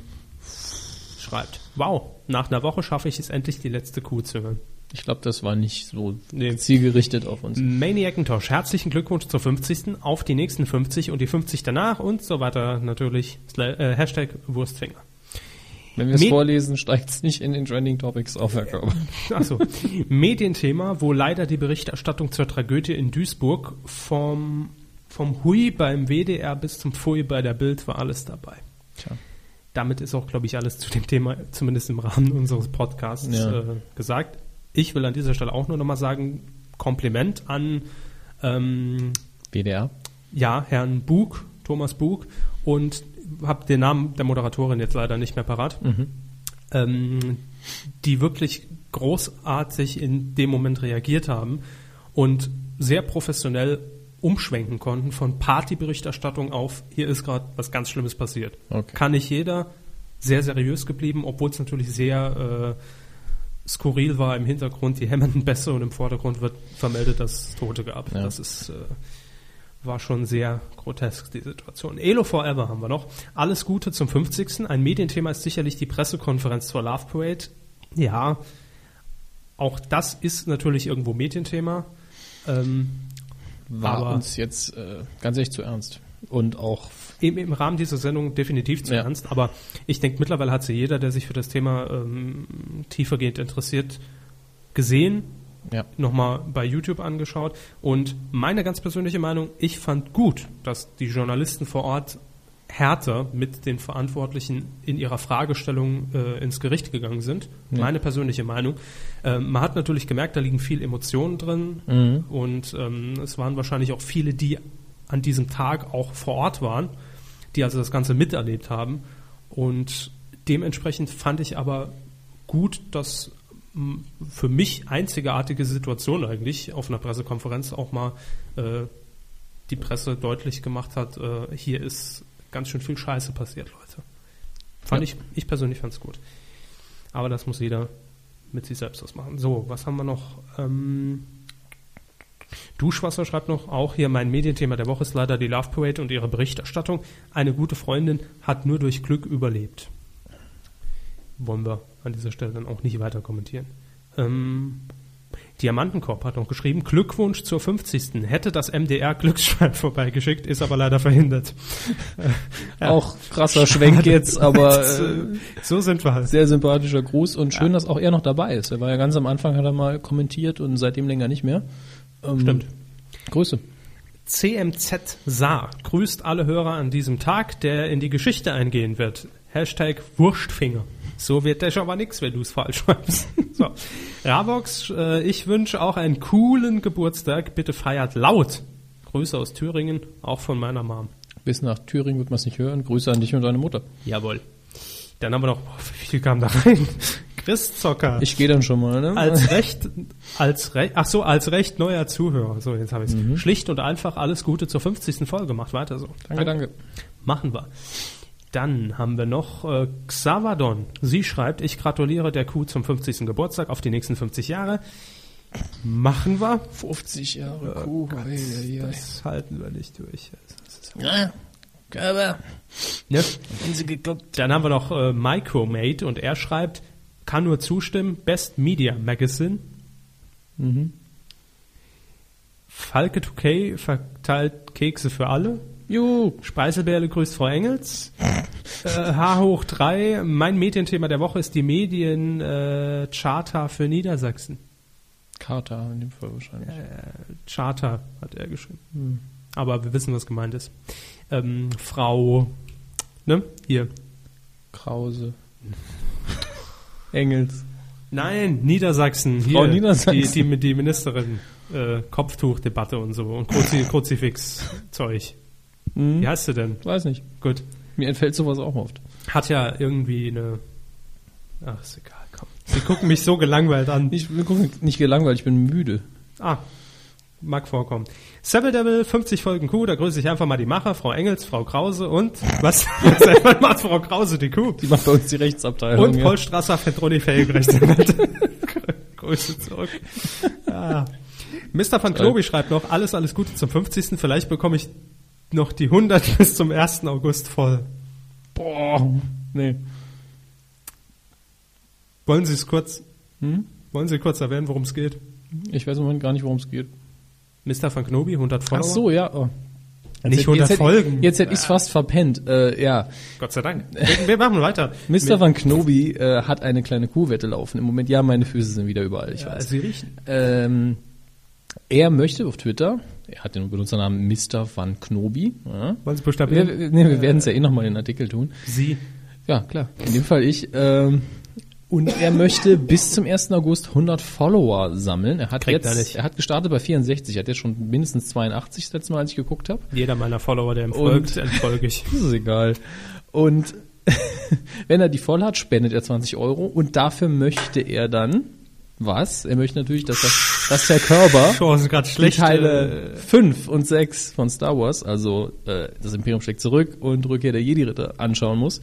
Speaker 1: schreibt. Wow, nach einer Woche schaffe ich es endlich, die letzte Kuh zu hören.
Speaker 2: Ich glaube, das war nicht so
Speaker 1: Nee.
Speaker 2: zielgerichtet auf uns.
Speaker 1: Maniacintosh, herzlichen Glückwunsch zur 50. auf die nächsten 50 und die 50 danach und so weiter natürlich. Sla- äh, Hashtag Wurstfinger.
Speaker 2: Wenn wir es
Speaker 1: Me-
Speaker 2: vorlesen, steigt es nicht in den Trending Topics auf, Herr Körber.
Speaker 1: Achso. Medienthema, wo leider die Berichterstattung zur Tragödie in Duisburg vom, vom Hui beim WDR bis zum Pfui bei der Bild war alles dabei.
Speaker 2: Tja.
Speaker 1: Damit ist auch, glaube ich, alles zu dem Thema, zumindest im Rahmen unseres Podcasts,
Speaker 2: Ja.
Speaker 1: äh, gesagt. Ich will an dieser Stelle auch nur nochmal sagen, Kompliment an ähm,
Speaker 2: BDR.
Speaker 1: ja, Herrn Bug, Thomas Bug, und habe den Namen der Moderatorin jetzt leider nicht mehr parat, ähm, die wirklich großartig in dem Moment reagiert haben und sehr professionell umschwenken konnten von Partyberichterstattung auf, hier ist gerade was ganz Schlimmes passiert.
Speaker 2: Okay.
Speaker 1: Kann nicht jeder, sehr seriös geblieben, obwohl es natürlich sehr äh, skurril war im Hintergrund, die hämmernden Bässe und im Vordergrund wird vermeldet, dass es Tote gab.
Speaker 2: Ja.
Speaker 1: Das ist äh, war schon sehr grotesk, die Situation. Elo Forever haben wir noch. Alles Gute zum 50. Ein Medienthema ist sicherlich die Pressekonferenz zur Love Parade. Ja, auch das ist natürlich irgendwo Medienthema. Ähm,
Speaker 2: War
Speaker 1: Aber-
Speaker 2: uns jetzt äh, ganz echt zu ernst. Und auch
Speaker 1: im, Im Rahmen dieser Sendung definitiv zu
Speaker 2: Ja.
Speaker 1: ernst, aber ich denke, mittlerweile hat sie jeder, der sich für das Thema ähm, tiefergehend interessiert, gesehen,
Speaker 2: ja,
Speaker 1: nochmal bei YouTube angeschaut. Und meine ganz persönliche Meinung, ich fand gut, dass die Journalisten vor Ort härter mit den Verantwortlichen in ihrer Fragestellung äh, ins Gericht gegangen sind. Meine persönliche Meinung. Ähm, man hat natürlich gemerkt, da liegen viel Emotionen drin und ähm, es waren wahrscheinlich auch viele, die an diesem Tag auch vor Ort waren, die also das Ganze miterlebt haben. Und dementsprechend fand ich aber gut, dass m, für mich einzigartige Situation eigentlich auf einer Pressekonferenz auch mal äh, die Presse deutlich gemacht hat, äh, hier ist ganz schön viel Scheiße passiert, Leute. Fand
Speaker 2: Ja.
Speaker 1: ich, ich persönlich fand es gut. Aber das muss jeder mit sich selbst ausmachen. So, was haben wir noch? Ähm, Duschwasser schreibt noch, auch hier mein Medienthema der Woche ist leider die Love Parade und ihre Berichterstattung. Eine gute Freundin hat nur durch Glück überlebt. Wollen wir an dieser Stelle dann auch nicht weiter kommentieren. Ähm, Diamantenkorb hat noch geschrieben, Glückwunsch zur 50. Hätte das MDR Glücksschwein vorbeigeschickt, ist aber leider verhindert.
Speaker 2: auch krasser Schwenk jetzt, aber äh,
Speaker 1: so sind wir halt.
Speaker 2: sehr sympathischer Gruß und schön, dass auch er noch dabei ist. Er war ja ganz am Anfang, hat er mal kommentiert und seitdem länger nicht mehr. Ähm,
Speaker 1: Stimmt.
Speaker 2: Grüße.
Speaker 1: CMZ Saar grüßt alle Hörer an diesem Tag, der in die Geschichte eingehen wird. Hashtag Wurstfinger. So wird der schon mal nix, wenn du es falsch schreibst. so. Ravox, äh, ich wünsche auch einen coolen Geburtstag. Bitte feiert laut. Grüße aus Thüringen, auch von meiner Mom.
Speaker 2: Bis nach Thüringen wird man es nicht hören. Grüße an dich und deine Mutter.
Speaker 1: Jawohl. Dann haben wir noch, boah, wie viel kam da rein? Christzocker.
Speaker 2: Ich gehe dann schon mal, ne?
Speaker 1: als recht, als recht, ach so, als recht neuer Zuhörer. So, jetzt habe ich es.
Speaker 2: Mhm.
Speaker 1: Schlicht und einfach alles Gute zur 50. Folge. Macht weiter so.
Speaker 2: danke, danke.
Speaker 1: Machen wir. Dann haben wir noch äh, Xavadon. Sie schreibt, ich gratuliere der Kuh zum 50. Geburtstag auf die nächsten 50 Jahre. Machen wir.
Speaker 2: 50 Jahre Kuh.
Speaker 1: Das halten wir nicht durch.
Speaker 2: Körper,
Speaker 1: Ne?
Speaker 2: wenn sie geguckt.
Speaker 1: Dann haben wir noch äh, Micromate und er schreibt, kann nur zustimmen, Best Media Magazine.
Speaker 2: Mhm.
Speaker 1: Falke 2K verteilt Kekse für alle.
Speaker 2: Juhu.
Speaker 1: Speiselbärle grüßt Frau Engels. äh, H hoch 3. Mein Medienthema der Woche ist die Mediencharta äh, Charta für Niedersachsen.
Speaker 2: Kater in dem Fall wahrscheinlich.
Speaker 1: Charta hat er geschrieben.
Speaker 2: Hm.
Speaker 1: Aber wir wissen, was gemeint ist. Ähm, Frau, ne? Hier.
Speaker 2: Krause. Engels.
Speaker 1: Nein, Niedersachsen. Hier,
Speaker 2: Frau Niedersachsen.
Speaker 1: Die, die, die Ministerin. Äh, Kopftuchdebatte und so. Und Kruzi Kruzifix-Zeug.
Speaker 2: Hm.
Speaker 1: Wie heißt sie denn?
Speaker 2: Weiß nicht.
Speaker 1: Gut.
Speaker 2: Mir entfällt sowas auch oft.
Speaker 1: Hat ja irgendwie eine
Speaker 7: Ach, ist egal, komm.
Speaker 1: Sie gucken mich so gelangweilt an.
Speaker 2: Ich bin guck- nicht gelangweilt, ich bin müde.
Speaker 1: Ah, mag vorkommen. Seville Devil, 50 Folgen Kuh, da grüße ich einfach mal die Macher, Frau Engels, Frau Krause und... Was? Selber macht Frau Krause die Kuh.
Speaker 2: Die macht bei uns die Rechtsabteilung.
Speaker 1: Und
Speaker 2: ja.
Speaker 1: Paul Strasser fährt Ronny Felgenrechtsanwalt. Grüße zurück. Ah. Mr. van Klobi schreibt noch, alles, alles Gute zum 50. Vielleicht bekomme ich noch die 100 bis zum 1. August voll.
Speaker 2: Boah. Nee.
Speaker 1: Wollen Sie es kurz,
Speaker 2: Hm?
Speaker 1: wollen Sie kurz erwähnen, worum es geht?
Speaker 2: Ich weiß im Moment gar nicht, worum es geht.
Speaker 1: Mr. van Knobi, 100 Follower.
Speaker 2: Ach so, ja. Oh.
Speaker 1: Nicht
Speaker 2: Jetzt-
Speaker 1: 100
Speaker 2: jetzt hätte-
Speaker 1: Folgen.
Speaker 2: Jetzt hätte ich es fast verpennt. Äh, ja.
Speaker 1: Gott sei Dank. Wir, wir machen weiter.
Speaker 2: Mr. Van Knobi äh, hat eine kleine Kuhwette laufen. Im Moment, ja, meine Füße sind wieder überall, ich weiß.
Speaker 1: Sie riechen.
Speaker 2: Ähm, er möchte auf Twitter, er hat den Benutzernamen Mr. Van Knobi. Ja.
Speaker 1: Wollen Sie
Speaker 2: Wir,
Speaker 1: buchstabieren?
Speaker 2: wir- nee, wir werden es ja eh nochmal in den Artikel tun.
Speaker 1: Äh, Sie.
Speaker 2: Ja, klar. In dem Fall ich. Ähm, und er möchte bis zum 1. August 100 Follower sammeln. Er hat,
Speaker 1: Kriegt er
Speaker 2: jetzt,
Speaker 1: nicht.
Speaker 2: er hat gestartet bei 64, er hat jetzt schon mindestens 82, das letzte Mal, als ich geguckt habe.
Speaker 1: Jeder meiner Follower, der ihm
Speaker 2: Und-
Speaker 1: folgt, entfolge ich.
Speaker 2: Das ist egal. Und wenn er die voll hat, spendet er 20 Euro und dafür möchte er dann was? Er möchte natürlich, dass, das, dass der Körper
Speaker 1: Boah, sind gerade
Speaker 2: die
Speaker 1: schlecht. äh,
Speaker 2: Teile 5 und 6 von Star Wars, also äh, das Imperium schlägt zurück und Rückkehr der Jedi-Ritter anschauen muss.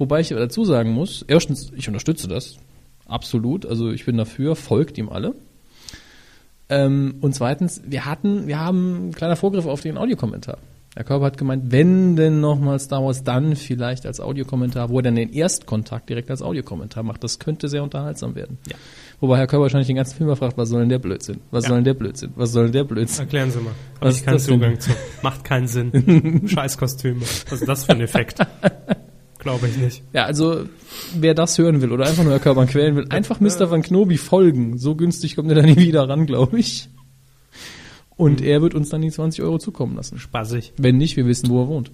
Speaker 2: Wobei ich aber dazu sagen muss, erstens, ich unterstütze das. Absolut. Also ich bin dafür, folgt ihm alle. Ähm, und zweitens, wir hatten, wir haben ein kleiner Vorgriff auf den Audiokommentar. Herr Körber hat gemeint, wenn denn nochmal Star Wars, dann vielleicht als Audiokommentar, wo er dann den Erstkontakt direkt als Audiokommentar macht. Das könnte sehr unterhaltsam werden.
Speaker 1: Ja.
Speaker 2: Wobei Herr Körber wahrscheinlich den ganzen Film fragt, was soll denn der Blödsinn? Was soll denn der Blödsinn? Was soll denn der Blödsinn?
Speaker 1: Erklären Sie mal. Habe
Speaker 2: Was
Speaker 1: ich
Speaker 2: ist
Speaker 1: keinen
Speaker 2: das denn?
Speaker 1: Zugang zu. Macht keinen Sinn. Scheiß Kostüme. Was ist das für ein Effekt? Glaube ich nicht.
Speaker 2: Ja, also wer das hören will oder einfach nur Herr Körber quälen will, einfach Mr. Van Knobi folgen. So günstig kommt er da nie wieder ran, glaube ich.
Speaker 1: Mhm.
Speaker 2: Und er wird uns dann die 20 Euro zukommen lassen.
Speaker 1: Spassig.
Speaker 2: Wenn nicht, wir wissen, wo er wohnt.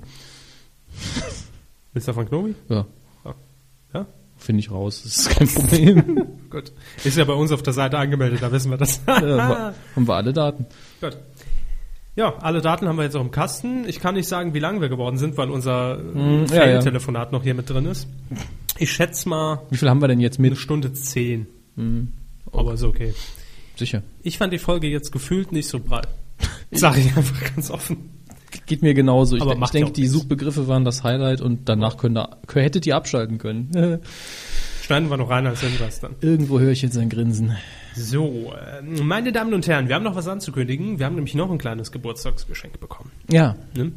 Speaker 1: Mr. Van Knobi?
Speaker 2: Ja,
Speaker 1: Ja?
Speaker 2: finde ich raus. Das ist kein Problem.
Speaker 1: Gut. Ist ja bei uns auf der Seite angemeldet, da wissen wir das.
Speaker 2: ja, wa- haben wir alle Daten.
Speaker 1: Gut. Ja, alle Daten haben wir jetzt auch im Kasten. Ich kann nicht sagen, wie lang wir geworden sind, weil unser
Speaker 2: Mm, ja, ja.
Speaker 1: Fail-Telefonat noch hier mit drin ist. Ich schätze mal
Speaker 2: Wie viel haben wir denn jetzt
Speaker 1: eine
Speaker 2: mit?
Speaker 1: Stunde zehn.
Speaker 2: Mhm.
Speaker 1: Aber ist okay.
Speaker 2: Sicher.
Speaker 1: Ich fand die Folge jetzt gefühlt nicht so breit. Sag ich einfach ganz offen.
Speaker 2: Geht mir genauso. Ich,
Speaker 1: Aber
Speaker 2: de- ich
Speaker 1: macht ja
Speaker 2: denke,
Speaker 1: auch
Speaker 2: die
Speaker 1: nichts.
Speaker 2: Suchbegriffe waren das Highlight und danach könnt ihr, kö- hättet ihr abschalten können.
Speaker 1: Schneiden wir noch rein als Hinweis dann.
Speaker 2: Irgendwo höre ich jetzt ein Grinsen.
Speaker 1: So, äh, meine Damen und Herren, wir haben noch was anzukündigen. Wir haben nämlich noch ein kleines Geburtstagsgeschenk bekommen.
Speaker 2: Ja.
Speaker 1: Ne?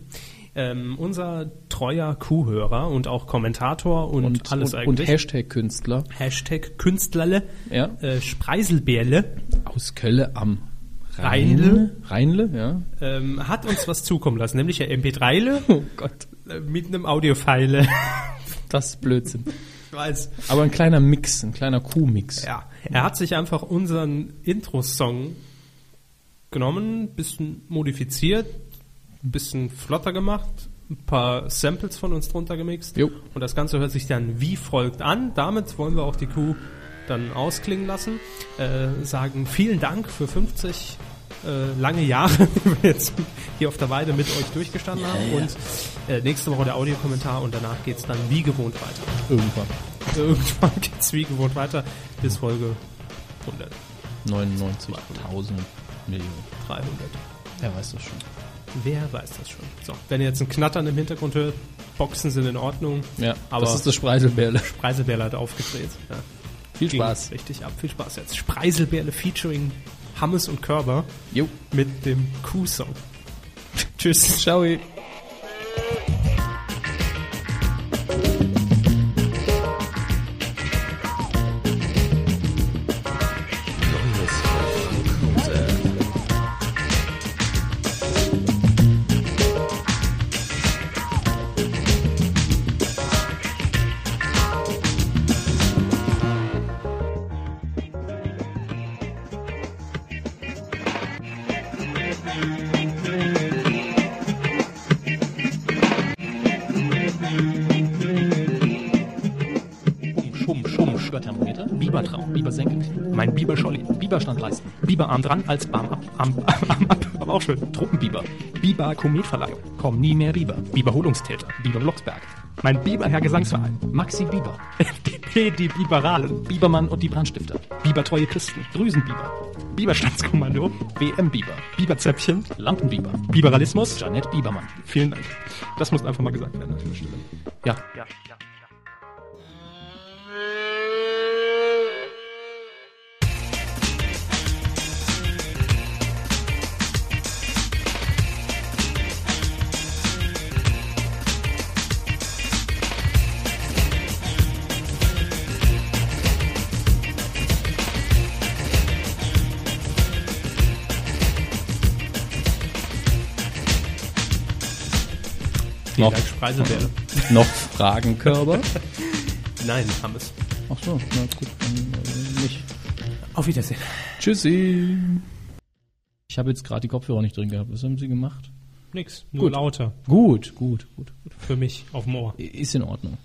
Speaker 1: Ähm, unser treuer Kuhhörer und auch Kommentator und,
Speaker 2: Und,
Speaker 1: alles
Speaker 2: und, und
Speaker 1: eigentlich.
Speaker 2: Hashtag-Künstler
Speaker 1: Hashtag Künstlerle,
Speaker 2: Ja.
Speaker 1: äh, Spreiselbärle
Speaker 2: aus Kölle am
Speaker 1: Rheinle.
Speaker 2: Rheinle, ja.
Speaker 1: ähm, hat uns was zukommen lassen, nämlich der MP3le
Speaker 2: Oh Gott,
Speaker 1: äh, mit einem Audiofile.
Speaker 2: das ist Blödsinn.
Speaker 1: Ich weiß.
Speaker 2: Aber ein kleiner Mix, ein kleiner Kuhmix.
Speaker 1: Ja, er hat sich einfach unseren Intro-Song genommen, bisschen modifiziert, bisschen flotter gemacht, ein paar Samples von uns drunter gemixt.
Speaker 2: Jo.
Speaker 1: Und das Ganze hört sich dann wie folgt an. Damit wollen wir auch die Kuh dann ausklingen lassen. Äh, sagen vielen Dank für 50 äh, lange Jahre, die wir jetzt hier auf der Weide mit euch durchgestanden haben. Und äh, nächste Woche der Audiokommentar und danach geht's dann wie gewohnt weiter.
Speaker 2: Irgendwann.
Speaker 1: Irgendwann geht's wie gewohnt weiter bis Folge 100,
Speaker 2: 99.000 Millionen.
Speaker 1: 300.
Speaker 2: Wer weiß das schon.
Speaker 1: Wer weiß das schon. So, wenn ihr jetzt ein Knattern im Hintergrund hört, Boxen sind in Ordnung.
Speaker 2: Ja,
Speaker 1: aber
Speaker 2: das ist das Spreiselbärle.
Speaker 1: Spreiselbärle hat aufgedreht. Ja,
Speaker 2: Viel
Speaker 1: ging
Speaker 2: Spaß.
Speaker 1: Richtig ab. Viel Spaß jetzt. Spreiselbärle featuring Hammes und Körber
Speaker 2: Jo.
Speaker 1: mit dem Kuh-Song. Tschüss.
Speaker 2: Ciao. ey.
Speaker 8: Schum, Schum, Schum, Störthermometer, Bibertraum, Bibersenken, mein Biberscholli, Biberstand leisten, Biberarm dran als Barm ab, Arm, Arm ab, aber auch schön, Truppenbiber, Biber Kometverleih, komm nie mehr Biber, Biberholungstäter, Biber Blocksberg, mein Biber Herr Gesangsverein, Maxi Biber,
Speaker 1: Klischee, die Biberalen. Bibermann und die Brandstifter. Bibertreue Christen. Drüsenbiber. Biberstandskommando. WM-Biber. Biberzäpfchen. Lampenbiber. Biberalismus. Janet Bibermann. Vielen Dank. Das muss einfach mal gesagt werden an dieser Stelle. Ja. ja.
Speaker 2: Noch,
Speaker 9: Speiseberg.
Speaker 2: noch Fragen, Körber?
Speaker 9: Nein, haben es.
Speaker 2: Ach so, na gut, dann äh, nicht.
Speaker 9: Auf Wiedersehen.
Speaker 2: Tschüssi. Ich habe jetzt gerade die Kopfhörer nicht drin gehabt. Was haben Sie gemacht?
Speaker 9: Nix, nur
Speaker 2: Gut.
Speaker 9: lauter
Speaker 2: Gut, gut, gut.
Speaker 9: für mich auf dem Ohr.
Speaker 2: Ist in Ordnung.